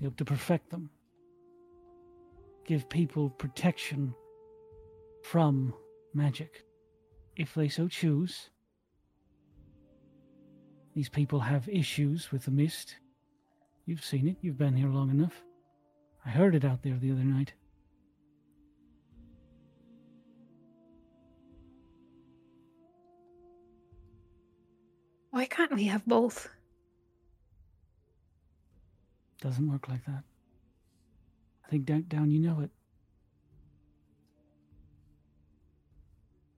we hope to perfect them, give people protection from magic. If they so choose, these people have issues with the mist. You've seen it, you've been here long enough. I heard it out there the other night. Why can't we have both? Doesn't work like that. I think down, down you know it.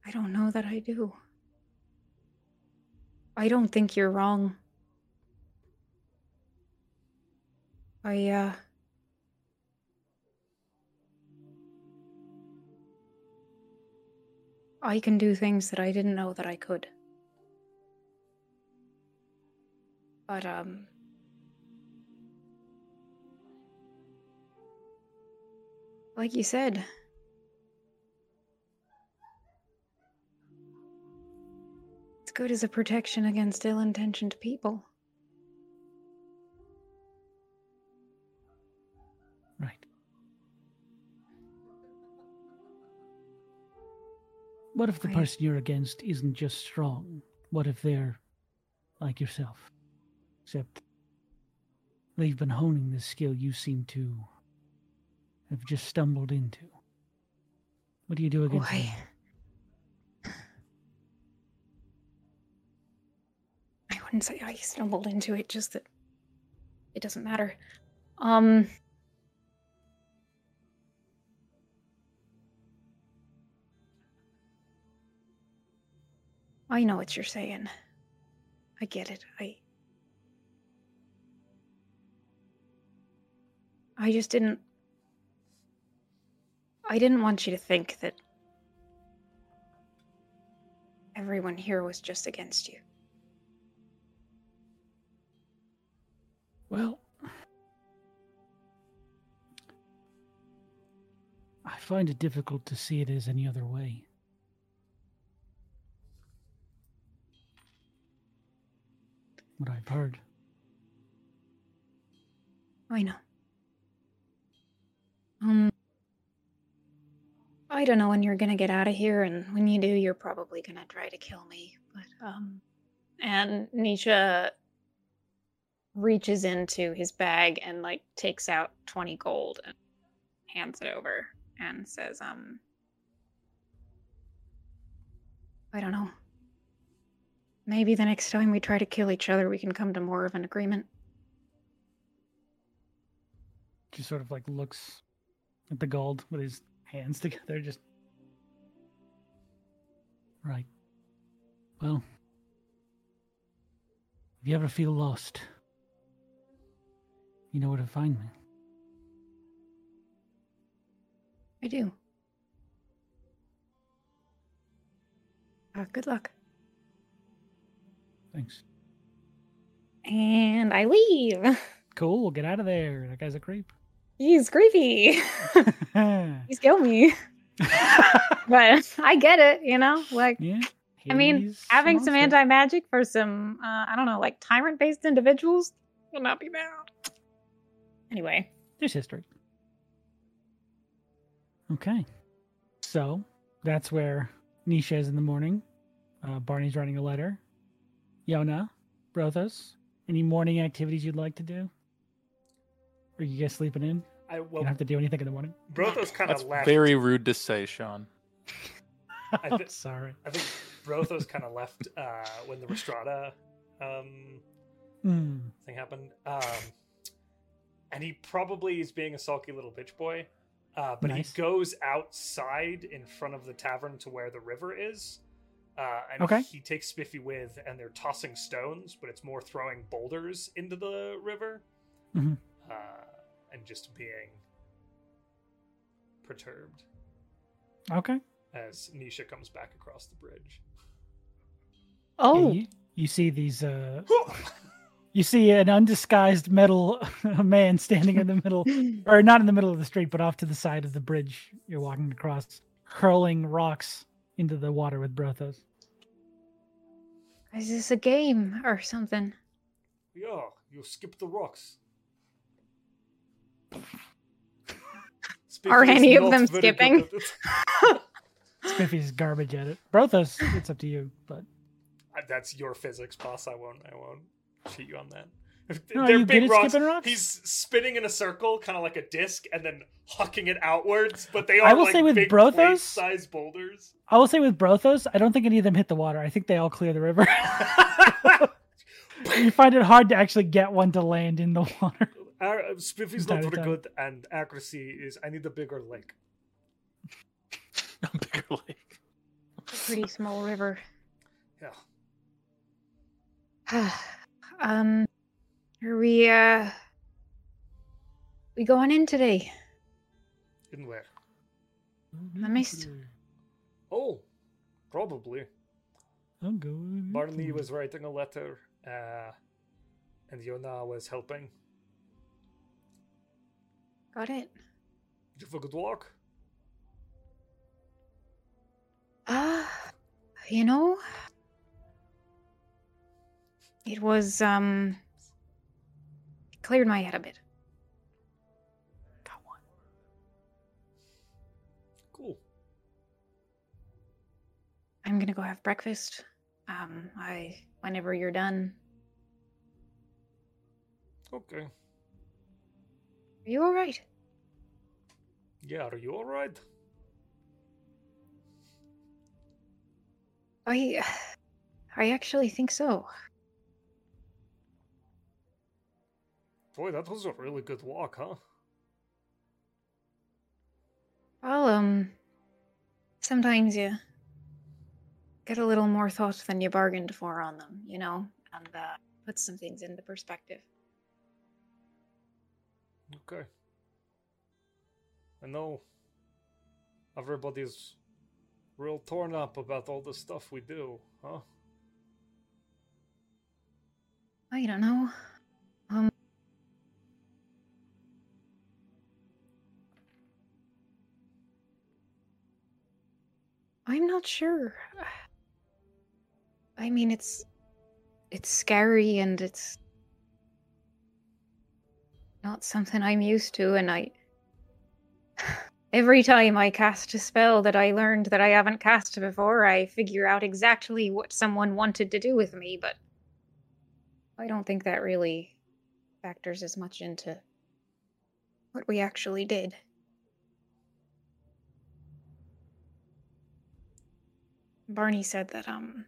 I don't know that I do. I don't think you're wrong. I, uh. I can do things that I didn't know that I could. But, um. Like you said, It's good as a protection against ill intentioned people. Right. What if the Right. person you're against isn't just strong? What if they're like yourself? Except they've been honing this skill you seem to have just stumbled into. What do you do against Why? them? I wouldn't say I stumbled into it, just that it doesn't matter. Um. I know what you're saying. I get it. I. I just didn't. I didn't want you to think that everyone here was just against you. Well, I find it difficult to see it as any other way. What I've heard. I know. Um, I don't know when you're gonna get out of here, and when you do, you're probably gonna try to kill me. But um, And Nisha reaches into his bag and like takes out 20 gold and hands it over and says, um, I don't know. Maybe the next time we try to kill each other, we can come to more of an agreement. Just sort of like looks at the gold with his hands <laughs> together, just. Right. Well, if you ever feel lost, you know where to find me. I do. Uh, good luck. Thanks. and I leave. <laughs> Cool, get out of there. That guy's a creep. <laughs> He's creepy. yeah. He's killed me. <laughs> but <laughs> I get it, you know? Like, I mean, he's a having some monster. anti magic for some, uh, I don't know, like tyrant based individuals will not be bad. Anyway, There's history. Okay. So that's where Nisha is in the morning. Uh, Barney's writing a letter. Yona, Brothos, any morning activities you'd like to do? Are you guys sleeping in? <laughs> I You don't well, have to do anything in the morning. Brothos kind That's of left. very rude to say, Sean. <laughs> I thi- <laughs> <laughs> Sorry. I think Brothos kind of left uh, when the Restrada um, Hmm. thing happened. Um, and he probably is being a sulky little bitch boy. Uh, but Nice. he goes outside in front of the tavern to where the river is. Uh, and Okay. he takes Spiffy with, and they're tossing stones, but it's more throwing boulders into the river. Mhm. Uh, and just being perturbed Okay. as Nisha comes back across the bridge. Yeah, Oh, you, you see these. Uh, you see an undisguised metal <laughs> man standing in the middle, <gasps> or not in the middle of the street, but off to the side of the bridge you're walking across, hurling rocks into the water with Brothos. is this a game or something? Yeah, you skip the rocks. Speaking Are is any of not them very good skipping? at it. Spiffy's garbage at it. Brothos, it's up to you, <laughs> but Uh, That's your physics, boss. I won't. I won't cheat you on that. No, They're you big good at rocks. skipping rocks? He's spinning in a circle, kind of like a disc, and then hucking it outwards. But they are I will like say with big Brothos- <laughs> size boulders. I will say with Brothos, I don't think any of them hit the water. I think they all clear the river. <laughs> you find it hard to actually get one to land in the water. Our, uh, Spiffy's not Time to very time. good, and accuracy is. I need a bigger lake. Bigger lake. Pretty small river. <sighs> Yeah. um, are we uh, we going in today? In where? I missed. Oh, probably. I'm going. Barney to- was writing a letter, uh, and Yona was helping. Got it. Did you have a good walk? Ah, you know, it was um, it cleared my head a bit. Cool. I'm gonna go have breakfast. Um, I whenever you're done, Okay. are you all right? Yeah, are you alright? I, <sighs> I actually think so. Boy, that was a really good walk, huh? Well, um, sometimes you get a little more thought than you bargained for on them, you know, and uh, puts some things into perspective. Okay. I know everybody's real torn up about all the stuff we do, huh? I don't know. Um, I'm not sure. <sighs> I mean, it's it's scary and it's not something I'm used to, and I. <sighs> Every time I cast a spell that I learned that I haven't cast before, I figure out exactly what someone wanted to do with me, but I don't think that really factors as much into what we actually did. Barney said that, um,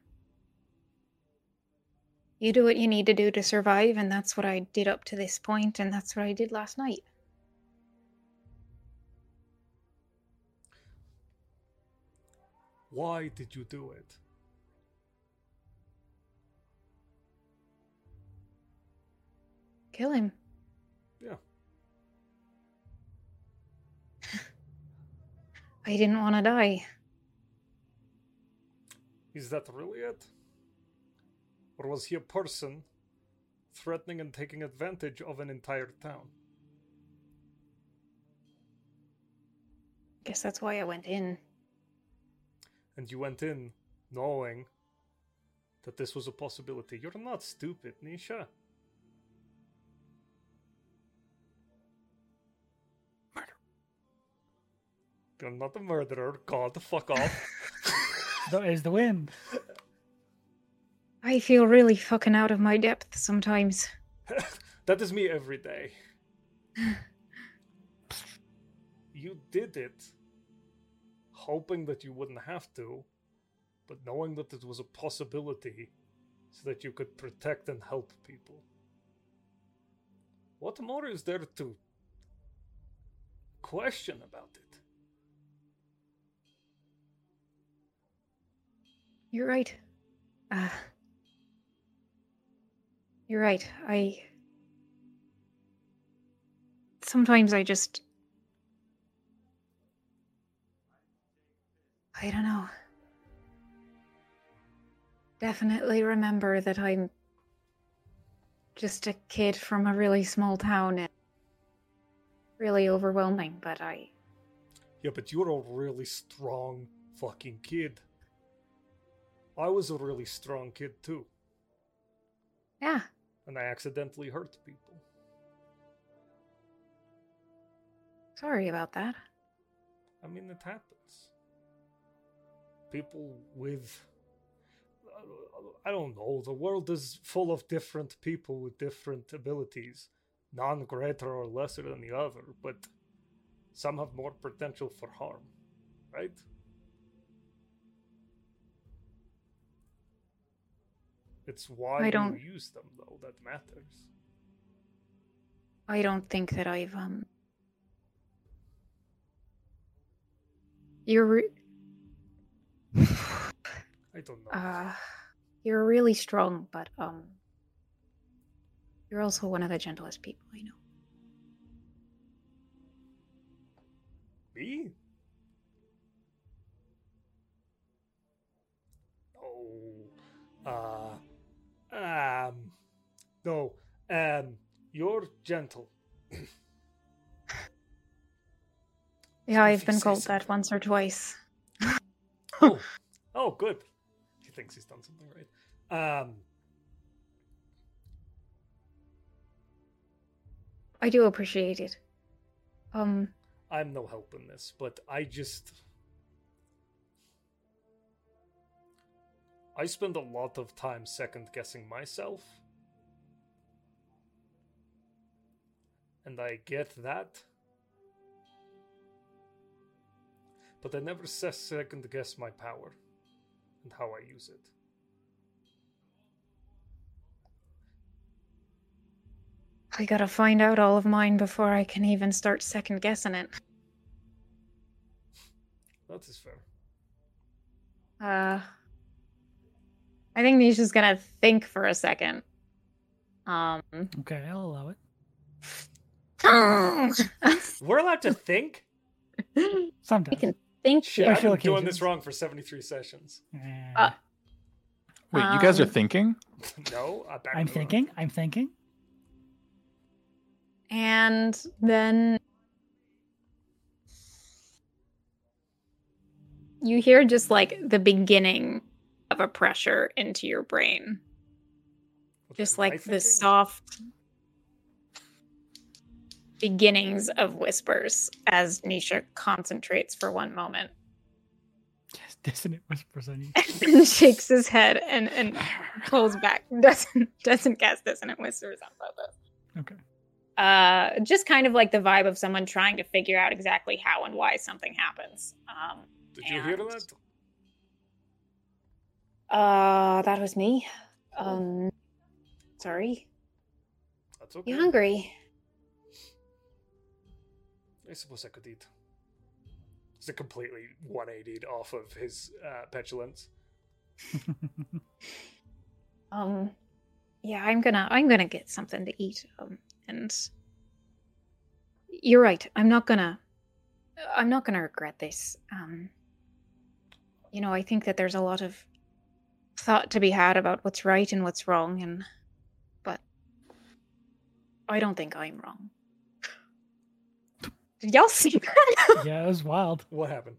you do what you need to do to survive, and that's what I did up to this point, and that's what I did last night. Why did you do it? Kill him. Yeah. <laughs> I didn't want to die. Is that really it? Or was he a person threatening and taking advantage of an entire town? Guess that's why I went in. and you went in knowing that this was a possibility. You're not stupid, Nisha. I'm not the murderer. God, the fuck off. Though is the wind. I feel really fucking out of my depth sometimes. that is me every day. you did it, hoping that you wouldn't have to, but knowing that it was a possibility so that you could protect and help people. What more is there to question about it? You're right. Uh, you're right. I. Sometimes I just. I don't know. Definitely remember that I'm just a kid from a really small town and really overwhelming, but I. Yeah, but you're a really strong fucking kid. I was a really strong kid too, Yeah. and I accidentally hurt people. Sorry about that. I mean, it happens. People with. I don't know. The world is full of different people with different abilities, none greater or lesser than the other, but some have more potential for harm, right? It's why I don't- you use them, though, that matters. I don't think that I've um. You're re- I don't know. <sighs> uh, you're really strong, but um, you're also one of the gentlest people I know. Me? Oh, uh, um, no, um, you're gentle. Yeah, I I've think been so, called something. that once or twice. Oh, oh, good. He thinks he's done something right. Um, I do appreciate it. Um, I'm no help in this, but I just. I spend a lot of time second guessing myself. And I get that. But I never se- second guess my power and how I use it. I gotta find out all of mine before I can even start second guessing it. That is fair. Uh, I think Nisha's gonna think for a second. Um, <laughs> Okay, I'll allow it. We're allowed <laughs> to think? Sometimes. can- think. Shit, I I've feel been like doing you- this wrong for 73 sessions. <laughs> Eh, Uh, <laughs> Wait, you guys are Um, thinking? no? I back I'm it up. thinking. I'm thinking. And then You hear just like the beginning of a pressure into your brain. What just am I like the thinking? soft Beginnings of whispers as Nisha concentrates for one moment Just dissonant whispers on you. <laughs> and <laughs> shakes his head and, and pulls back. Doesn't doesn't cast dissonant whispers on purpose. Okay. Uh, just kind of like the vibe of someone trying to figure out exactly how and why something happens. Um, Did you hear and- that? uh, that was me. Um, sorry. That's okay. You hungry? I suppose I could eat. It's a completely 180 off of his uh, petulance. Um, yeah, I'm gonna, I'm gonna get something to eat. Um, and you're right. I'm not gonna, I'm not gonna regret this. Um, you know, I think that there's a lot of thought to be had about what's right and what's wrong, and but I don't think I'm wrong. Did <laughs> y'all see that? yeah, it was wild. What happened?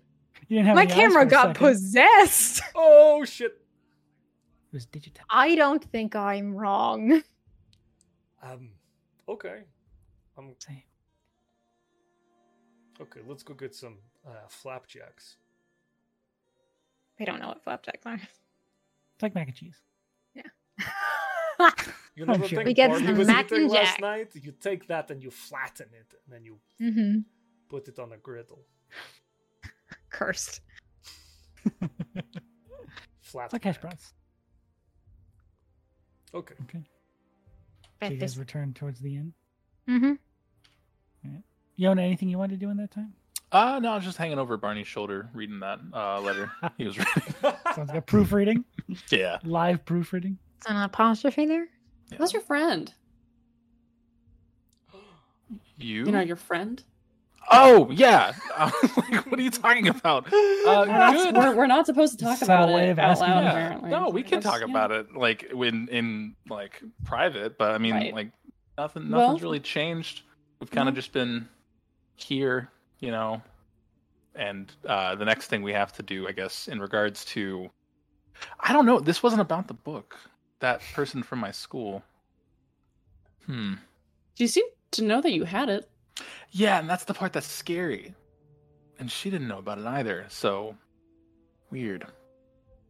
You didn't have my any eyes camera for a got second. possessed. Oh shit! It was digital. I don't think I'm wrong. Um, okay. I'm Same. Okay, let's go get some uh, flapjacks. I don't know what flapjacks are. It's like mac and <laughs> cheese. <laughs> You I'm know the sure. thing We get Barney some was mac eating and last jack. night? You take that and you flatten it, and then you Mm-hmm. put it on a griddle. Cursed. Flat. It's like hash browns. Okay. So you Bet guys this. return towards the inn. Mm-hmm. Yona, anything you wanted to do in that time? Uh, no, I was just hanging over Barney's shoulder reading that uh, letter he was <laughs> reading. Sounds <laughs> good. Proofreading, yeah. live proofreading. It's an apostrophe there. yeah. Who's your friend? you? You know, your friend. oh, yeah. <laughs> I was like, what are you talking about? <laughs> Uh, We're not, good. we're, we're not supposed to talk Subtle about way it of out asking loud, it. apparently. No, we can That's- talk yeah. about it like when in like private, but I mean Right. like nothing Well- nothing's really changed. We've kind of just been here, you know. And uh the next thing we have to do, I guess, in regards to I don't know, this wasn't about the book. That person from my school. Hmm. You seem to know that you had it. Yeah, and that's the part that's scary. And she didn't know about it either, so weird.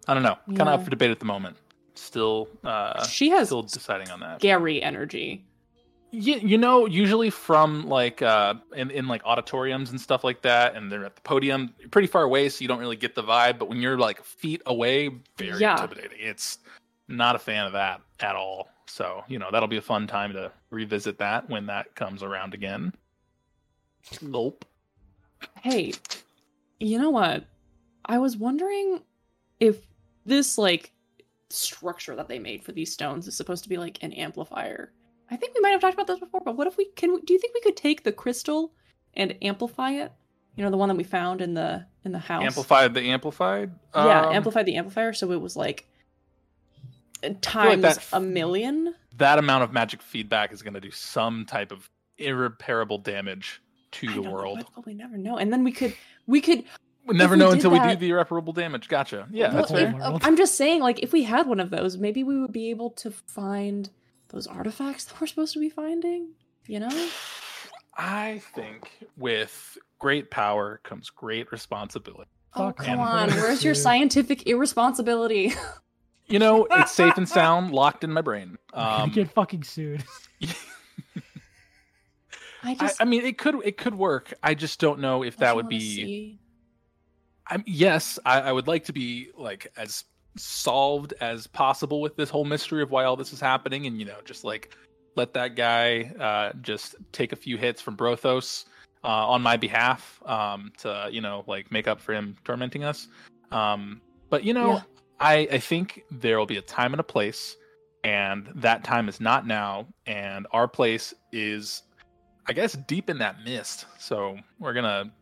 I don't know. Kind of up Yeah. for debate at the moment. Still uh she has still deciding on that. scary energy. You, you know, usually from like uh in, in like auditoriums and stuff like that, and they're at the podium you're pretty far away, so you don't really get the vibe. But when you're like feet away, very Yeah. intimidating. It's not a fan of that at all. So you know that'll be a fun time to revisit that when that comes around again. Nope. Hey, you know what? I was wondering if this like structure that they made for these stones is supposed to be like an amplifier. I think we might have talked about this before, but what if we can? We, do you think we could take the crystal and amplify it? You know, the one that we found in the in the house. Amplified the amplified. Yeah, Um, amplified the amplifier, so it was like like times that- a million. That amount of magic feedback is going to do some type of irreparable damage to I the don't know, world. but we never know, and then we could we could. We never we know did until we do that- the irreparable damage. Gotcha. Yeah, Well, that's if- uh, fair. World. I'm just saying, like, if we had one of those, maybe we would be able to find those artifacts that we're supposed to be finding. You know? I think with great power comes great responsibility. Oh, Fuck, come man. on. Where's your Dude. <laughs> scientific irresponsibility? <laughs> You know, it's safe and sound, locked in my <laughs> brain. Um, <laughs> you get fucking sued. <laughs> I I, just I mean, it could it could work. I just don't know if I that just would wanna be. see. I'm, yes, I, I would like to be like as solved as possible with this whole mystery of why all this is happening, and you know, just like let that guy uh, just take a few hits from Brothos uh, on my behalf um, to you know like make up for him tormenting us. Um, but you know, Yeah. I I think there will be a time and a place, and that time is not now, and our place is, I guess, deep in that mist. So we're gonna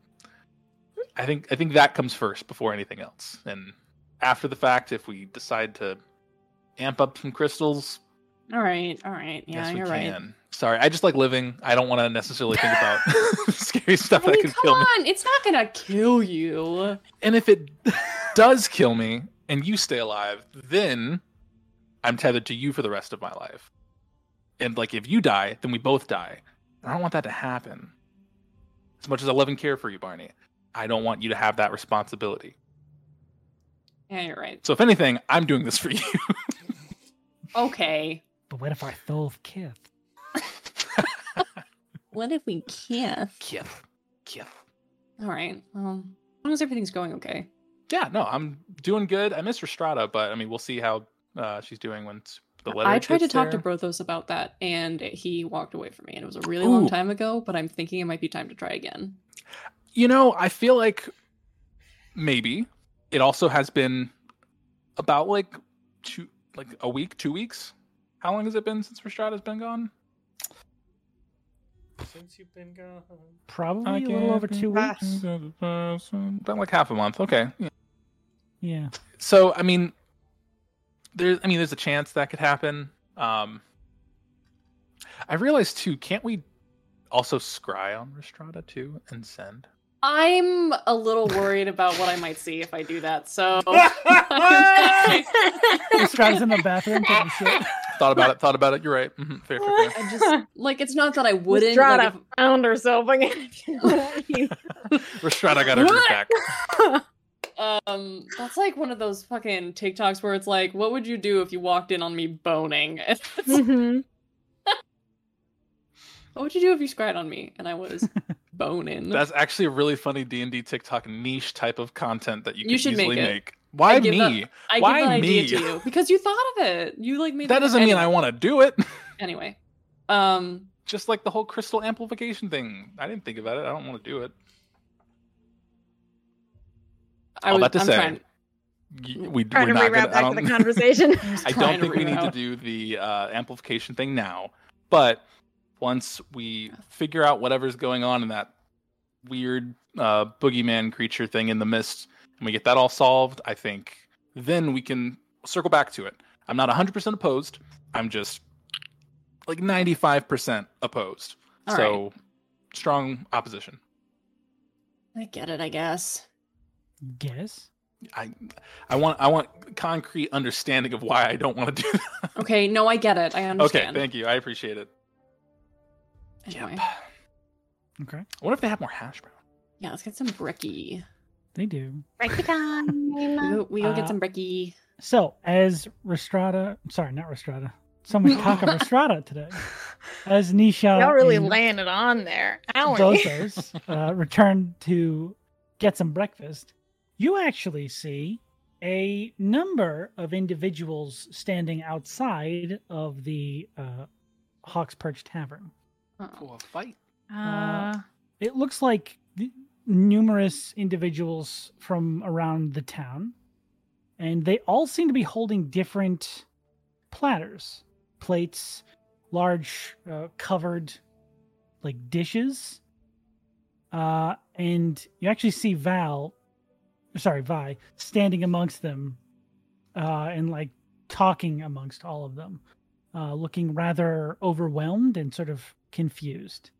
I think I think that comes first before anything else. And after the fact, if we decide to amp up some crystals, All right, all right. Yeah, yes, we you're right. can. Sorry, I just like living. I don't want to necessarily think <laughs> about scary stuff I that mean, could come kill me. on. It's not going to kill you. And if it does kill me and you stay alive, then I'm tethered to you for the rest of my life. And like if you die, then we both die. And I don't want that to happen. As much as I love and care for you, Barney, I don't want you to have that responsibility. Yeah, you're right. So if anything, I'm doing this for you. Okay. But what if our Thulv kith? What if we can't? Kip. Kip. All right. Well, as long as everything's going okay. Yeah, no, I'm doing good. I miss Restrada, but I mean, we'll see how uh, she's doing when s- the letter. I tried to gets talk there. to Brothos about that, and he walked away from me. And it was a really Ooh. long time ago, but I'm thinking it might be time to try again. You know, I feel like maybe it also has been about like two, like a week, two weeks. How long has it been since Restrada's been gone? Since you've been gone, Probably a little over two weeks. About like half a month. Okay. Yeah. Yeah. So I mean, there. I mean, there's a chance that could happen. Um, I realized too. Can't we also scry on Restrada too and send? I'm a little worried about what I might see if I do that. <laughs> So <laughs> I Describes in the bathroom. taking a shit. Thought about it. Thought about it. You're right. hmm fair, fair, fair. I just like it's not that I wouldn't. Strata Like, if- found herself again. if you know what I mean. Restrada got her drink back. um, that's like one of those fucking TikToks where it's like, what would you do if you walked in on me boning? <laughs> It's like, Mm-hmm. <laughs> Mhm. what would you do if you scried on me and I <laughs> was boning? That's actually a really funny D and D TikTok niche type of content that you, You could should make easily it. make. Why give up. me? I give why that idea me? to you because you thought of it. You like made That doesn't mean I want to do it. <laughs> I. Anyway, um, Just like the whole crystal amplification thing. I didn't think about it. I don't want to do it. I All was. that to I'm say, trying. Y- We, Trying to we're reroute not gonna, I back to don't, um, <laughs> the conversation. <laughs> I trying don't to think we need to reroute. do the uh, amplification thing now. But once we figure out whatever's going on in that weird uh, boogeyman creature thing in the mist, and we get that all solved, I think then we can circle back to it. I'm not 100% opposed. I'm just like 95% opposed. All so strong opposition. I get it. I guess. Guess. I I want I want concrete understanding of why I don't want to do that. Okay. No, I get it. I Okay, understand. thank you. I appreciate it. Anyway. Okay. I wonder if they have more hash brown. Yeah, let's get some bricky. They do. Break time. We go, we go Uh, get some bricky. So, as Restrada, sorry, not Restrada. So <laughs> much talk of Restrada today. As Nisha Y'all really and laying it on there. Owie. Dozos uh, return to get some breakfast, you actually see a number of individuals standing outside of the uh, Hawks Perch Tavern. Oh, Cool fight. Uh, Uh, It looks like th- numerous individuals from around the town, and they all seem to be holding different platters, plates, large uh, covered like dishes. Uh, and you actually see Val, sorry, Vi, standing amongst them, uh, and like talking amongst all of them, uh, looking rather overwhelmed and sort of confused.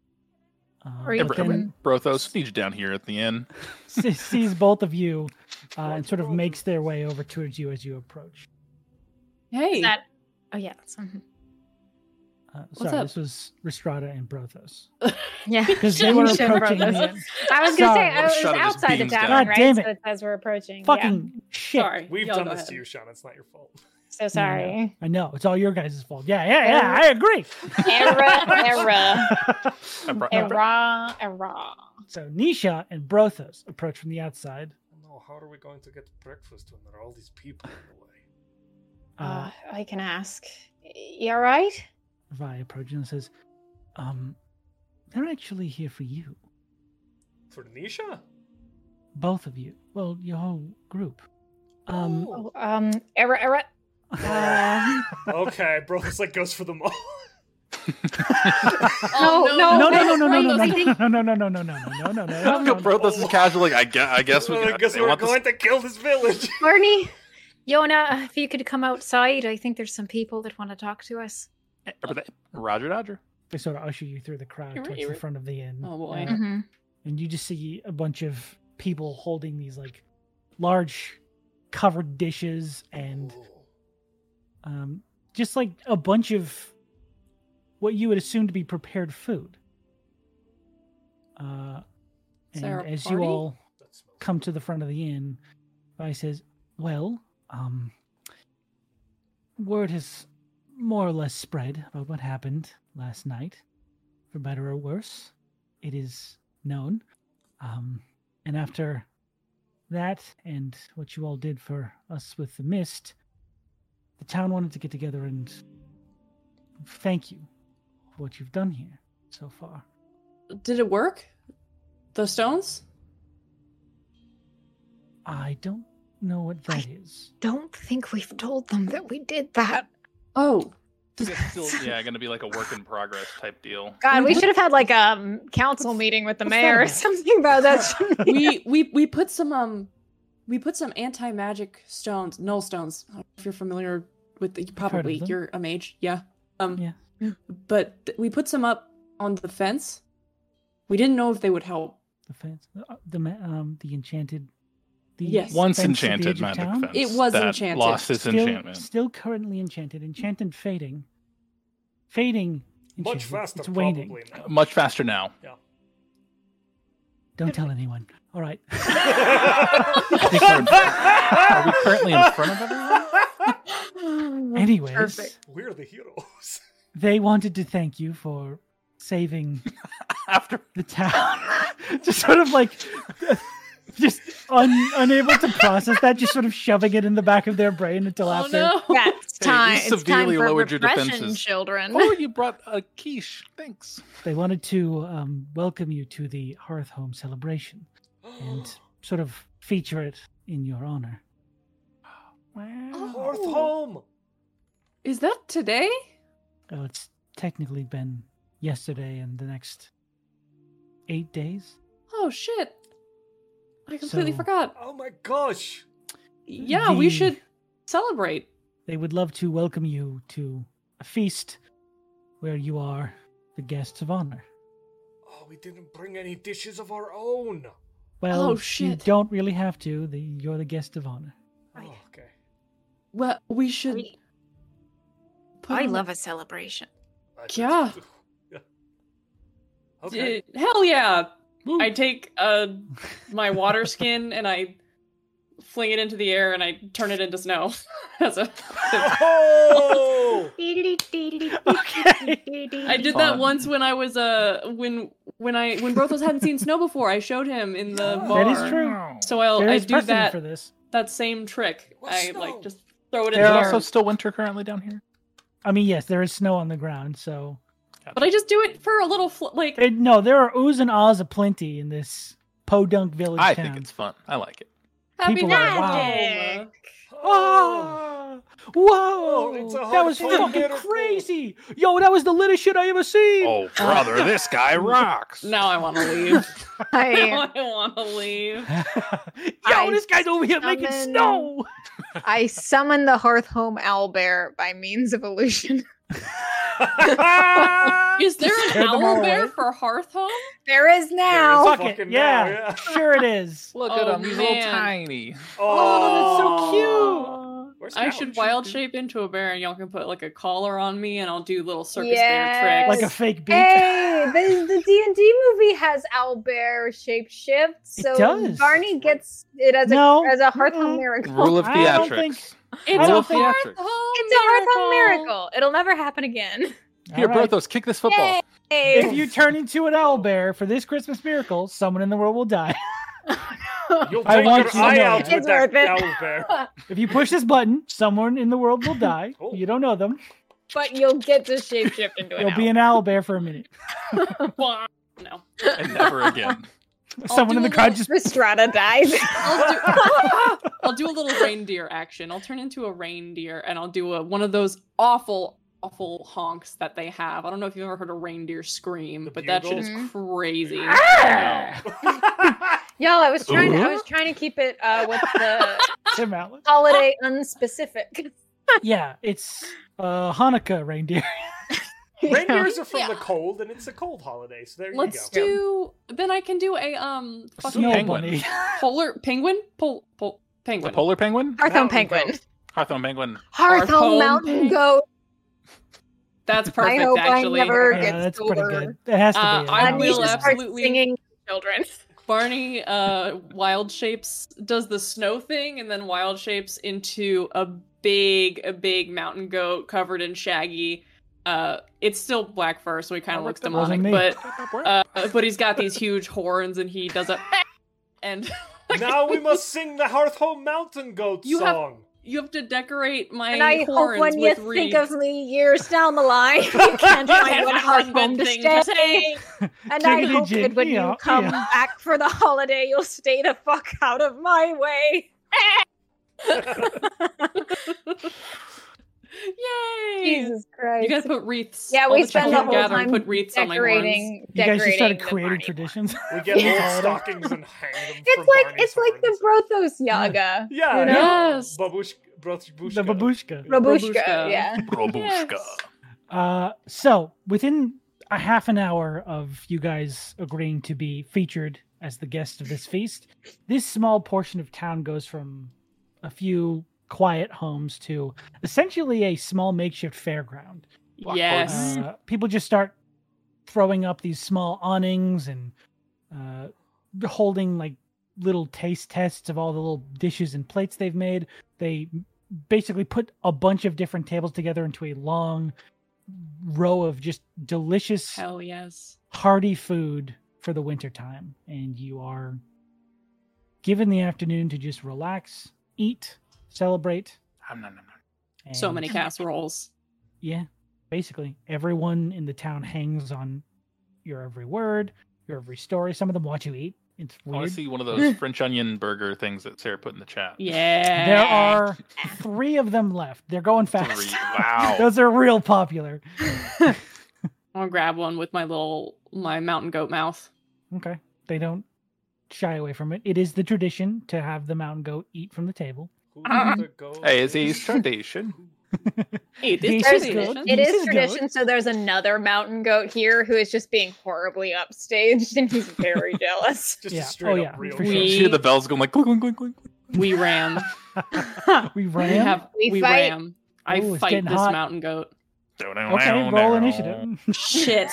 Uh, Are you but Bro- then- Brothos, need you down here at the inn. se- sees both of you uh, and sort of makes their way over towards you as you approach. Hey, Is that? Oh yeah. That's, mhm. Uh, What's sorry, up? this was Restrada and Brothos yeah. because <laughs> they were Shouldn't have approaching. brought the this. end. <laughs> I was gonna say I Sorry. was Shut up, just outside the beams tavern, down. God right? damn it. So it's as we're approaching. yeah. Fucking shit! sorry. We've Y'all done go this to ahead. you, Sean. It's not your fault. So sorry. I know it's all your guys' fault. Yeah, yeah, yeah. I agree. Era, I era, brought, I brought- era, era. <laughs> so Nisha and Brothos approach from the outside. No, how are we going to get breakfast when there are all these people in the way? Uh, Ah. Uh, I can ask. You all right? Vi approaches and says, "Um, they're actually here for you, For Nisha? both of you. Well, your whole group. Um, Oh, um, era, era. Uh, Um, <laughs> <laughs> okay, bro. This like goes for them all. Oh, No, no, no, that's no, no, no, right. no, no, I no, think- no, no, no, no, no, no, no, no, no, Um, Look no, no." at <laughs> Brothos is casual, like, I guess, I guess we <laughs> I got, guess they we're want going to kill <laughs> this village. Bernie, Yona, if you could come outside, I think there's some people that want to talk to us. this. Roger, Dodger. they sort of usher you through the crowd You're right, towards you're the right. front of the inn. Oh, boy. uh, Mm-hmm. and you just see a bunch of people holding these like large covered dishes and um, just like a bunch of what you would assume to be prepared food. Uh, Is and there a as you party? all That smells come to the front of the inn, I says, "Well, um, word has more or less spread about what happened last night, for better or worse. It is known, um, and after that and what you all did for us with the mist, the town wanted to get together and thank you for what you've done here so far. did it work? The stones? I don't know what that is." Don't think we've told them that we did that. Oh, It's still, yeah, going to be like a work in progress type deal. God, <laughs> we should have had like a council meeting with the what's that mayor or about? something Oh, <laughs> about that. <laughs> we we we put some um, we put some anti magic stones, null stones. I don't know if you're familiar with the, heard of probably them. you're a mage, yeah. Um, <laughs> Yeah. But th- we put some up on the fence. We didn't know if they would help. the fence, uh, the ma- um, the enchanted, the Yes. Once fence at the edge enchanted of magic town? fence. It was that enchanted. Lost its Still, enchantment. still currently enchanted, enchanted, fading, fading. Much enchanted. faster, It's probably. waning. now. Much faster now. Don't tell anyone. All <laughs> right. Mm, I think we're in- are we currently in front of everyone? Anyways, Perfect. <laughs> We're the heroes. they wanted to thank you for saving <laughs> After the town. <laughs> just sort of like, <laughs> just un- unable to process that, just sort of shoving it in the back of their brain until Oh after. no! Yeah, it's Hey, you time. it's time severely for lowered your repression, defenses. children. oh, you brought a quiche. Thanks. They wanted to um, welcome you to the Hearth Home celebration <gasps> and Oh. sort of feature it in your honor. Hearth home. Is that today? Oh, it's technically been yesterday and the next eight days. Oh shit! I completely So- forgot. Oh my gosh. Yeah, we The- should celebrate. They would love to welcome you to a feast where you are the guests of honor. Oh, we didn't bring any dishes of our own. Well, Oh, you shit. don't really have to. The, you're the guest of honor. Oh, okay. Well, we <laughs> should. We- put <laughs> I on- love a celebration. I- Yeah. Yeah. <laughs> Okay. Uh, hell yeah! Woo. I take <laughs> uh my water skin and I fling it into the air and I turn it into snow. <laughs> That's a. <laughs> Oh! I did Fun. that once when I was uh when when I when Brothos hadn't seen snow before. I showed him in the bar. That is true. So uh, I'll There I is do precedent that for this. that same trick. What's I snow? like just throw it Is in the it There air. also still winter currently down here? I mean, yes, there is snow on the ground, so But I just do it for a little fl- like Eh, no, there are oohs and ahs aplenty in this podunk village I town. think it's fun. I like it. happy people are magic. Oh! Ah! Whoa! Oh, it's a that was hard fucking political- crazy! Yo, that was the littest shit I ever seen! Oh, brother, this guy <laughs> rocks. Now I want to leave. I, now I want to leave. <laughs> Yo, I this guy's over here making summon- <laughs> snow! I summon the hearth home owlbear by means of illusion. <laughs> Is there an Scare them all owl bear away. for Hearth Home? There is now. Fuck it, Fucking yeah. now, yeah. Sure it is. Look Oh, at him. He's a little man. tiny. Oh, so cute. Where's I should Couch? wild shape into a bear, and y'all can put like a collar on me, and I'll do little circus bear Yes. Like tricks. a fake beat. <laughs> Hey, the, the D and D movie has owlbear shapeshift, It so does. Barney gets it as a No. as a hearth home Mm-mm. <laughs> miracle. Rule <laughs> of I don't theatrics. think- it's I a don't think- Hearth Home. It's a hearth home miracle. miracle. It'll never happen again. Here, All right. Brothos, kick this football. Yay. If you turn into an owl bear for this Christmas miracle, someone in the world will die. <laughs> You'll I take want you your to eye know out that. with It's that worth it. owl <laughs> bear. If you push this button, someone in the world will die. <laughs> Oh. You don't know them. but you'll get to shapeshift into an You'll be an owl bear for a minute. Wah. No. <laughs> And never again. someone in do the a crowd little- just. Restrada <laughs> dies. I'll do, I'll do <laughs> a little reindeer action. I'll turn into a reindeer and I'll do a, one of those awful, awful honks that they have. I don't know if you've ever heard a reindeer scream, The but that shit bugle? is crazy. Mm-hmm. Y'all, I was trying. I Uh-huh. was trying to keep it. Uh, with the Tim Allen. <laughs> <laughs> holiday unspecific? Yeah, it's uh, Hanukkah reindeer. Reindeers are from Yeah. the cold, and it's a cold holiday, so there Let's you go. do. Then I can do a um fucking Snow penguin. bunny. polar penguin, pol, pol, The penguin. polar penguin? Hearth home Mountain penguin. <laughs> Hawthorne penguin. Hearth home home mountain penguin. goat. That's I perfect. hope actually, I never Yeah, get that's pretty sober. good. It has to be. Uh, it. I I don't need will know. to start absolutely- singing children. Barney uh wild shapes does the snow thing and then wild shapes into a big a big mountain goat covered in shaggy uh it's still black fur so he kind of looks demonic Wasn't me. but uh but he's got these huge horns and he does a <laughs> and <laughs> Now we must sing the Hearth Home Mountain Goat You have- song. <laughs> you have to decorate my And I hope horns when you with think reeds. of me years down <laughs> the line, you can't find That's one a heart husband home to thing to stay. And I Jiggly hope jig, that when yeah, you come yeah. back for the holiday, you'll stay the fuck out of my way. yay Jesus you Christ. gotta put wreaths Yeah, all we the spend children the whole gather and time put wreaths on my horns decorating, You guys just started decorating the creating Barney traditions. We get Yeah. little stockings and hang them It's from like Barney's it's like the horns. Brothos Yaga. Yeah, you know? Yes. Babushka. Babushka. the babushka. <laughs> Robushka, Robushka. yeah. Robushka. Yes. Uh, so within a half an hour of you guys agreeing to be featured as the guest of this feast, this small portion of town goes from a few quiet homes to essentially a small makeshift fairground. Yes. Uh, people just start throwing up these small awnings and uh, holding like little taste tests of all the little dishes and plates they've made. They basically put a bunch of different tables together into a long row of just delicious, Hell yes. hearty food for the wintertime. And you are given the afternoon to just relax, eat, celebrate. Um, no, no, no. So and- <laughs> many casseroles. yeah, basically everyone in the town hangs on your every word, your every story. Some of them watch you eat. It's Oh, I want weird. to see one of <laughs> those French onion burger things that Sarah put in the chat. Yeah. There <laughs> are three of them left. They're going fast. Three. Wow. <laughs> Those are real popular. I'll grab one with my little my mountain goat mouth. Okay, they don't shy away from it. It is the tradition to have the mountain goat eat from the table. Who's Uh-uh. the goat? Hey, it's a <laughs> tradition. Hey, this This is is tradition. good. It is Mrs. Goat. tradition, so there's another mountain goat here who is just being horribly upstaged, and <laughs> he's very jealous. Just Yeah. a Oh, straight yeah, up real for goat. sure. <laughs> You hear the bells going like clink, clink, clink, clink. We ram. <laughs> <laughs> we We ran. have We we, fight. ram. I Ooh, it's fight getting this hot. mountain goat. <laughs> okay, roll <laughs> initiative. Shit.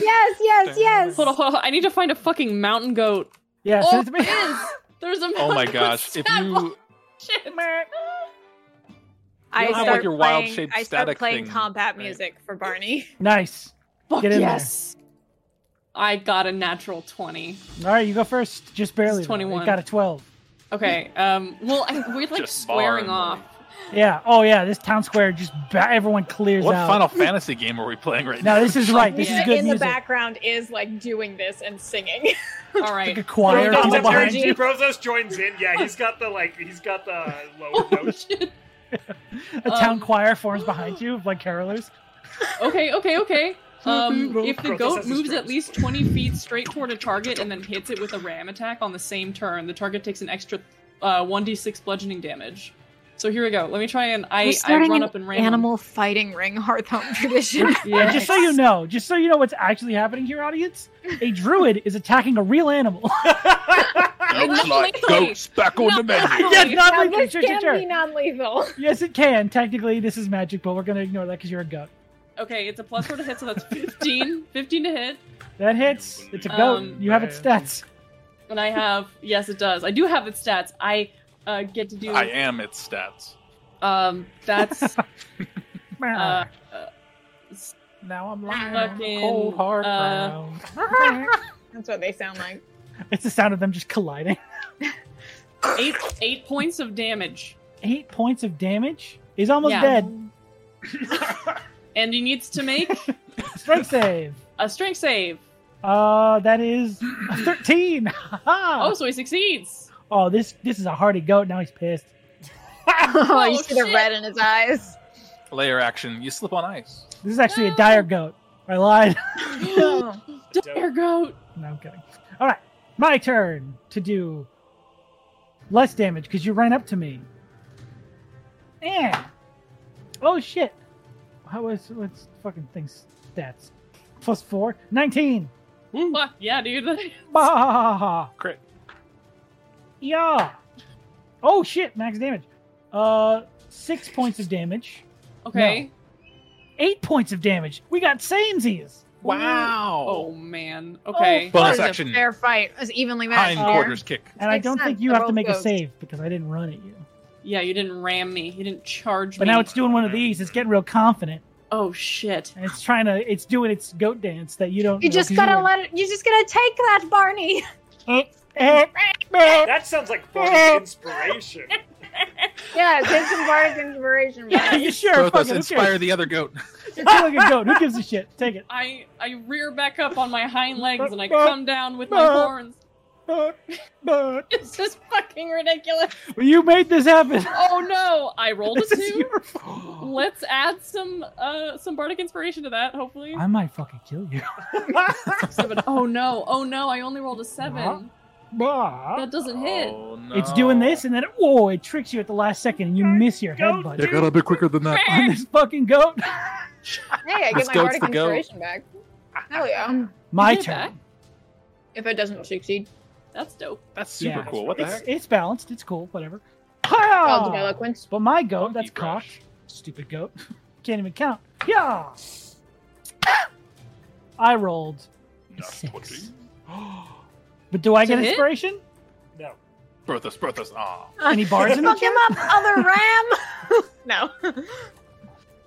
Yes. Yes, yes, yes. Hold on, hold on. I need to find a fucking mountain goat. yeah, Oh, so it's it is. <laughs> There's a mountain <laughs> Oh my goat gosh! If stat block. you Shit. You I don't have, start like, your wild playing, shape I start static playing thing, combat right? music for <laughs> Barney. <laughs> nice. Fuck Get in there. yes. I got a natural 20. All right, you go first. Just barely. though. You 21. Got a twelve. Okay. Um. Well, I, we're like Just squaring sparring, off. Yeah. Oh yeah. This town square just ba- everyone clears what out. Final Fantasy game are we playing right now? No, this <laughs> is right. This Yeah. is good in music. the background is like doing this and singing. <laughs> All Like a right. choir. Throw Throw Prozos people that behind energy. you. Prozos joins in. Yeah, he's got the like, he's got the lower <laughs> Oh, notes. shit. A town Um, choir forms behind you, like carolers. Okay. Okay. Okay. <laughs> Um, Roll. if the Roll goat successes, moves at strengths. least 20 feet straight toward a target and then hits it with a ram attack on the same turn, the target takes an extra uh, 1d6 bludgeoning damage. So here we go. Let me try and I, I run up and ram. him. <laughs> animal fighting ring Hearthhome <laughs> tradition. Yeah. Just so you know, just so you know what's actually happening here, audience. A druid is attacking a real Oh, animal. <laughs> Looks like goats back on the menu. yeah, Wait, not Now, like this sure, sure, can sure. be non-lethal. <laughs> Yes, it can. Technically, this is magic, but we're gonna ignore that because you're a goat. Okay, it's a plus four to hit, so that's <laughs> 15. 15 to hit. That hits. It's a goat. Um, you have its stats. <laughs> And I have, yes, it does. I do have its stats. I uh, get to do, I am its stats. um, that's <laughs> uh, now I'm lying. fucking, Cold hard uh, ground. That's what they sound like. It's the sound of them just colliding. eight, eight points of damage. Eight points of damage. He's almost Yeah. dead. And he needs to make Strength save. a <laughs> strength save. Uh, that is a thirteen. <laughs> Ha ha. Oh, so he succeeds. oh, this this is a hardy goat. Now he's pissed. <laughs> Oh, you Oh, see the shit. red in his <gasps> eyes. Layer action. You slip on ice. This is actually a dire goat. I lied. <laughs> Oh. Dire goat. no, I'm kidding. All right, my turn to do less damage because you ran up to me. And oh shit, how was what's fucking thing's stats? Plus four, 19. Fuck, yeah, dude. <laughs> Bah. Crit. Yeah. Oh shit, max damage. Uh, six points of damage. Okay. Eight points of damage. We got Samesies. Wow. Oh, man. Oh, Okay. Bonus That was a action. fair fight. It was evenly matched. Hind there. quarters kick. And I Makes don't sense. think you They're have to both make a ghosts. save because I didn't run at you. Yeah, you didn't ram me. You didn't charge But me. now it's doing one of these. It's getting real confident, Oh, shit. and it's trying to. It's doing its goat dance that you don't. You just gotta let it. You just gotta take that, Barney. let. That sounds like Barney's <laughs> inspiration. Yeah, take some Barney's inspiration. <laughs> yeah, <laughs> Barney. you sure? Both us fucking, who inspire cares? the other goat. You're killing a goat. Who gives a shit? Take it. I I rear back up on my hind legs and I come down with my Bah. horns. <laughs> Well, This is fucking ridiculous. you made this happen. Oh no! <laughs> I rolled a This is two. your fault. Let's add some uh some bardic inspiration to that. Hopefully. I might fucking kill you. Seven. Oh no! Oh no! I only rolled a seven. Uh-huh. Bah. That <laughs> doesn't hit. Oh, no. It's doing this, and then it, whoa, it tricks you at the last second, and you miss your headbutt gotta be quicker than that. on this fucking goat. Hey, I get This my heart goat's of the goat. conjuration back. Hell yeah. <laughs> My Is it back? turn. If it doesn't succeed. That's dope. That's super Yeah. cool. What the it's, heck? it's balanced. It's cool. Whatever. Called Ha! eloquence. But my goat, that's Brush. cocked. Stupid goat. <laughs> Can't even count. Yeah. <gasps> I rolled a Nat six. 20. But do I To get hit? inspiration? No. Brothos, Brothos. Ah, Any bars in the Fuck chat? him up, <laughs> other ram. no.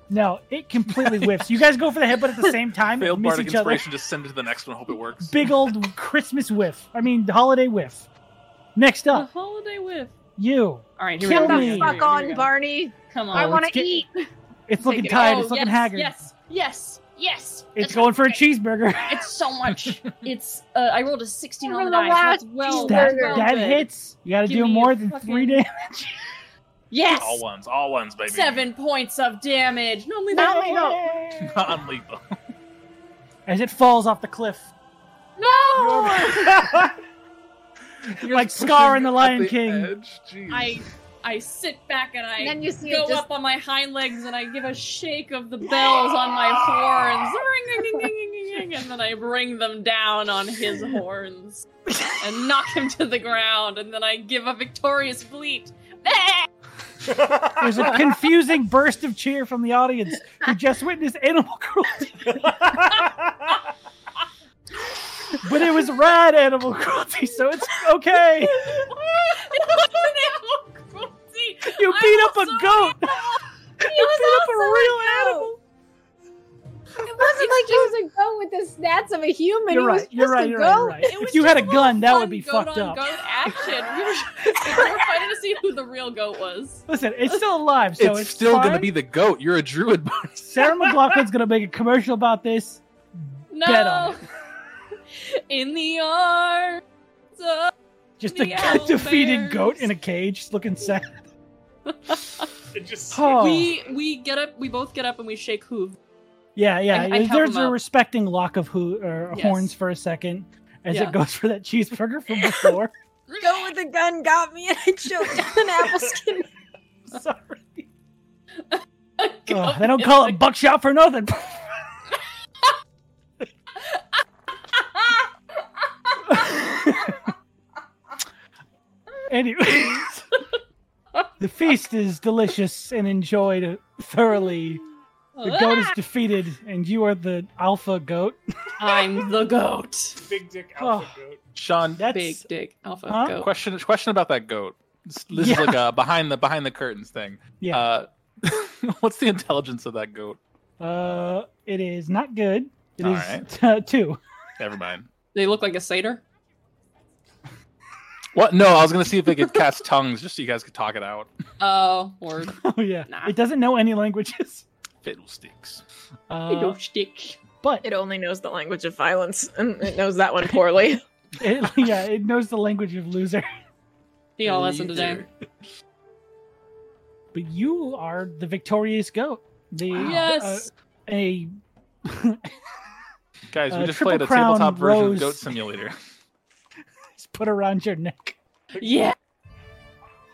No, it completely whiffs. You guys go for the head, but at the same time, failed miss bardic each other. inspiration. Just send it to the next one. Hope it works. Big old Christmas whiff. I mean, holiday whiff. Next <laughs> The up, holiday whiff. you. All right, here Kill we go. me. Here we go, Fuck here Fuck we on, go. Barney. Come on. I Oh, it's want to get- eat. It's looking it. tired. Oh, it's looking yes, haggard. Yes, yes, yes. It's That's going for a right. cheeseburger. It's so <laughs> much. it's. Uh, I rolled a sixteen on the Remember the die. so last That's well, that cheeseburger. Oh, well that good. hits. You got to Give do me more a than fucking- three <laughs> damage. Yes. All ones, all ones, Oh, baby. Seven points of damage. No, leave Not that me, alone. no. Non-lethal. <laughs> As it falls off the <laughs> cliff, No. Like Scar in The Lion King. <laughs> <laughs> I I sit back and I And then you see go it just up on my hind legs and I give a <laughs> shake of the bells on my horns, Ring, ding, ding, ding, ding, ding, ding, and then I bring them down on his horns and knock him to the ground, and then I give a victorious bleat. <laughs> there's <laughs> a confusing burst of cheer from the audience who just witnessed animal cruelty. But it was rad animal cruelty, so it's okay. It was an animal cruelty. You I'm beat up a also- goat. It You was beat up a real animal. It wasn't like he was a goat with the stats of a human. You're he was right. just You're right. a You're goat. right. You're right. It was If you just had a a little gun, that would fun be goat fucked on up. Goat action. We were, <laughs> we were <laughs> fighting to see who the real goat was. Listen, it's still alive, so it's, it's, still going to fine. be the goat. You're a druid. Sarah McLaughlin's gonna make a commercial about this. No. Bet on <laughs> In the arms of- Just The a owl defeated bears. goat in a cage, looking <laughs> sad. It just Oh, We we get up. We both get up and we shake <laughs> hoof. yeah, yeah. I- I There's- help There's him a out. respecting lock of who or Yes. horns for a second as Yeah. it goes for that cheeseburger from <laughs> before. <laughs> Goat with a gun got me and I choked on an apple skin. Sorry, Oh, they <laughs> don't call it buckshot for nothing. <laughs> <laughs> Anyways, the feast is delicious and enjoyed thoroughly. The goat <laughs> is defeated, and you are the alpha goat. I'm the goat. big dick Oh. alpha goat. Sean, That's Big dick alpha Huh? goat. question question about that goat. This, this Yeah. is like a behind the behind the curtains thing. yeah. Uh, <laughs> what's the intelligence of that goat? Uh, it is not good. It is All right. uh, two. Never mind. They look like a satyr. What? No, I was going to see if they could cast <laughs> tongues, just so you guys could talk it out. Oh, word. Oh yeah. Nah. It doesn't know any languages. Fiddlesticks. <laughs> Uh, <laughs> Goat stick. but It only knows the language of violence, and it knows that one poorly. it, <laughs> yeah, it knows the language of loser. He all lesson today. <laughs> But you are the victorious goat. The Yes. uh, a Guys, we Uh, just Triple played a Crown tabletop version Rose. of Goat Simulator. <laughs> it's put around your neck. yeah.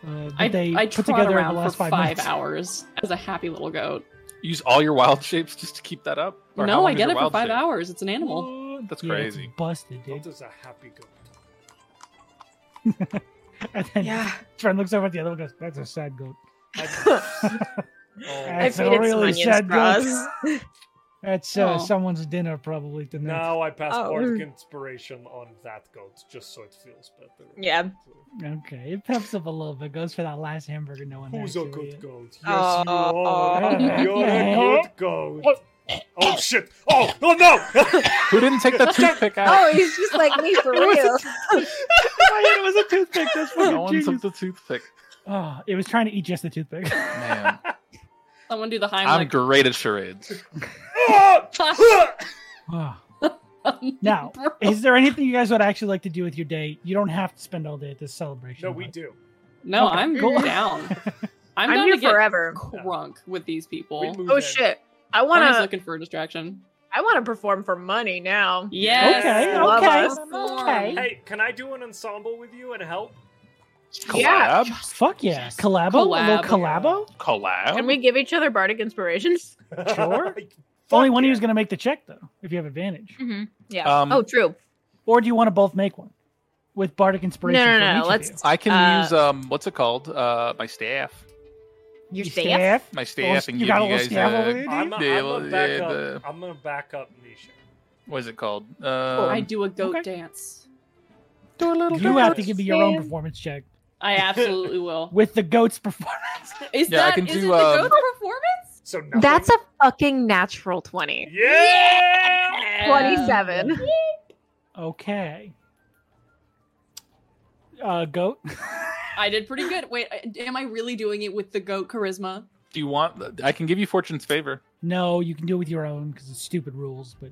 Uh, I that they I put trot together over around the last for five, five months. hours as a happy little goat. Use all your wild shapes just to keep that up. Or how no, long I is get your it for wild five shape? hours. It's an animal. What? That's Yeah, it's crazy. busted, Goat dude. is a happy goat. <laughs> And then <laughs> yeah. Trent looks over at the other one and goes, That's a sad goat. Oh. That's a I feed it some really onion sad straws. goat. That's uh, Oh. someone's dinner, probably tonight. Now I pass Oh. bardic inspiration on that goat just so it feels better. Yeah. Okay, it peps up a little bit. Goes for that last hamburger. No one Who's a had, so good yeah. goat? Yes, Oh. <laughs> you are. You're a good goat. What? Oh shit! Oh, oh no! <laughs> Who didn't take that toothpick out? Oh, he's just like me <laughs> for real. it was a toothpick. That's fucking <laughs> no one genius. took the toothpick. Oh, it was trying to eat just the toothpick. <laughs> Man, Someone do the high I'm great at charades. <laughs> Ah. <laughs> now, is there anything you guys would actually like to do with your day? You don't have to spend all day at this celebration. no, we but- do. No, Okay. I'm Cool. <laughs> down. I'm, I'm down here to get forever. crunk with these We people. move Oh in. shit. I Barney's wanna looking for a distraction. I wanna perform for money now. Yes. Okay, Love okay, us. okay. Hey, can I do an ensemble with you and help? Yeah. Collab? Fuck yeah, collabo, a little collabo. Collab? <laughs> Can we give each other bardic inspirations? <laughs> Sure. Only Fuck one of yeah. you is going to make the check, though, if you have advantage. Yeah. Um, oh, true. Or do you want to both make one with bardic inspiration? no, from no, each of let's- you? I can Uh, use um, what's it called? Uh, my staff, Your You staff? my Little- staff, and you give got a you little guys. staff over Uh, there, dude? I'm, Yeah, I'm, well, gonna back yeah, up, the- I'm gonna back up Nisha. what is it called? Um, I do a goat okay. dance. You have to give me your own performance check I absolutely will. <laughs> with the goat's performance. <laughs> Is Yeah, I that can is do, it the um, goat performance? So nothing. That's a fucking natural 20. <laughs> yeah. 27. Okay. Uh, goat. I did pretty good. Wait, I- am I really doing it with the goat charisma? Do you want? I can give you fortune's favor. No, you can do it with your own because it's stupid rules, but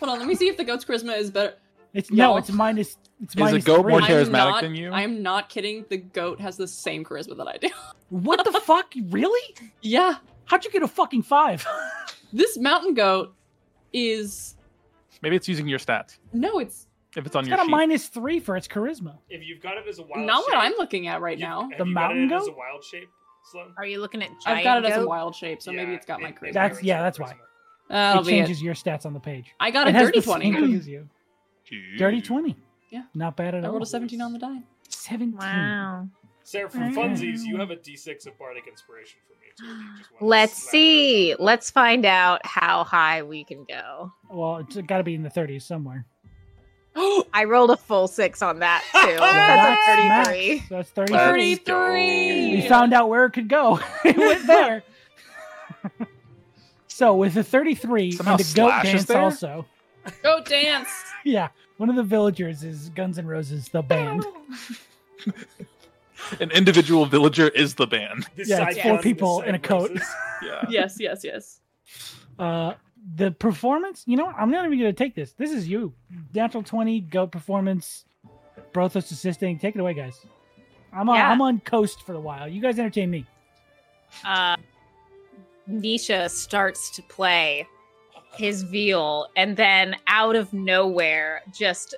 Hold on, let me see if the goat's charisma is better. it's no, No. it's minus. It's Is a minus goat three. more I'm charismatic not- than you? I'm not kidding. The goat has the same charisma that I do. <laughs> What the fuck? Really? yeah, How'd you get a fucking <laughs> five? this mountain goat is Maybe it's using your stats no, it's if it's on It's your got a sheet. minus three for its charisma. If you've got it as a wild not shape, what I'm looking at right now. The the you mountain mountain got it as a goat? wild shape. Sloan? Are you looking at giant I've got it as a goat? wild shape, so maybe it's got my charisma. That's- yeah, that's why. That'll it be it. changes your stats on the page. I got a it has dirty the same twenty. thing as you. Dirty twenty. Yeah. Not bad at I all. rolled a seventeen on the die. <gasps> Seventeen. Wow. Sarah, for Okay. funsies, you have a D6 of bardic inspiration for me. Too, if you just wanna Let's slap it. see. Let's find out how high we can go. Well, it's got to be in the thirties somewhere. I rolled a full six on that too. That's That's a 33. max. So that's thirty. Let's We go. Thirty-three. found out where it could go. <laughs> it went <laughs> there. so with the thirty-three Somehow and the goat Slash is dance there? also. Goat dance. Yeah, one of the villagers is Guns N' Roses, the band. An individual villager is the <laughs> band. This Yeah, side it's four one, this people side in a coat. roses. Yeah. <laughs> yes, yes, yes. Uh, the performance, you know, what? I'm not even going to take this. This is you, natural twenty goat performance. Brothos assisting. Take it away, guys. I'm on, Yeah. I'm on coast for a while. You guys entertain me. uh, Nisha starts to play his viol, and then out of nowhere, just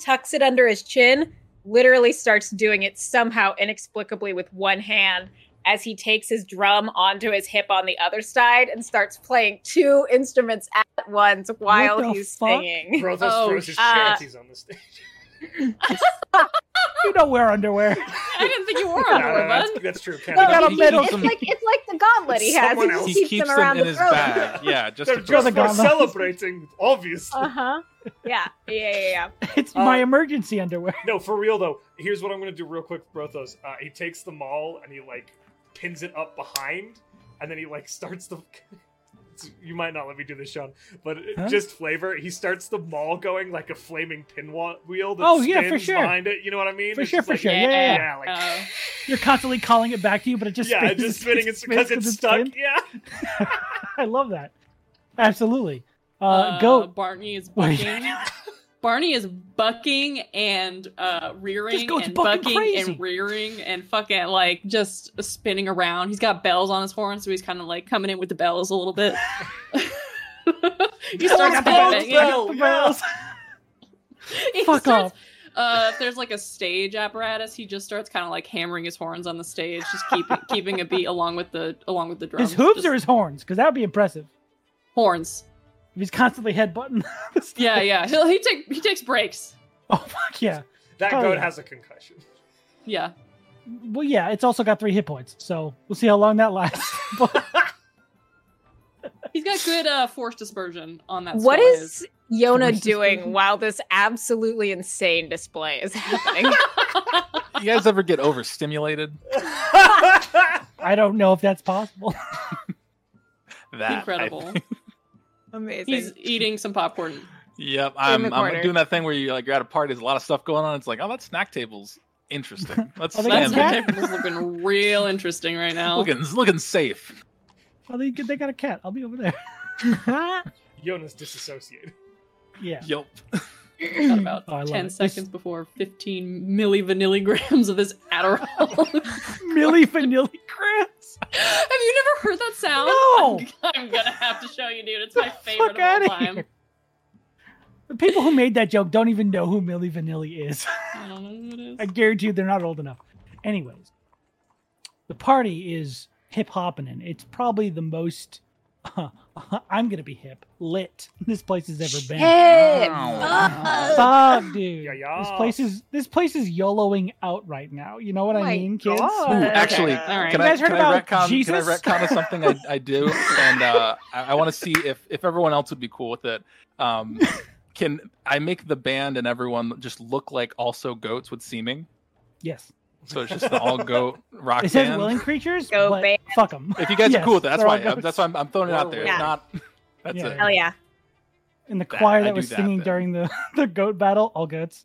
tucks it under his chin, literally starts doing it somehow inexplicably with one hand as he takes his drum onto his hip on the other side and starts playing two instruments at once What the while he's fuck? singing. Brothos Oh, throws his uh, panties on the stage. You don't wear underwear. <laughs> I didn't think you were No, on no, one, bud. <laughs> that's, that's true. Can't No, be- got a he medal. keeps It's them- Like it's like the gauntlet he has. Someone He <laughs> just else. he he keeps, them around in the his throat. bag. <laughs> Yeah, just They're to- throw just the for <laughs> gauntlet. celebrating, obviously. Uh Uh-huh. huh. Yeah. Yeah. Yeah. Yeah. It's Uh, my emergency underwear. <laughs> No, for real though. Here's what I'm gonna do real quick, Brothos. Uh, he takes the maul and he like pins it up behind, and then he like starts the. <laughs> You might not let me do this, Sean, but it- Huh? just flavor. He starts the maul going like a flaming pinwheel wheel that Oh, yeah, for spins sure. behind it. You know what I mean? For It's sure, just for like- sure. Yeah, yeah, yeah, like Uh, You're constantly calling it back to you, but <laughs> it just yeah, spins. just spinning. It's because spins it's, stuck. spins. Yeah. I love that. Absolutely. Uh, uh, goat. Barney is Wait. bucking. Barney is bucking and uh, This rearing goat's and bucking bucking crazy. and rearing and fucking like just spinning around. He's got bells on his horn, so he's kind of like coming in with the bells a little bit. <laughs> he starts Bells, bells, banging. bells, bells. He Fuck starts- off. Uh, if there's like a stage apparatus, he just starts kind of like hammering his horns on the stage, just keeping keeping a beat along with the along with the drums. His hooves Just or his horns? Because that would be impressive. horns. If he's constantly headbutting. the stuff. Yeah, yeah. He'll, he take he takes breaks. <laughs> Oh fuck yeah. That Oh, goat yeah. has <laughs> a concussion. Yeah. Well, yeah. It's also got three hit points, so we'll see how long that lasts. <laughs> But He's got good uh, force dispersion on that. What skull of is Yona Forces doing moving. while this absolutely insane display <laughs> is happening? you guys ever get overstimulated? I don't know if that's possible. That his? I <laughs> incredible? think- Amazing. He's eating some popcorn. Yep, I'm, I'm corner. doing that thing where you like you're at a party, there's a lot of stuff going on. It's like, oh, that snack table's interesting. Let's Are they stand That's got there. <laughs> cat? ridiculous. looking real interesting right now. Looking, it's looking safe. Well, they, they got a cat. I'll be over there. Jonas disassociated. Yeah. Yep. Got about Oh, I love ten it. seconds before fifteen milli vanilligrams of this Adderall. <laughs> Millie Vanilli Grants. Have you never heard that sound? No. I'm, I'm gonna have to show you, dude. It's <laughs> my favorite Fuck of out all of time. here. The people who made that joke don't even know who Millie Vanilli is. <laughs> I don't know who it I is. guarantee you they're not old enough. Anyways, the party is hip hopping. It's probably the most <laughs> I'm gonna be hip, lit. This place has ever been. Wow. Fuck, dude. Yeah, yeah. This place is this place is YOLOing out right now. You know what My I mean, kids? God. Ooh, Okay. actually, All right. can, You I, guys heard can, I about retcon, can I Jesus? retcon of something I, <laughs> I do? And uh, I, I want to see if, if everyone else would be cool with it. Um, can I make the band and everyone just look like also goats with seeming? Yes. So it's just the <laughs> all goat rock It says band. willing creatures, Go but band. fuck them. If you guys are Yes, cool with that, that's they're all why. I, goats. that's why I'm, I'm throwing it out there. It's Yeah. not. That's Yeah. it. Hell Oh, yeah. And the That- choir I that do was that singing then. during the, <laughs> the goat battle, all goats.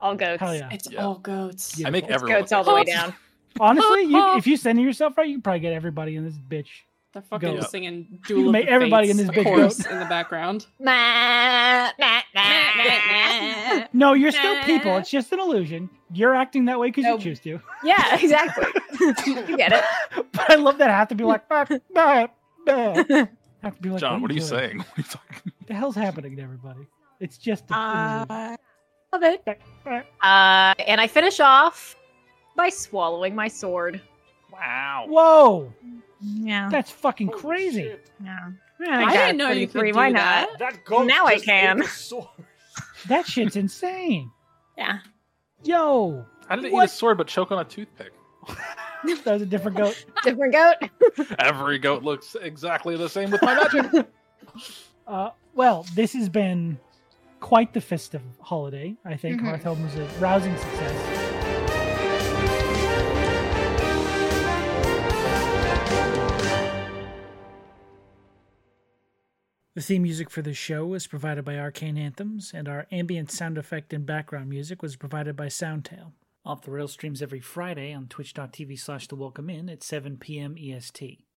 All goats. Hell <laughs> yeah. It's Yeah. all goats. Yeah. I make It's everyone. Goats all look the like way goats. down. Honestly, Oh. you, if you center yourself right, you can probably get everybody in this bitch. They're fucking Goat. singing Duel of make the everybody Fates, in this of big course, goat. in the background. Nah, nah, nah, nah, nah. No, you're still people. Nah. It's just an illusion. You're acting that way because No. you choose to. <laughs> Yeah, exactly. <laughs> you get it. <laughs> But I love that I have to be like, bah, bah, <laughs> bah. I have to be like, <laughs> John, what are you doing? saying? <laughs> What are you talking? What the hell's happening to everybody? It's just. an illusion. Uh, love it. Uh, and I finish off by swallowing my sword. Wow. Whoa, Yeah. that's fucking Holy crazy. shit. Yeah. I I, got didn't know you could 33, do why that. That goat Now I just ate can. the sword. That <laughs> shit's insane. Yeah. Yo, How did it eat a What? sword but choke on a toothpick? that was a different goat. Different goat. Every goat looks exactly the same with my magic. Uh, well, this has been quite the festive holiday. I think Mhm. Hearth Home was a rousing success. The theme music for this show was provided by Arcane Anthems, and our ambient sound effect and background music was provided by Soundtail. E Off the Rail streams every Friday on twitch.tv slash the welcome in at 7 p.m. EST.